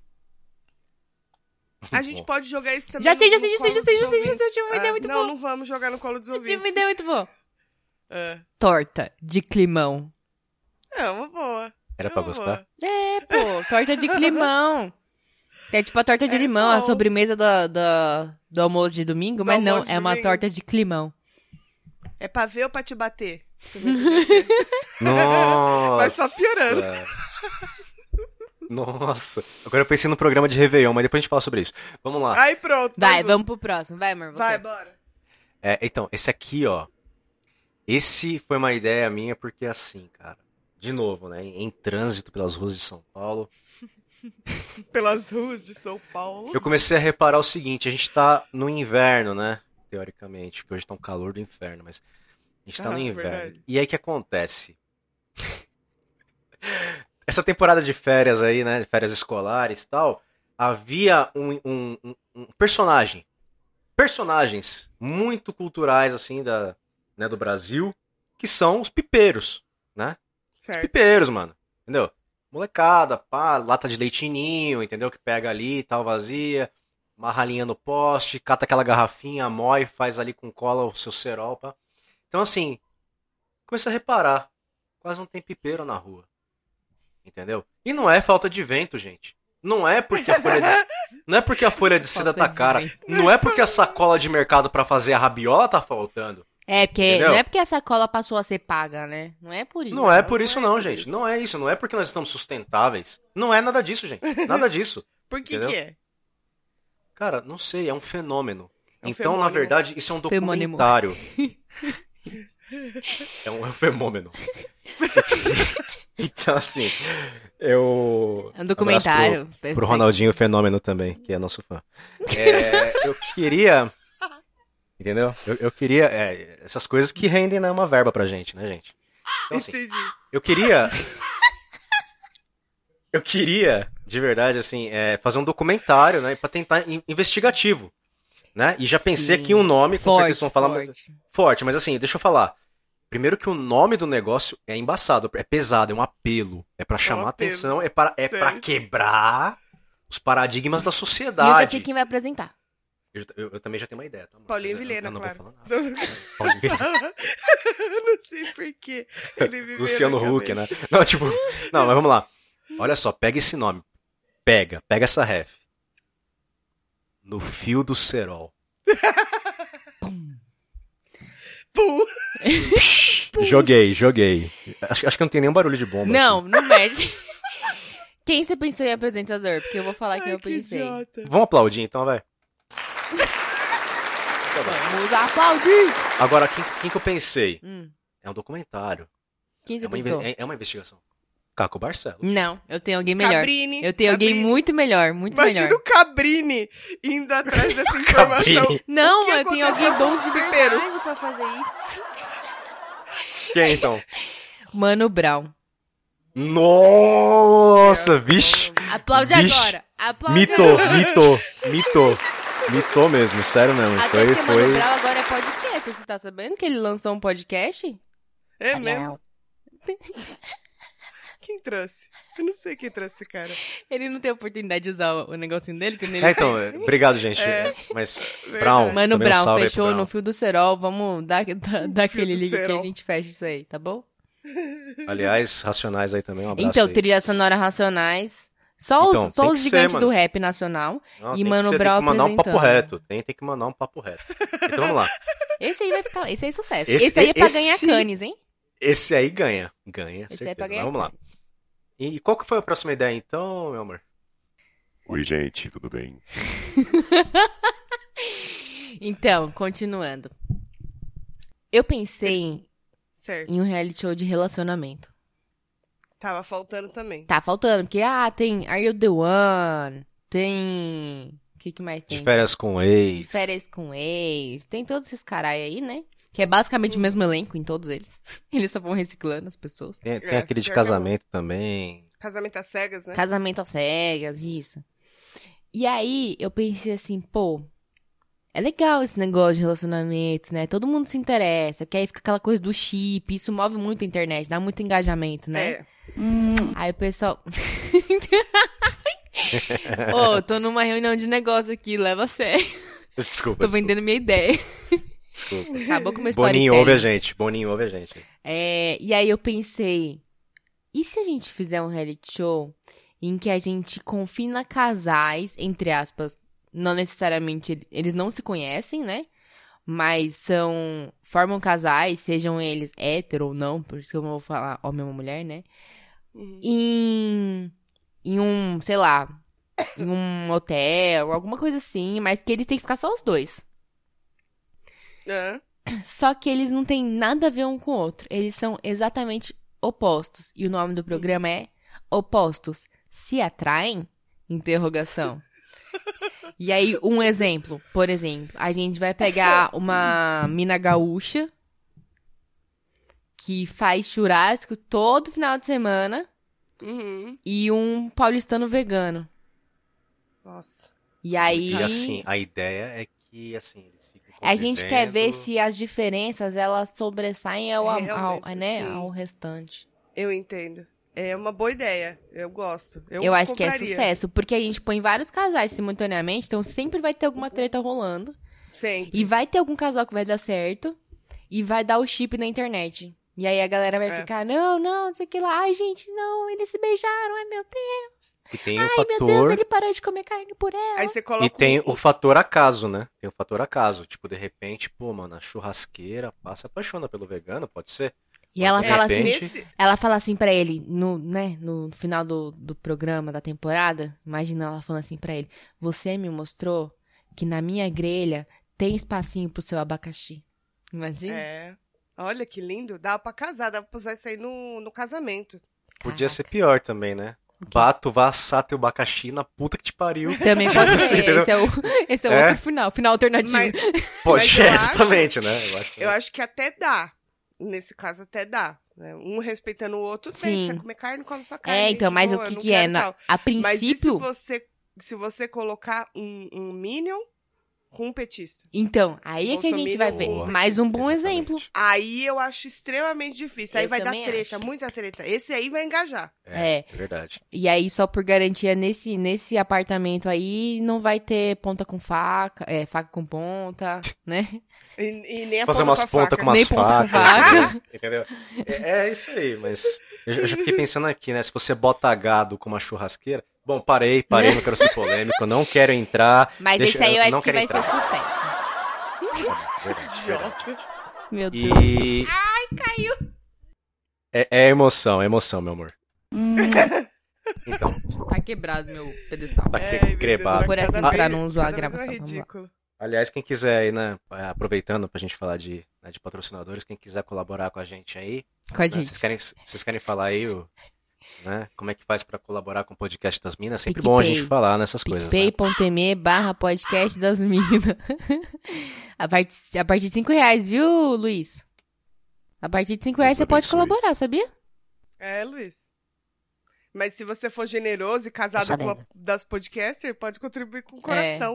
[SPEAKER 2] A gente pode jogar isso também.
[SPEAKER 1] Já sei, já
[SPEAKER 2] no
[SPEAKER 1] sei, já sei,
[SPEAKER 2] colo
[SPEAKER 1] já sei, já
[SPEAKER 2] dos
[SPEAKER 1] sei, já sei,
[SPEAKER 2] ouvintes.
[SPEAKER 1] tive uma ideia
[SPEAKER 2] Ah,
[SPEAKER 1] muito
[SPEAKER 2] não,
[SPEAKER 1] boa.
[SPEAKER 2] não vamos jogar no colo dos
[SPEAKER 1] Eu tive
[SPEAKER 2] ouvintes.
[SPEAKER 1] uma ideia muito boa.
[SPEAKER 2] É.
[SPEAKER 1] Torta de climão.
[SPEAKER 2] É uma boa.
[SPEAKER 3] Era
[SPEAKER 2] é
[SPEAKER 3] pra
[SPEAKER 2] uma
[SPEAKER 3] gostar?
[SPEAKER 2] boa.
[SPEAKER 1] É, pô, torta de climão. É tipo a torta de
[SPEAKER 2] É
[SPEAKER 1] limão, a
[SPEAKER 2] bom.
[SPEAKER 1] sobremesa da- da- do, almoço de domingo,
[SPEAKER 2] Do
[SPEAKER 1] mas não,
[SPEAKER 2] almoço de
[SPEAKER 1] é uma
[SPEAKER 2] domingo.
[SPEAKER 1] torta de climão.
[SPEAKER 2] É pra ver ou pra te bater?
[SPEAKER 3] Nossa!
[SPEAKER 2] Vai só piorando.
[SPEAKER 3] Nossa. Agora eu pensei no programa de Réveillon, mas depois a gente fala sobre isso. Vamos lá.
[SPEAKER 2] Aí pronto.
[SPEAKER 1] Vai,
[SPEAKER 2] mais um.
[SPEAKER 1] vamos pro próximo. Vai, amor, você.
[SPEAKER 2] Vai, bora.
[SPEAKER 3] É, então, esse aqui, ó. Esse foi uma ideia minha, porque assim, cara. De novo, né? Em trânsito pelas ruas de São Paulo.
[SPEAKER 2] Pelas ruas de São Paulo.
[SPEAKER 3] Eu comecei a reparar o seguinte: a gente tá no inverno, né? Teoricamente, porque hoje tá um calor do inferno, mas a gente tá
[SPEAKER 2] Ah,
[SPEAKER 3] no inverno.
[SPEAKER 2] verdade.
[SPEAKER 3] E aí o que acontece? Essa temporada de férias aí, né? De férias escolares e tal, havia um, um- um- um personagem. Personagens muito culturais, assim, da, né, do Brasil, que são os pipeiros.
[SPEAKER 2] Certo.
[SPEAKER 3] Pipeiros, mano. Entendeu? Molecada, pá, lata de leitinho, entendeu? Que pega ali, tal, vazia, uma ralinha no poste, cata aquela garrafinha, mói, faz ali com cola o seu cerol, pá. Então, assim, comecei a reparar. Quase não tem pipeiro na rua. Entendeu? E não é falta de vento, gente. Não é porque a folha de, não é porque a folha de seda
[SPEAKER 1] Falta
[SPEAKER 3] tá
[SPEAKER 1] de
[SPEAKER 3] cara.
[SPEAKER 1] vento.
[SPEAKER 3] Não é porque a sacola de mercado pra fazer a rabiola tá faltando.
[SPEAKER 1] É, porque
[SPEAKER 3] Entendeu?
[SPEAKER 1] não é porque a sacola passou a ser paga, né? Não é por isso.
[SPEAKER 3] Não é
[SPEAKER 2] Não
[SPEAKER 3] por
[SPEAKER 2] é
[SPEAKER 3] isso, não,
[SPEAKER 2] por
[SPEAKER 3] gente.
[SPEAKER 2] isso.
[SPEAKER 3] Não é isso. Não é porque nós estamos sustentáveis. Não é nada disso, gente. Nada disso.
[SPEAKER 2] Por que
[SPEAKER 3] Entendeu?
[SPEAKER 2] que é?
[SPEAKER 3] Cara, não sei. É um fenômeno.
[SPEAKER 2] É um
[SPEAKER 3] então,
[SPEAKER 2] fenômeno.
[SPEAKER 3] na verdade, isso é um
[SPEAKER 1] Fenômeno.
[SPEAKER 3] documentário. é, um, é um fenômeno. então, assim, eu.
[SPEAKER 1] É um documentário.
[SPEAKER 3] Pro, pro Ronaldinho Fenômeno também, que é nosso fã. É, eu queria. Entendeu? Eu, eu queria. é, essas coisas que rendem né, uma verba pra gente, né, gente? Então, assim,
[SPEAKER 2] Entendi.
[SPEAKER 3] eu queria. Eu queria, de verdade, assim, é, fazer um documentário, né? Pra tentar. in- investigativo. Né? E já pensei
[SPEAKER 1] Sim.
[SPEAKER 3] aqui um nome, com
[SPEAKER 1] Forte,
[SPEAKER 3] certeza vão falar muito-
[SPEAKER 1] forte.
[SPEAKER 3] forte, mas assim, deixa eu falar. Primeiro que o nome do negócio é embaçado, é pesado, é um apelo. É pra chamar
[SPEAKER 2] apelo.
[SPEAKER 3] atenção, é para é
[SPEAKER 2] Sério.
[SPEAKER 3] pra quebrar os paradigmas
[SPEAKER 1] E
[SPEAKER 3] da
[SPEAKER 1] eu já
[SPEAKER 3] sociedade.
[SPEAKER 1] sei quem vai apresentar.
[SPEAKER 3] Eu, já- eu- eu também já tenho uma ideia, tá? amor?
[SPEAKER 2] Paulinho
[SPEAKER 3] Mas eu-
[SPEAKER 2] Vilhena,
[SPEAKER 3] eu não vou
[SPEAKER 2] claro.
[SPEAKER 3] falar nada.
[SPEAKER 2] Eu
[SPEAKER 3] Paulinho Vilhena.
[SPEAKER 2] Então, não sei porquê. Ele me veio na
[SPEAKER 3] Luciano
[SPEAKER 2] cabeça.
[SPEAKER 3] Huck, né? Não, tipo, não, mas vamos lá. Olha só, pega esse nome. Pega, pega essa ref. No fio do cerol. né?
[SPEAKER 2] Pum.
[SPEAKER 3] Joguei, joguei. Acho, acho que não tem nenhum barulho de bomba.
[SPEAKER 1] Não, não mexe. quem você pensou em apresentador? Porque eu vou falar quem
[SPEAKER 2] Ai,
[SPEAKER 1] eu
[SPEAKER 2] que
[SPEAKER 1] pensei.
[SPEAKER 2] idiota.
[SPEAKER 3] aqui. Vamos aplaudir então, vai.
[SPEAKER 1] Vamos aplaudir!
[SPEAKER 3] Agora, quem, quem que eu pensei?
[SPEAKER 1] Hum,
[SPEAKER 3] É um documentário.
[SPEAKER 1] quem
[SPEAKER 3] É
[SPEAKER 1] você
[SPEAKER 3] uma,
[SPEAKER 1] pensou? Hum.
[SPEAKER 3] inve- é- é uma investigação. Caco Barcelo.
[SPEAKER 1] Não, eu tenho alguém melhor.
[SPEAKER 2] Cabrini.
[SPEAKER 1] Eu tenho alguém
[SPEAKER 2] Cabrini.
[SPEAKER 1] muito melhor, muito
[SPEAKER 2] Imagina
[SPEAKER 1] melhor.
[SPEAKER 2] o Cabrini indo atrás dessa informação.
[SPEAKER 3] Cabrini.
[SPEAKER 1] Não,
[SPEAKER 2] O que
[SPEAKER 1] eu tenho
[SPEAKER 2] aconteceu
[SPEAKER 1] alguém bom
[SPEAKER 2] com os
[SPEAKER 1] de
[SPEAKER 2] pipeiros?
[SPEAKER 1] verdade pra fazer isso.
[SPEAKER 3] Quem então?
[SPEAKER 1] Mano Brown.
[SPEAKER 3] Nossa, vixe.
[SPEAKER 1] Aplaude
[SPEAKER 3] Vixe,
[SPEAKER 1] agora! Aplaude
[SPEAKER 3] Mito,
[SPEAKER 1] agora!
[SPEAKER 3] mito, mito. Mitou mesmo, sério mesmo.
[SPEAKER 1] Até
[SPEAKER 3] Foi,
[SPEAKER 1] porque Mano
[SPEAKER 3] foi.
[SPEAKER 1] Brown agora é podcast. Você tá sabendo que ele lançou um podcast?
[SPEAKER 2] É mesmo? Quem trouxe? Eu não sei quem trouxe esse cara.
[SPEAKER 1] Ele não tem oportunidade de usar o o negocinho dele, que nem
[SPEAKER 3] É, então, é, obrigado, gente.
[SPEAKER 2] É.
[SPEAKER 3] Mas
[SPEAKER 2] Verdade.
[SPEAKER 3] Brown.
[SPEAKER 1] Mano
[SPEAKER 3] Também um
[SPEAKER 1] Brown,
[SPEAKER 3] salve aí pro
[SPEAKER 1] fechou
[SPEAKER 3] Brown.
[SPEAKER 1] no fio do cerol. Vamos dar, dar, dar aquele
[SPEAKER 2] do
[SPEAKER 1] link que a
[SPEAKER 2] cerol.
[SPEAKER 1] gente fecha isso aí, tá bom?
[SPEAKER 3] Aliás, Racionais aí também, um abraço
[SPEAKER 1] então,
[SPEAKER 3] aí.
[SPEAKER 1] trilha sonora Racionais. Só os,
[SPEAKER 3] Então,
[SPEAKER 1] só
[SPEAKER 3] tem
[SPEAKER 1] os
[SPEAKER 3] que ser,
[SPEAKER 1] gigantes
[SPEAKER 3] mano.
[SPEAKER 1] do rap nacional.
[SPEAKER 3] Não,
[SPEAKER 1] e
[SPEAKER 3] tem que
[SPEAKER 1] Mano
[SPEAKER 3] ser-
[SPEAKER 1] Brown
[SPEAKER 3] Tem que mandar um papo
[SPEAKER 1] apresentando.
[SPEAKER 3] reto, tem, tem que mandar um papo reto. Então vamos lá.
[SPEAKER 1] Esse aí vai ficar. Esse aí é sucesso. Esse,
[SPEAKER 3] Esse-
[SPEAKER 1] aí é pra
[SPEAKER 3] esse-
[SPEAKER 1] ganhar canes, hein?
[SPEAKER 3] Esse aí ganha. Ganha,
[SPEAKER 1] Esse aí
[SPEAKER 3] certeza.
[SPEAKER 1] é pra
[SPEAKER 3] Mas
[SPEAKER 1] ganhar
[SPEAKER 3] vamos lá.
[SPEAKER 1] canes.
[SPEAKER 3] E qual que foi a próxima ideia então, meu amor?
[SPEAKER 4] Oi, gente, tudo bem?
[SPEAKER 1] Então, continuando. Eu pensei em,
[SPEAKER 2] Certo.
[SPEAKER 1] em um reality show de relacionamento.
[SPEAKER 2] Tava faltando também.
[SPEAKER 1] Tá faltando, porque, ah, tem Are You The One, tem... O que, que mais tem?
[SPEAKER 3] De férias com ex.
[SPEAKER 1] De férias com ex. Tem todos esses carai aí, né? Que é basicamente o mesmo elenco em todos eles. Eles só vão reciclando as pessoas.
[SPEAKER 3] Tem, tem
[SPEAKER 2] É,
[SPEAKER 3] aquele de
[SPEAKER 2] pior que é bom.
[SPEAKER 3] casamento também.
[SPEAKER 2] Casamento às cegas, né?
[SPEAKER 1] Casamento às cegas, isso. E aí, eu pensei assim, pô, é legal esse negócio de relacionamento, né? Todo mundo se interessa, porque aí fica aquela coisa do chip, isso move muito a internet, dá muito engajamento, né?
[SPEAKER 2] É.
[SPEAKER 1] Aí o pessoal. Ô, tô numa reunião de negócio aqui, leva a sério.
[SPEAKER 3] Desculpa.
[SPEAKER 1] Tô
[SPEAKER 3] desculpa,
[SPEAKER 1] vendendo minha ideia.
[SPEAKER 3] Desculpa.
[SPEAKER 1] Acabou com o meu
[SPEAKER 3] Boninho
[SPEAKER 1] storytelling.
[SPEAKER 3] ouve a gente. Boninho ouve a gente.
[SPEAKER 1] É, e aí eu pensei, e se a gente fizer um reality show em que a gente confina casais, entre aspas, não necessariamente ele- eles não se conhecem, né? Mas são. formam casais, sejam eles hétero ou não, por isso que eu não vou falar homem ou mulher, né?
[SPEAKER 2] Uhum.
[SPEAKER 1] Em. em um, sei lá, em um hotel, alguma coisa assim, mas que eles têm que ficar só os dois.
[SPEAKER 2] Ah,
[SPEAKER 1] Só que eles não têm nada a ver um com o outro. Eles são exatamente opostos. E o nome do programa é Opostos se atraem? Interrogação. E aí, um exemplo, por exemplo, a gente vai pegar uma mina gaúcha que faz churrasco todo final de semana
[SPEAKER 2] uhum.
[SPEAKER 1] e um paulistano vegano.
[SPEAKER 2] Nossa.
[SPEAKER 1] E aí,
[SPEAKER 3] E assim, a ideia é que assim, eles ficam
[SPEAKER 1] a gente quer ver
[SPEAKER 3] convivendo.
[SPEAKER 1] se as diferenças elas sobressaem ao,
[SPEAKER 2] É,
[SPEAKER 1] ao,
[SPEAKER 2] realmente,
[SPEAKER 1] né,
[SPEAKER 2] sim.
[SPEAKER 1] ao restante.
[SPEAKER 2] Eu entendo. É uma boa ideia. Eu gosto. Eu,
[SPEAKER 1] Eu, acho que é
[SPEAKER 2] compraria.
[SPEAKER 1] sucesso, porque a gente põe vários casais simultaneamente, então sempre vai ter alguma treta rolando.
[SPEAKER 2] Sempre.
[SPEAKER 1] E vai ter algum casal que vai dar certo e vai dar o chip na internet. E aí a galera vai
[SPEAKER 2] É.
[SPEAKER 1] ficar, não, não, não sei o que lá. Ai, gente, não, eles se beijaram, ai meu Deus,
[SPEAKER 3] E tem o
[SPEAKER 1] ai, meu Deus, é
[SPEAKER 3] fator.
[SPEAKER 1] ele parou de comer carne por ela.
[SPEAKER 2] Aí você coloca
[SPEAKER 3] E tem
[SPEAKER 2] um-
[SPEAKER 3] o fator acaso, né? Tem o fator acaso. Tipo, de repente, pô, mano, a churrasqueira passa, apaixona pelo vegano, pode ser?
[SPEAKER 1] E ela
[SPEAKER 3] É,
[SPEAKER 1] fala
[SPEAKER 3] bem-
[SPEAKER 1] assim,
[SPEAKER 3] gente.
[SPEAKER 2] nesse...
[SPEAKER 1] ela fala assim pra ele, no, né, no final do, do programa, da temporada, imagina ela falando assim pra ele, você me mostrou que na minha grelha tem espacinho pro seu abacaxi. Imagina?
[SPEAKER 2] É. Olha que lindo. Dava pra casar, dava pra usar isso aí no, no casamento.
[SPEAKER 3] Podia ser
[SPEAKER 1] Caraca.
[SPEAKER 3] pior também, né? Bato, vá assar teu abacaxi na puta que te pariu.
[SPEAKER 1] Também pode
[SPEAKER 3] Você
[SPEAKER 1] ser.
[SPEAKER 3] entendeu?
[SPEAKER 1] Esse é o, esse é o
[SPEAKER 3] É?
[SPEAKER 1] outro final. Final alternativo.
[SPEAKER 2] Mas Mas
[SPEAKER 3] Pode,
[SPEAKER 2] eu
[SPEAKER 3] é,
[SPEAKER 2] acho-
[SPEAKER 3] exatamente, né? Eu acho que
[SPEAKER 2] eu acho que até dá. Nesse caso, até dá. né? Um respeitando o outro, bem,
[SPEAKER 1] Sim.
[SPEAKER 2] você quer comer carne, come sua carne.
[SPEAKER 1] é, então,
[SPEAKER 2] de
[SPEAKER 1] mas o
[SPEAKER 2] boa,
[SPEAKER 1] que,
[SPEAKER 2] não
[SPEAKER 1] que é?
[SPEAKER 2] quero e
[SPEAKER 1] Na-
[SPEAKER 2] tal.
[SPEAKER 1] a
[SPEAKER 2] Mas e se
[SPEAKER 1] princípio.
[SPEAKER 2] você, se você colocar um, um Minion com um petista?
[SPEAKER 1] Então, aí é que a gente vai ver.
[SPEAKER 2] Bolsominion
[SPEAKER 3] ou
[SPEAKER 1] Mais um bom
[SPEAKER 3] Exatamente.
[SPEAKER 1] exemplo.
[SPEAKER 2] Aí eu acho extremamente difícil. Aí
[SPEAKER 1] Eu
[SPEAKER 2] vai dar
[SPEAKER 1] também
[SPEAKER 2] treta,
[SPEAKER 1] acho.
[SPEAKER 2] muita treta. Esse aí vai engajar.
[SPEAKER 3] É,
[SPEAKER 1] É.
[SPEAKER 3] é verdade.
[SPEAKER 1] E aí, só por garantia, nesse, nesse apartamento aí, não vai ter ponta com faca, é, faca com ponta, né?
[SPEAKER 2] E, e nem a
[SPEAKER 3] Fazer umas pontas com
[SPEAKER 2] uma.
[SPEAKER 1] Nem
[SPEAKER 3] umas
[SPEAKER 1] ponta com
[SPEAKER 3] facas.
[SPEAKER 1] faca.
[SPEAKER 3] né? Entendeu? É, é isso aí, mas eu já- eu já fiquei pensando aqui, né? Se você bota gado com uma churrasqueira. Bom, parei, parei, não quero ser polêmico, não quero entrar.
[SPEAKER 1] Mas
[SPEAKER 3] Deixa-
[SPEAKER 1] esse aí eu
[SPEAKER 3] eu
[SPEAKER 1] acho
[SPEAKER 3] não
[SPEAKER 1] que
[SPEAKER 3] quero
[SPEAKER 1] vai
[SPEAKER 3] entrar.
[SPEAKER 1] ser sucesso.
[SPEAKER 3] Verdade, é verdade.
[SPEAKER 1] Meu Deus.
[SPEAKER 3] E. Ai, caiu! É, é emoção, é emoção, meu amor.
[SPEAKER 2] Hum.
[SPEAKER 3] Então,
[SPEAKER 1] Tá quebrado meu pedestal.
[SPEAKER 3] Tá quebrado.
[SPEAKER 1] Por assim, pra não zoar a gravação, vamos lá.
[SPEAKER 2] ridículo.
[SPEAKER 3] aliás, quem quiser aí, né? Aproveitando pra gente falar de, né, de patrocinadores, quem quiser colaborar com a gente aí,
[SPEAKER 1] Com a
[SPEAKER 3] né,
[SPEAKER 1] gente.
[SPEAKER 3] vocês, querem, vocês querem falar aí o, né, como é que faz pra colaborar com o podcast das minas? Sempre bom a
[SPEAKER 1] PicPay.
[SPEAKER 3] gente falar nessas coisas. Né?
[SPEAKER 1] PicPay.me barra podcast das minas. a, partir, a partir de 5 reais, viu, Luiz? A partir de 5 reais você pode
[SPEAKER 3] Abençoe.
[SPEAKER 1] colaborar, sabia?
[SPEAKER 2] É, Luiz. Mas se você for generoso e casado
[SPEAKER 1] Nossa,
[SPEAKER 2] com uma
[SPEAKER 1] lenda.
[SPEAKER 2] das podcasters, pode contribuir com o coração.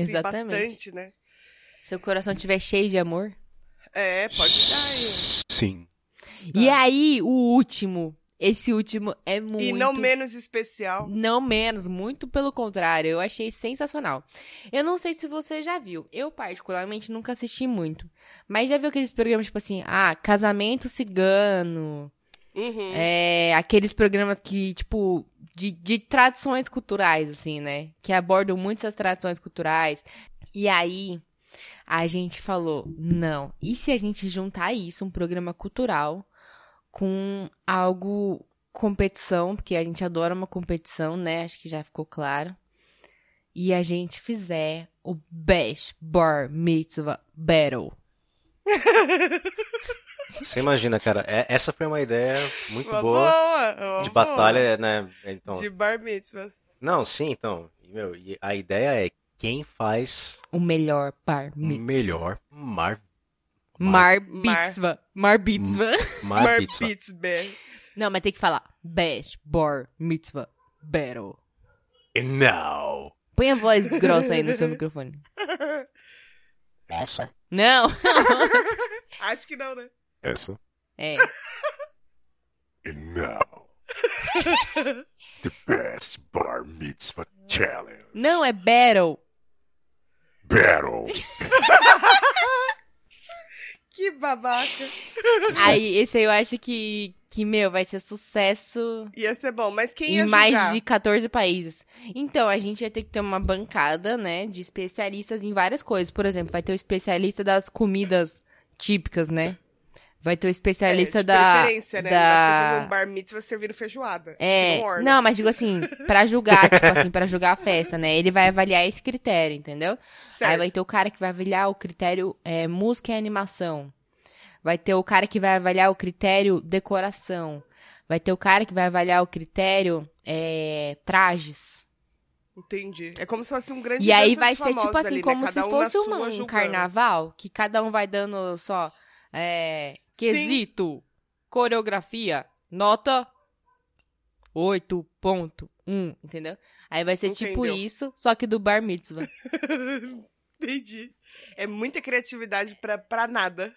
[SPEAKER 1] É, exatamente.
[SPEAKER 2] bastante, né?
[SPEAKER 1] Seu coração estiver cheio de amor.
[SPEAKER 2] É, pode dar. aí.
[SPEAKER 3] Sim.
[SPEAKER 1] E aí, o último. Esse último é muito.
[SPEAKER 2] Tá. E não menos especial.
[SPEAKER 1] Não menos, muito pelo contrário, eu achei sensacional. Eu não sei se você já viu, eu particularmente nunca assisti muito, mas já viu aqueles programas tipo assim, ah, casamento cigano,
[SPEAKER 2] Uhum.
[SPEAKER 1] É, aqueles programas que, tipo, de, de tradições culturais, assim, né? Que abordam muitas tradições culturais. E aí, a gente falou, não, e se a gente juntar isso, um programa cultural, com algo, competição, porque a gente adora uma competição, né? Acho que já ficou claro. e a gente fizer o Best Bar Mitzvah Battle.
[SPEAKER 3] Você imagina, cara, é- essa foi uma ideia muito
[SPEAKER 2] Uma
[SPEAKER 3] boa
[SPEAKER 2] boa, uma
[SPEAKER 3] de
[SPEAKER 2] boa.
[SPEAKER 3] batalha, né? Então,
[SPEAKER 2] De bar mitzvahs.
[SPEAKER 3] não, sim, então, e, meu, e a ideia é quem faz
[SPEAKER 1] O melhor Bar
[SPEAKER 3] o
[SPEAKER 1] Mitzvah.
[SPEAKER 3] melhor mar
[SPEAKER 1] Mar
[SPEAKER 3] mar
[SPEAKER 2] Mar-
[SPEAKER 1] Mitzvah. Mar Mitzvah.
[SPEAKER 3] mar,
[SPEAKER 2] bar
[SPEAKER 3] pizza.
[SPEAKER 2] mitzvah.
[SPEAKER 1] Não, mas tem que falar Best Bar Mitzvah Battle.
[SPEAKER 3] Não.
[SPEAKER 1] Põe a voz grossa aí no seu microfone.
[SPEAKER 3] Essa.
[SPEAKER 1] Não!
[SPEAKER 2] Acho que não, né?
[SPEAKER 3] Essa.
[SPEAKER 1] É.
[SPEAKER 3] Não. The best bar mitzvah challenge
[SPEAKER 1] Não, é Battle.
[SPEAKER 3] battle.
[SPEAKER 2] Que babaca.
[SPEAKER 1] Aí, esse aí eu acho que, que meu, vai ser sucesso
[SPEAKER 2] Ia ser bom, mas quem ia
[SPEAKER 1] em mais
[SPEAKER 2] julgar?
[SPEAKER 1] de 14 países. Então, a gente ia ter que ter uma bancada, né, de especialistas em várias coisas. Por exemplo, vai ter o especialista das comidas típicas, né? Vai ter o especialista
[SPEAKER 2] é, de
[SPEAKER 1] da.
[SPEAKER 2] preferência, né? Não dá pra você
[SPEAKER 1] da...
[SPEAKER 2] fazer um bar mitzvah servindo feijoada. Acho que
[SPEAKER 1] É,
[SPEAKER 2] não, orna.
[SPEAKER 1] não, mas digo assim, pra julgar, tipo assim, pra julgar a festa, né? Ele vai avaliar esse critério, entendeu?
[SPEAKER 2] Certo.
[SPEAKER 1] Aí vai ter o cara que vai avaliar o critério é, música e animação. Vai ter o cara que vai avaliar o critério decoração. Vai ter o cara que vai avaliar o critério é, trajes.
[SPEAKER 2] Entendi. É como se fosse um grande
[SPEAKER 1] e aí
[SPEAKER 2] dança
[SPEAKER 1] vai
[SPEAKER 2] dos
[SPEAKER 1] ser tipo
[SPEAKER 2] famosos
[SPEAKER 1] assim,
[SPEAKER 2] ali, né?
[SPEAKER 1] como se
[SPEAKER 2] Cada um na
[SPEAKER 1] fosse
[SPEAKER 2] sua,
[SPEAKER 1] uma, um
[SPEAKER 2] julgando.
[SPEAKER 1] carnaval, que cada um vai dando só é,
[SPEAKER 2] Sim.
[SPEAKER 1] quesito, coreografia, nota 8.1, entendeu? Aí vai ser tipo
[SPEAKER 2] Entendeu.
[SPEAKER 1] isso, só que do bar mitzvah.
[SPEAKER 2] Entendi. É muita criatividade pra, pra nada.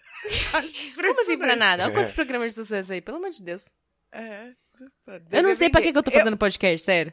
[SPEAKER 1] Como assim pra nada? Olha
[SPEAKER 3] É.
[SPEAKER 1] quantos programas de sucesso aí, pelo amor de Deus.
[SPEAKER 2] É.
[SPEAKER 1] Eu não sei pra que,
[SPEAKER 2] Devia
[SPEAKER 1] que eu tô fazendo podcast, sério.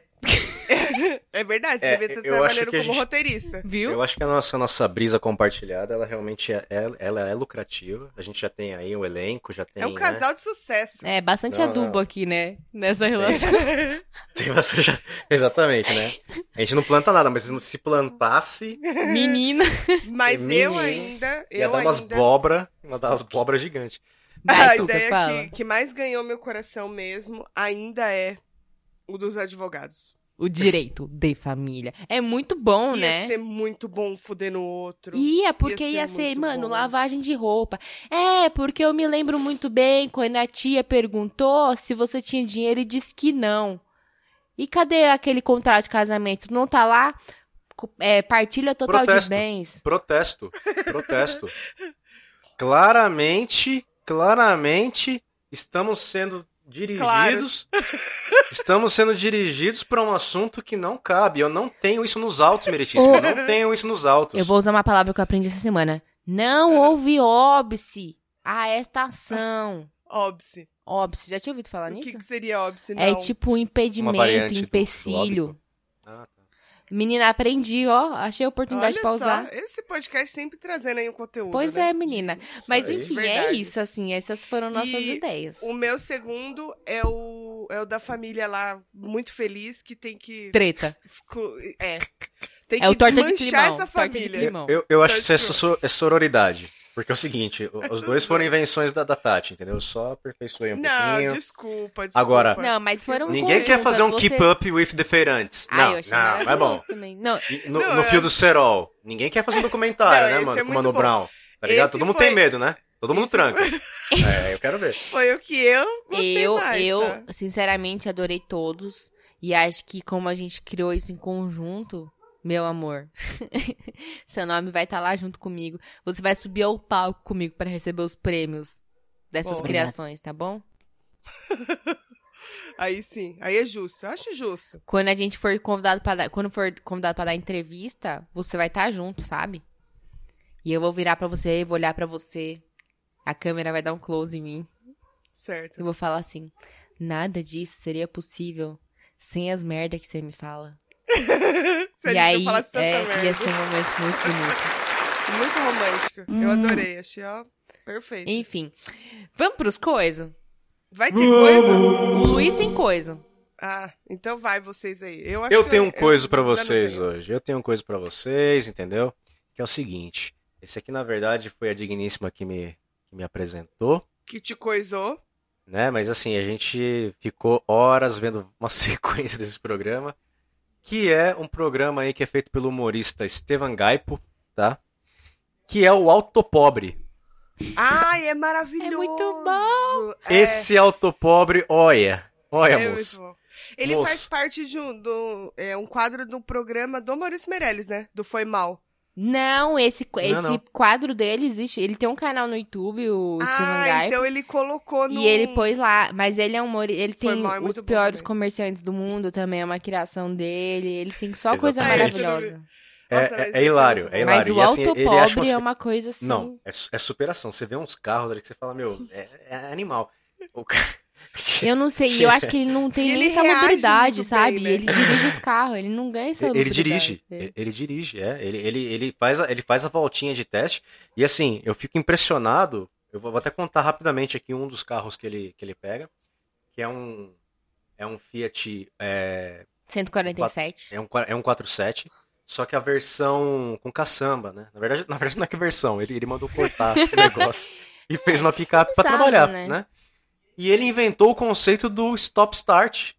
[SPEAKER 2] vender. É verdade, você
[SPEAKER 3] É,
[SPEAKER 2] devia estar
[SPEAKER 3] eu acho
[SPEAKER 2] trabalhando
[SPEAKER 3] que a
[SPEAKER 2] como
[SPEAKER 3] gente-
[SPEAKER 2] roteirista.
[SPEAKER 1] Viu?
[SPEAKER 3] Eu acho que a nossa, nossa brisa compartilhada, ela realmente é, é- ela é lucrativa. A gente já tem aí o elenco, já tem.
[SPEAKER 2] é um
[SPEAKER 3] né?
[SPEAKER 2] casal de sucesso.
[SPEAKER 1] É, bastante
[SPEAKER 3] Não, É.
[SPEAKER 1] adubo
[SPEAKER 3] não.
[SPEAKER 1] aqui, né? Nessa relação.
[SPEAKER 3] Tem bastante- já- Exatamente, né? A gente não planta nada, mas se plantasse,
[SPEAKER 1] Menina.
[SPEAKER 2] Mas eu
[SPEAKER 3] Menino.
[SPEAKER 2] ainda.
[SPEAKER 3] ia
[SPEAKER 2] eu
[SPEAKER 3] dar umas
[SPEAKER 2] ainda...
[SPEAKER 3] bobras, ia dar umas bobras gigantes.
[SPEAKER 1] Vai,
[SPEAKER 2] a
[SPEAKER 1] Tuca,
[SPEAKER 2] ideia é
[SPEAKER 1] fala.
[SPEAKER 2] que, que mais ganhou meu coração mesmo ainda é o dos advogados.
[SPEAKER 1] O direito de família. É muito bom,
[SPEAKER 2] ia
[SPEAKER 1] né?
[SPEAKER 2] ser muito bom fuder no outro.
[SPEAKER 1] Ia, é porque
[SPEAKER 2] ser
[SPEAKER 1] ia, ser,
[SPEAKER 2] muito
[SPEAKER 1] mano,
[SPEAKER 2] bom. né?
[SPEAKER 1] lavagem de roupa. É, porque eu me lembro muito bem quando a tia perguntou se você tinha dinheiro e disse que não. E cadê aquele contrato de casamento? Não tá lá? Co- É, partilha total de
[SPEAKER 3] Protesto.
[SPEAKER 1] bens.
[SPEAKER 3] Protesto, protesto. Claramente, claramente, estamos sendo dirigidos. Estamos sendo dirigidos para um assunto que não cabe. Eu não tenho isso nos autos, Meritíssimo. Eu não tenho isso nos autos.
[SPEAKER 1] Eu vou usar uma palavra que eu aprendi essa semana. Não houve óbice a esta ação.
[SPEAKER 2] Óbice.
[SPEAKER 1] Óbice, já tinha ouvido falar
[SPEAKER 2] O
[SPEAKER 1] nisso?
[SPEAKER 2] que, que seria óbice?
[SPEAKER 1] É
[SPEAKER 2] Não.
[SPEAKER 1] tipo impedimento,
[SPEAKER 3] variante do- do
[SPEAKER 1] empecilho.
[SPEAKER 3] óbito. Ah, tá.
[SPEAKER 1] Menina, aprendi, ó. Achei a
[SPEAKER 2] Olha
[SPEAKER 1] oportunidade pra
[SPEAKER 2] só,
[SPEAKER 1] usar.
[SPEAKER 2] esse podcast sempre trazendo aí um conteúdo.
[SPEAKER 1] Pois
[SPEAKER 2] né?
[SPEAKER 1] é, menina.
[SPEAKER 3] Isso
[SPEAKER 1] Mas
[SPEAKER 3] aí.
[SPEAKER 1] enfim, é
[SPEAKER 2] Verdade.
[SPEAKER 1] isso, assim. Essas foram nossas
[SPEAKER 2] E
[SPEAKER 1] ideias.
[SPEAKER 2] O meu segundo é o, é o da família lá, muito feliz, que tem que.
[SPEAKER 1] Treta.
[SPEAKER 2] exclu- É. Tem
[SPEAKER 1] É o
[SPEAKER 2] que
[SPEAKER 1] torta de
[SPEAKER 2] desmanchar
[SPEAKER 1] climão,
[SPEAKER 2] essa
[SPEAKER 1] torta de
[SPEAKER 2] família.
[SPEAKER 1] climão.
[SPEAKER 3] Eu, eu- eu acho que isso é,
[SPEAKER 2] Tá, tipo-
[SPEAKER 3] so- é sororidade. Porque é o seguinte, o- os
[SPEAKER 2] Essas
[SPEAKER 3] dois foram
[SPEAKER 2] duas.
[SPEAKER 3] invenções da, da Tati, entendeu? Eu só aperfeiçoei um
[SPEAKER 2] Não,
[SPEAKER 3] pouquinho.
[SPEAKER 2] desculpa, desculpa.
[SPEAKER 3] Agora-
[SPEAKER 1] Não, mas foram
[SPEAKER 3] Ninguém quer
[SPEAKER 1] conjuntas,
[SPEAKER 3] fazer um
[SPEAKER 1] você-
[SPEAKER 3] keep up with the feirantes.
[SPEAKER 1] Ah,
[SPEAKER 3] não,
[SPEAKER 1] eu achei
[SPEAKER 3] não, não é bom.
[SPEAKER 1] maravilhoso Também. Não,
[SPEAKER 3] E No,
[SPEAKER 2] Não,
[SPEAKER 3] no
[SPEAKER 2] eu
[SPEAKER 3] fio do Serol. Ninguém quer fazer um documentário,
[SPEAKER 2] Não,
[SPEAKER 3] né,
[SPEAKER 2] esse
[SPEAKER 3] mano?
[SPEAKER 2] é
[SPEAKER 3] com o
[SPEAKER 2] muito
[SPEAKER 3] Mano
[SPEAKER 2] bom.
[SPEAKER 3] Brown. Tá ligado?
[SPEAKER 2] Esse
[SPEAKER 3] Todo mundo
[SPEAKER 2] foi-
[SPEAKER 3] tem medo, né? Todo mundo
[SPEAKER 2] Esse
[SPEAKER 3] tranca. É, eu quero ver.
[SPEAKER 2] Foi o que eu gostei
[SPEAKER 1] eu,
[SPEAKER 2] mais,
[SPEAKER 1] eu
[SPEAKER 2] tá?
[SPEAKER 1] sinceramente, adorei todos. E acho que como a gente criou isso em conjunto, meu amor, seu nome vai estar lá junto comigo. Você vai subir ao palco comigo para receber os prêmios dessas
[SPEAKER 2] Bom.
[SPEAKER 1] criações, tá bom?
[SPEAKER 2] Aí sim, aí é justo. Eu acho justo.
[SPEAKER 1] Quando a gente for convidado para dar, quando for convidado para dar entrevista, você vai estar junto, sabe? E eu vou virar pra você, vou olhar pra você. A câmera vai dar um close em mim.
[SPEAKER 2] Certo.
[SPEAKER 1] Eu vou falar assim: nada disso seria possível sem as merda que você me fala.
[SPEAKER 2] Se a
[SPEAKER 1] e assim-
[SPEAKER 2] gente
[SPEAKER 1] aí
[SPEAKER 2] não falasse tanta
[SPEAKER 1] é,
[SPEAKER 2] merda.
[SPEAKER 1] ia ser um momento muito bonito.
[SPEAKER 2] Muito romântica.
[SPEAKER 1] Hum.
[SPEAKER 2] Eu adorei, achei, ó, perfeito.
[SPEAKER 1] Enfim, vamos pros coisas?
[SPEAKER 2] Vai ter coisa?
[SPEAKER 1] O Luiz tem coisa.
[SPEAKER 2] Ah, então vai vocês aí. Eu, acho
[SPEAKER 3] Eu
[SPEAKER 2] que é,
[SPEAKER 3] tenho um coisa pra
[SPEAKER 2] eu não
[SPEAKER 3] vocês
[SPEAKER 2] tenho.
[SPEAKER 3] hoje. Eu tenho um coisa pra vocês, entendeu? Que é o seguinte. Esse aqui, na verdade, foi a digníssima que me, que me apresentou.
[SPEAKER 2] Que te coisou.
[SPEAKER 3] né? Mas assim, a gente ficou horas vendo uma sequência desse programa, que é um programa aí que é feito pelo humorista Estevan Gaipo, tá? Que é o Autopobre.
[SPEAKER 2] Ai, é maravilhoso.
[SPEAKER 1] É muito bom.
[SPEAKER 2] É,
[SPEAKER 3] Esse Autopobre, olha. Olha,
[SPEAKER 2] é muito
[SPEAKER 3] moço.
[SPEAKER 2] bom. Ele
[SPEAKER 3] Moço.
[SPEAKER 2] faz parte de um, do, é, um quadro do programa do Maurício Meirelles, né? Do Foi Mal.
[SPEAKER 1] Não, esse, esse
[SPEAKER 3] não.
[SPEAKER 1] quadro dele existe. Ele tem um canal no YouTube, o Steven
[SPEAKER 2] ah,
[SPEAKER 1] Guy.
[SPEAKER 2] então ele colocou no...
[SPEAKER 1] E ele pôs lá, mas ele é um humor, ele
[SPEAKER 2] Foi
[SPEAKER 1] tem
[SPEAKER 2] mal, é muito
[SPEAKER 1] os
[SPEAKER 2] bom
[SPEAKER 1] piores
[SPEAKER 2] também.
[SPEAKER 1] comerciantes do mundo também, é uma criação dele, ele tem só coisa
[SPEAKER 3] Exatamente.
[SPEAKER 1] maravilhosa.
[SPEAKER 3] É,
[SPEAKER 2] Nossa,
[SPEAKER 3] é-
[SPEAKER 2] esse
[SPEAKER 3] é hilário,
[SPEAKER 2] muito bom.
[SPEAKER 3] é
[SPEAKER 1] Mas
[SPEAKER 3] hilário.
[SPEAKER 1] o
[SPEAKER 3] e assim,
[SPEAKER 1] alto
[SPEAKER 3] ele acha
[SPEAKER 1] pobre
[SPEAKER 3] umas
[SPEAKER 1] é uma coisa assim.
[SPEAKER 3] Não, é, su- é superação. Você vê uns carros ali que você fala, meu, é, é animal. O cara...
[SPEAKER 1] Eu não sei, eu acho que ele não tem
[SPEAKER 2] E
[SPEAKER 1] nem
[SPEAKER 2] ele reage
[SPEAKER 1] salubridade,
[SPEAKER 2] muito
[SPEAKER 1] sabe?
[SPEAKER 2] bem, né?
[SPEAKER 1] Ele dirige os carros, ele não ganha
[SPEAKER 3] Ele- Ele
[SPEAKER 1] salubridade.
[SPEAKER 3] dirige, ele, ele dirige, é. Ele, ele, ele, faz a, ele faz a voltinha de teste. E assim, eu fico impressionado. Eu vou, vou até contar rapidamente aqui um dos carros que ele, que ele pega, que é um, é um Fiat, é,
[SPEAKER 1] 147.
[SPEAKER 3] é, um, qua- é um 47, só que a versão com caçamba, né? Na verdade, na verdade não é que versão, ele, ele mandou cortar o negócio e fez uma picape pra
[SPEAKER 1] sabe,
[SPEAKER 3] trabalhar,
[SPEAKER 1] né?
[SPEAKER 3] né? E ele inventou o conceito do stop-start.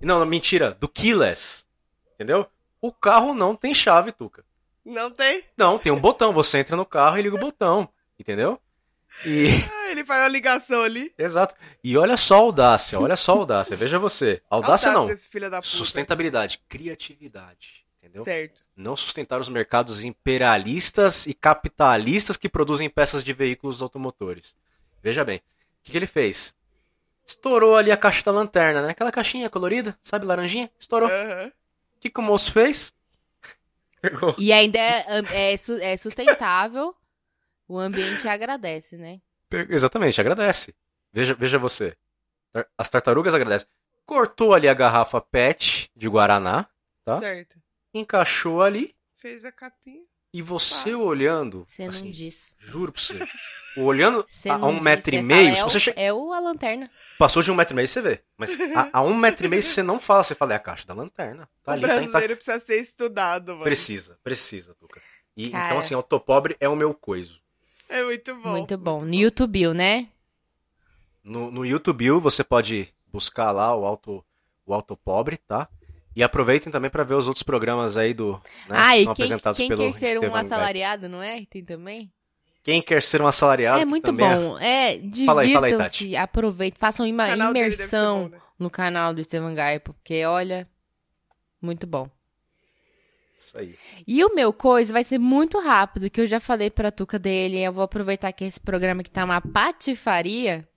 [SPEAKER 3] Não, não, mentira, do keyless. Entendeu? O carro não tem chave, Tuca.
[SPEAKER 2] Não tem?
[SPEAKER 3] Não, tem um botão. Você entra no carro e liga o botão. Entendeu? E.
[SPEAKER 2] Ah, ele faz uma ligação ali.
[SPEAKER 3] Exato. E olha só a audácia, olha só a audácia. Veja você.
[SPEAKER 2] Ah,
[SPEAKER 3] Audácia, não.
[SPEAKER 2] Esse filho tá, da puta.
[SPEAKER 3] Sustentabilidade, criatividade. Entendeu?
[SPEAKER 2] Certo.
[SPEAKER 3] Não sustentar os mercados imperialistas e capitalistas que produzem peças de veículos automotores. Veja bem, o que, que ele fez? Estourou ali a caixa da lanterna, né? Aquela caixinha colorida, sabe, laranjinha? Estourou.
[SPEAKER 2] Aham.
[SPEAKER 3] O que, que o moço fez? Pegou.
[SPEAKER 1] E ainda é, é su- é sustentável, o ambiente agradece, né?
[SPEAKER 3] Pe- Exatamente, agradece. Veja, veja você. Tar- As tartarugas agradecem. Cortou ali a garrafa PET de Guaraná, Tá.
[SPEAKER 2] Certo.
[SPEAKER 3] encaixou ali
[SPEAKER 2] Fez a capinha.
[SPEAKER 3] e você
[SPEAKER 2] Tá.
[SPEAKER 3] olhando.
[SPEAKER 1] Você não
[SPEAKER 3] assim,
[SPEAKER 1] diz.
[SPEAKER 3] Juro pra você. Olhando
[SPEAKER 1] Você
[SPEAKER 3] a, a
[SPEAKER 1] não
[SPEAKER 3] um
[SPEAKER 1] diz,
[SPEAKER 3] metro
[SPEAKER 1] você
[SPEAKER 3] e
[SPEAKER 1] fala,
[SPEAKER 3] meio, se
[SPEAKER 1] é,
[SPEAKER 3] você
[SPEAKER 1] o,
[SPEAKER 3] che-
[SPEAKER 1] é o- a lanterna.
[SPEAKER 3] passou de um metro e meio, você vê. Mas a, a um metro e meio você não fala, você fala, é a caixa da lanterna. Tá
[SPEAKER 2] o
[SPEAKER 3] ali, tá
[SPEAKER 2] brasileiro
[SPEAKER 3] intacta.
[SPEAKER 2] precisa ser estudado, mano.
[SPEAKER 3] Precisa, precisa, Tuca. E,
[SPEAKER 1] Cara.
[SPEAKER 3] então, assim, autopobre é o meu coiso.
[SPEAKER 2] É muito bom.
[SPEAKER 1] muito bom. No YouTube, né?
[SPEAKER 3] No, no YouTube, você pode buscar lá o Auto, o auto Pobre, tá? E aproveitem também para ver os outros programas aí do, né,
[SPEAKER 1] ah,
[SPEAKER 3] que
[SPEAKER 1] e
[SPEAKER 3] são
[SPEAKER 1] quem,
[SPEAKER 3] apresentados
[SPEAKER 1] quem
[SPEAKER 3] pelo
[SPEAKER 1] quer ser um
[SPEAKER 3] Estevam Guy.
[SPEAKER 1] assalariado, não é? Tem também?
[SPEAKER 3] Quem quer ser um assalariado?
[SPEAKER 1] É
[SPEAKER 3] que
[SPEAKER 1] muito
[SPEAKER 3] também
[SPEAKER 1] bom. É,
[SPEAKER 3] Fala aí, fala aí,
[SPEAKER 1] divirtam-se, aproveitem, façam
[SPEAKER 2] O
[SPEAKER 1] uma
[SPEAKER 2] canal dele deve ser
[SPEAKER 1] Ah, imersão
[SPEAKER 2] bom, né?
[SPEAKER 1] no canal do Estevan Gaipo, porque olha, muito bom.
[SPEAKER 3] é Isso aí.
[SPEAKER 1] E o meu coisa vai ser muito rápido, que eu já falei pra Tuca dele, eu vou aproveitar que esse programa que tá uma patifaria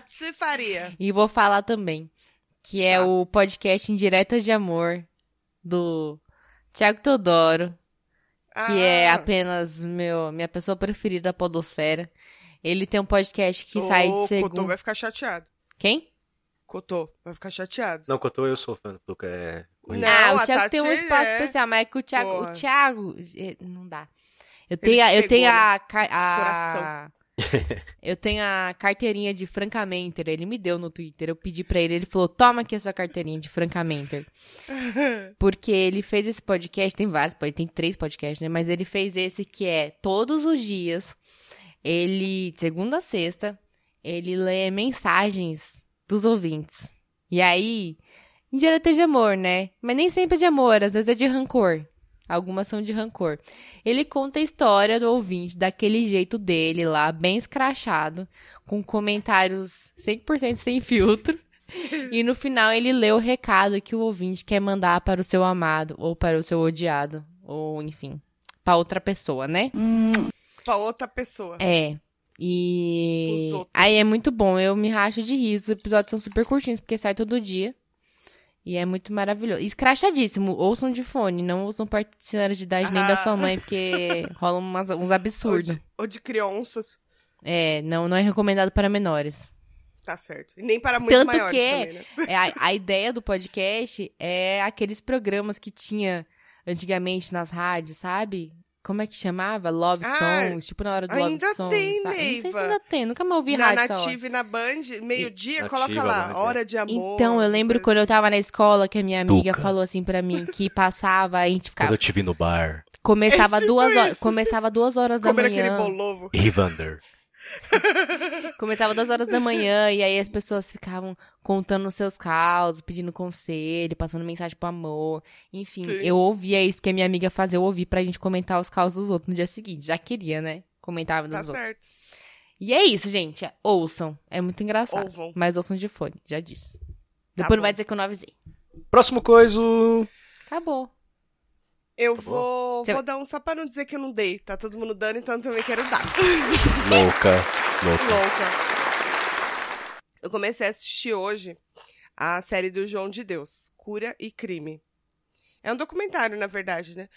[SPEAKER 2] Patifaria.
[SPEAKER 1] e vou falar também, que é
[SPEAKER 2] Tá.
[SPEAKER 1] o podcast Indiretas de Amor do Tiago Teodoro, que é
[SPEAKER 2] Ah,
[SPEAKER 1] apenas meu, minha pessoa preferida da podosfera. Ele tem um podcast que
[SPEAKER 2] ô,
[SPEAKER 1] sai de
[SPEAKER 2] Cotô
[SPEAKER 1] segunda.
[SPEAKER 2] vai ficar chateado.
[SPEAKER 1] Quem?
[SPEAKER 2] Cotô vai ficar chateado.
[SPEAKER 3] Não, Cotô, eu sou fã do Tuca. É...
[SPEAKER 2] Não,
[SPEAKER 1] ah, o
[SPEAKER 2] a
[SPEAKER 1] Thiago tem um
[SPEAKER 2] Tati
[SPEAKER 1] espaço
[SPEAKER 2] é-
[SPEAKER 1] especial, mas é que o Thiago.
[SPEAKER 2] Porra.
[SPEAKER 1] O Thiago. eh, Não dá. Eu tenho, a,
[SPEAKER 2] te
[SPEAKER 1] eu tenho
[SPEAKER 2] pegou,
[SPEAKER 1] a, ca- a- Eu tenho a carteirinha de Francamenter. Ele me deu no Twitter. Eu pedi pra ele. Ele falou: toma aqui a sua carteirinha de Francamenter. Porque ele fez esse podcast. Tem vários, pod- tem três podcasts, né? Mas ele fez esse que é todos os dias. Ele, de segunda a sexta, ele lê mensagens dos ouvintes. E aí, indireta de amor, né? Mas nem sempre é de amor, às vezes é de rancor. Algumas são de rancor. Ele conta a história do ouvinte, daquele jeito dele lá, bem escrachado, com comentários 100% sem filtro. E no final ele lê o recado que o ouvinte quer mandar para o seu amado, ou para o seu odiado, ou enfim, para outra pessoa, né?
[SPEAKER 2] Pra outra pessoa.
[SPEAKER 1] É. E
[SPEAKER 2] Os outros.
[SPEAKER 1] aí é muito bom, eu me racho de rir. Os episódios são super curtinhos, porque sai todo dia. E é muito maravilhoso. E Escrachadíssimo, ouçam de fone, não usam particinares de idade nem da
[SPEAKER 2] Ah.
[SPEAKER 1] sua mãe, porque rolam umas- uns
[SPEAKER 2] Ou
[SPEAKER 1] absurdos.
[SPEAKER 2] de, ou de crianças.
[SPEAKER 1] É, não, não é recomendado para menores.
[SPEAKER 2] Tá certo. E nem para muito
[SPEAKER 1] Tanto
[SPEAKER 2] maiores
[SPEAKER 1] que-
[SPEAKER 2] também, né?
[SPEAKER 1] É, a, a ideia do podcast é aqueles programas que tinha antigamente nas rádios, sabe? Como é que chamava? Love
[SPEAKER 2] Ah,
[SPEAKER 1] Songs, tipo na hora do Love
[SPEAKER 2] ainda
[SPEAKER 1] Songs.
[SPEAKER 2] tem,
[SPEAKER 1] sabe? Não sei se
[SPEAKER 2] Neiva.
[SPEAKER 1] ainda tem, nunca mais ouvi
[SPEAKER 2] na
[SPEAKER 1] rádio essa hora.
[SPEAKER 2] Nativa e na Band, meio-dia,
[SPEAKER 3] Nativa,
[SPEAKER 2] coloca lá.
[SPEAKER 3] Band, é.
[SPEAKER 2] Hora de amor.
[SPEAKER 1] Então, eu lembro
[SPEAKER 2] coisa
[SPEAKER 1] quando eu tava na escola que a minha amiga
[SPEAKER 3] Tuca.
[SPEAKER 1] falou assim pra mim que passava, a gente ficava.
[SPEAKER 3] te vi no bar,
[SPEAKER 1] Começava
[SPEAKER 2] É tipo
[SPEAKER 1] duas horas.
[SPEAKER 2] isso.
[SPEAKER 1] Começava duas horas da
[SPEAKER 2] Comer aquele
[SPEAKER 1] manhã.
[SPEAKER 2] bolovo.
[SPEAKER 3] Rivander.
[SPEAKER 1] Começava duas horas da manhã e aí as pessoas ficavam contando os seus causos, pedindo conselho, passando mensagem pro amor. Enfim,
[SPEAKER 2] Sim.
[SPEAKER 1] eu ouvia isso que a minha amiga fazia, eu ouvi pra gente comentar os causos dos outros no dia seguinte. Já queria, né? Comentava dos
[SPEAKER 2] Tá
[SPEAKER 1] outros.
[SPEAKER 2] certo.
[SPEAKER 1] E é isso, gente. Ouçam. É muito engraçado.
[SPEAKER 2] Ouvam.
[SPEAKER 1] Mas ouçam de fone, já disse. Depois não
[SPEAKER 2] Tá bom.
[SPEAKER 1] vai dizer que eu não avisei.
[SPEAKER 3] Próximo coisa.
[SPEAKER 1] Acabou.
[SPEAKER 2] Eu
[SPEAKER 3] Tá bom.
[SPEAKER 2] vou,
[SPEAKER 1] Você
[SPEAKER 2] vou dar um só pra não dizer que eu não dei. Tá todo mundo dando, então eu também quero dar.
[SPEAKER 3] Louca. Louca.
[SPEAKER 2] Louca. Eu comecei a assistir hoje a série do João de Deus, Cura e Crime. É um documentário, na verdade, né?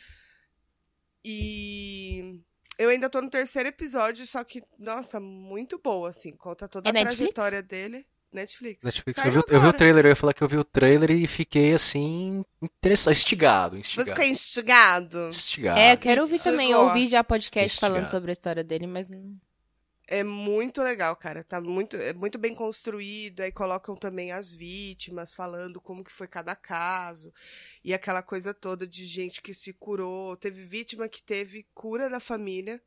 [SPEAKER 2] E eu ainda tô no terceiro episódio, só que, nossa, muito boa, assim. Conta
[SPEAKER 1] É
[SPEAKER 2] toda a
[SPEAKER 1] Netflix?
[SPEAKER 2] trajetória dele. Netflix.
[SPEAKER 3] Netflix,
[SPEAKER 2] Saiu
[SPEAKER 3] eu, vi, o- eu vi o
[SPEAKER 2] agora.
[SPEAKER 3] trailer, eu ia falar que eu vi o trailer e fiquei assim, interessado, instigado,
[SPEAKER 2] Você
[SPEAKER 3] instigado.
[SPEAKER 2] fica instigado?
[SPEAKER 3] Instigado.
[SPEAKER 1] é, eu quero ouvir
[SPEAKER 2] isso
[SPEAKER 1] também. Eu
[SPEAKER 2] chegou.
[SPEAKER 1] ouvi já podcast
[SPEAKER 3] Instigado.
[SPEAKER 1] falando sobre a história dele, mas não.
[SPEAKER 2] É muito legal, cara. Tá muito, é muito bem construído. Aí colocam também as vítimas falando como que foi cada caso. E aquela coisa toda de gente que se curou. Teve vítima que teve cura na família,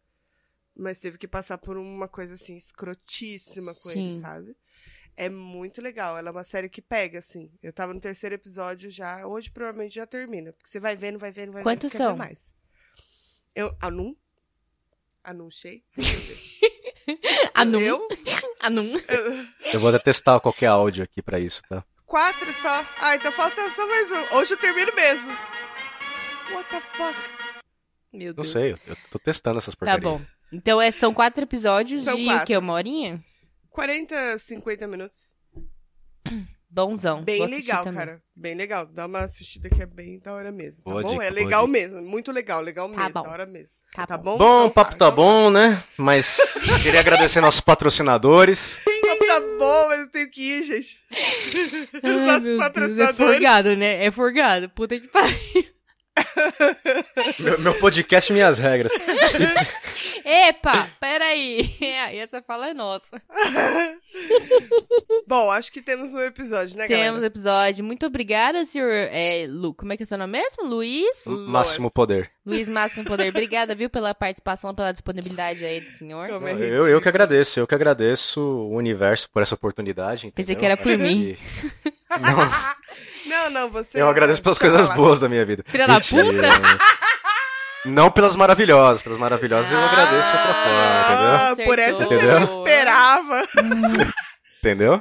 [SPEAKER 2] mas teve que passar por uma coisa assim escrotíssima com ele,
[SPEAKER 1] Sim.
[SPEAKER 2] sabe? É muito legal. Ela é uma série que pega, assim. Eu tava no terceiro episódio já. Hoje provavelmente já termina. Porque você vai vendo, vai vendo, vai
[SPEAKER 1] Quantos
[SPEAKER 2] vendo. você quer ver
[SPEAKER 1] são?
[SPEAKER 2] mais. Eu anun... Anunciei.
[SPEAKER 1] Anum.
[SPEAKER 2] Eu
[SPEAKER 1] Anum.
[SPEAKER 3] Eu vou até testar qualquer áudio aqui pra isso, tá?
[SPEAKER 2] Quatro só? Ah, então falta só mais um. Hoje eu termino mesmo. What the fuck?
[SPEAKER 1] Meu
[SPEAKER 3] Não
[SPEAKER 1] Deus.
[SPEAKER 3] sei, eu, eu tô testando essas
[SPEAKER 1] Tá
[SPEAKER 3] porcarias.
[SPEAKER 1] bom. Então é, são quatro episódios
[SPEAKER 2] São
[SPEAKER 1] de o
[SPEAKER 2] quatro.
[SPEAKER 1] quê? Uma horinha?
[SPEAKER 2] 40, 50 minutos.
[SPEAKER 1] Bonzão.
[SPEAKER 2] Bem
[SPEAKER 1] Vou assistir
[SPEAKER 2] legal,
[SPEAKER 1] também.
[SPEAKER 2] cara. Bem legal. Dá uma assistida que é bem da hora mesmo. Tá
[SPEAKER 3] Boa
[SPEAKER 2] bom?
[SPEAKER 3] dica,
[SPEAKER 2] é
[SPEAKER 3] boa
[SPEAKER 2] legal
[SPEAKER 3] dica.
[SPEAKER 2] mesmo. Muito legal, legal
[SPEAKER 1] Tá
[SPEAKER 2] mesmo.
[SPEAKER 1] bom.
[SPEAKER 2] Da hora mesmo.
[SPEAKER 1] Tá, bom.
[SPEAKER 3] Bom, o
[SPEAKER 2] Então
[SPEAKER 3] papo tá
[SPEAKER 2] então
[SPEAKER 3] bom, né? Mas queria agradecer nossos patrocinadores.
[SPEAKER 2] O papo tá bom, mas eu tenho que ir, gente.
[SPEAKER 1] Ai,
[SPEAKER 2] Os nossos
[SPEAKER 1] meu Deus, É
[SPEAKER 2] patrocinadores.
[SPEAKER 1] forgado, né? É forgado. Puta que pariu.
[SPEAKER 3] Meu, meu podcast e minhas regras.
[SPEAKER 1] Epa, peraí. É, essa fala é nossa.
[SPEAKER 2] bom, acho que temos um episódio, né,
[SPEAKER 1] Temos
[SPEAKER 2] galera?
[SPEAKER 1] episódio. Muito obrigada, senhor. É, Lu, como é que é seu nome mesmo? Luiz?
[SPEAKER 3] Máximo poder.
[SPEAKER 1] Luiz Máximo Poder. Obrigada, viu, pela participação, pela disponibilidade aí do senhor.
[SPEAKER 2] Como é
[SPEAKER 3] Eu, eu que
[SPEAKER 2] ridículo.
[SPEAKER 3] agradeço, eu que agradeço o universo por essa oportunidade.
[SPEAKER 1] Pensei
[SPEAKER 3] entendeu?
[SPEAKER 1] que era por
[SPEAKER 3] Acho
[SPEAKER 1] mim.
[SPEAKER 3] que- Não,
[SPEAKER 2] Não, não, você. é
[SPEAKER 3] eu agradeço pelas
[SPEAKER 2] deixa eu
[SPEAKER 3] coisas
[SPEAKER 2] falar.
[SPEAKER 3] boas da minha vida.
[SPEAKER 1] Filha da
[SPEAKER 3] Mentira. Não pelas maravilhosas, pelas maravilhosas eu
[SPEAKER 1] Ah.
[SPEAKER 3] agradeço de outra forma,
[SPEAKER 2] Ah, por essa você
[SPEAKER 3] Entendeu?
[SPEAKER 2] não esperava.
[SPEAKER 3] entendeu? Entendeu?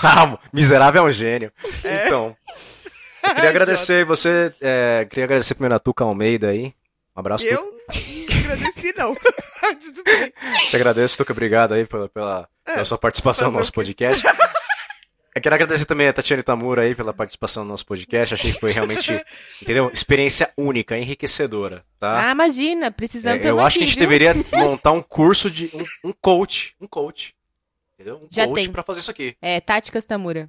[SPEAKER 3] Ah, miserável é um gênio.
[SPEAKER 2] É.
[SPEAKER 3] Então, eu queria agradecer você, é, queria agradecer primeiro a Tuca Almeida aí. Um abraço, Tuca.
[SPEAKER 2] Eu não agradeci, não. Tudo bem.
[SPEAKER 3] Te agradeço, Tuca, obrigado aí pela, pela, pela sua participação no
[SPEAKER 2] É, fazer
[SPEAKER 3] nosso
[SPEAKER 2] o quê?
[SPEAKER 3] podcast. Eu quero agradecer também a Tatiana Itamura aí pela participação no nosso podcast. Achei que foi realmente, entendeu? Experiência única, enriquecedora, tá?
[SPEAKER 1] Ah, imagina, precisamos
[SPEAKER 3] É,
[SPEAKER 1] ter
[SPEAKER 3] eu
[SPEAKER 1] uma
[SPEAKER 3] acho que a
[SPEAKER 1] aqui,
[SPEAKER 3] gente
[SPEAKER 1] viu?
[SPEAKER 3] deveria montar um curso de. Um, um coach. Um coach. Entendeu? Um
[SPEAKER 1] Já
[SPEAKER 3] coach
[SPEAKER 1] tem.
[SPEAKER 3] pra fazer isso aqui.
[SPEAKER 1] É, Táticas Tamura.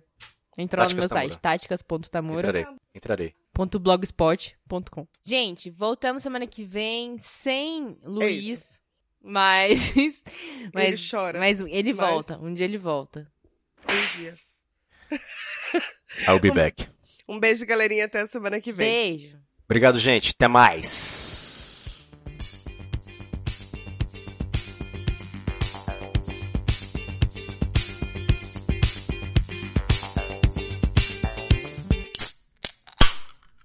[SPEAKER 1] Entra lá no meu
[SPEAKER 3] Táticas Tamura.
[SPEAKER 1] site, táticas.tamura.
[SPEAKER 3] Entrarei. Entrarei.
[SPEAKER 1] blogspot.com. Gente, voltamos semana que vem sem Luiz,
[SPEAKER 2] É isso.
[SPEAKER 1] mas, mas
[SPEAKER 2] Ele chora,
[SPEAKER 1] mas ele
[SPEAKER 2] mas-
[SPEAKER 1] volta, um dia ele volta.
[SPEAKER 2] Bom dia.
[SPEAKER 3] I'll be back.
[SPEAKER 2] Um beijo, galerinha. Até a semana que vem.
[SPEAKER 1] Beijo.
[SPEAKER 3] Obrigado, gente. Até mais.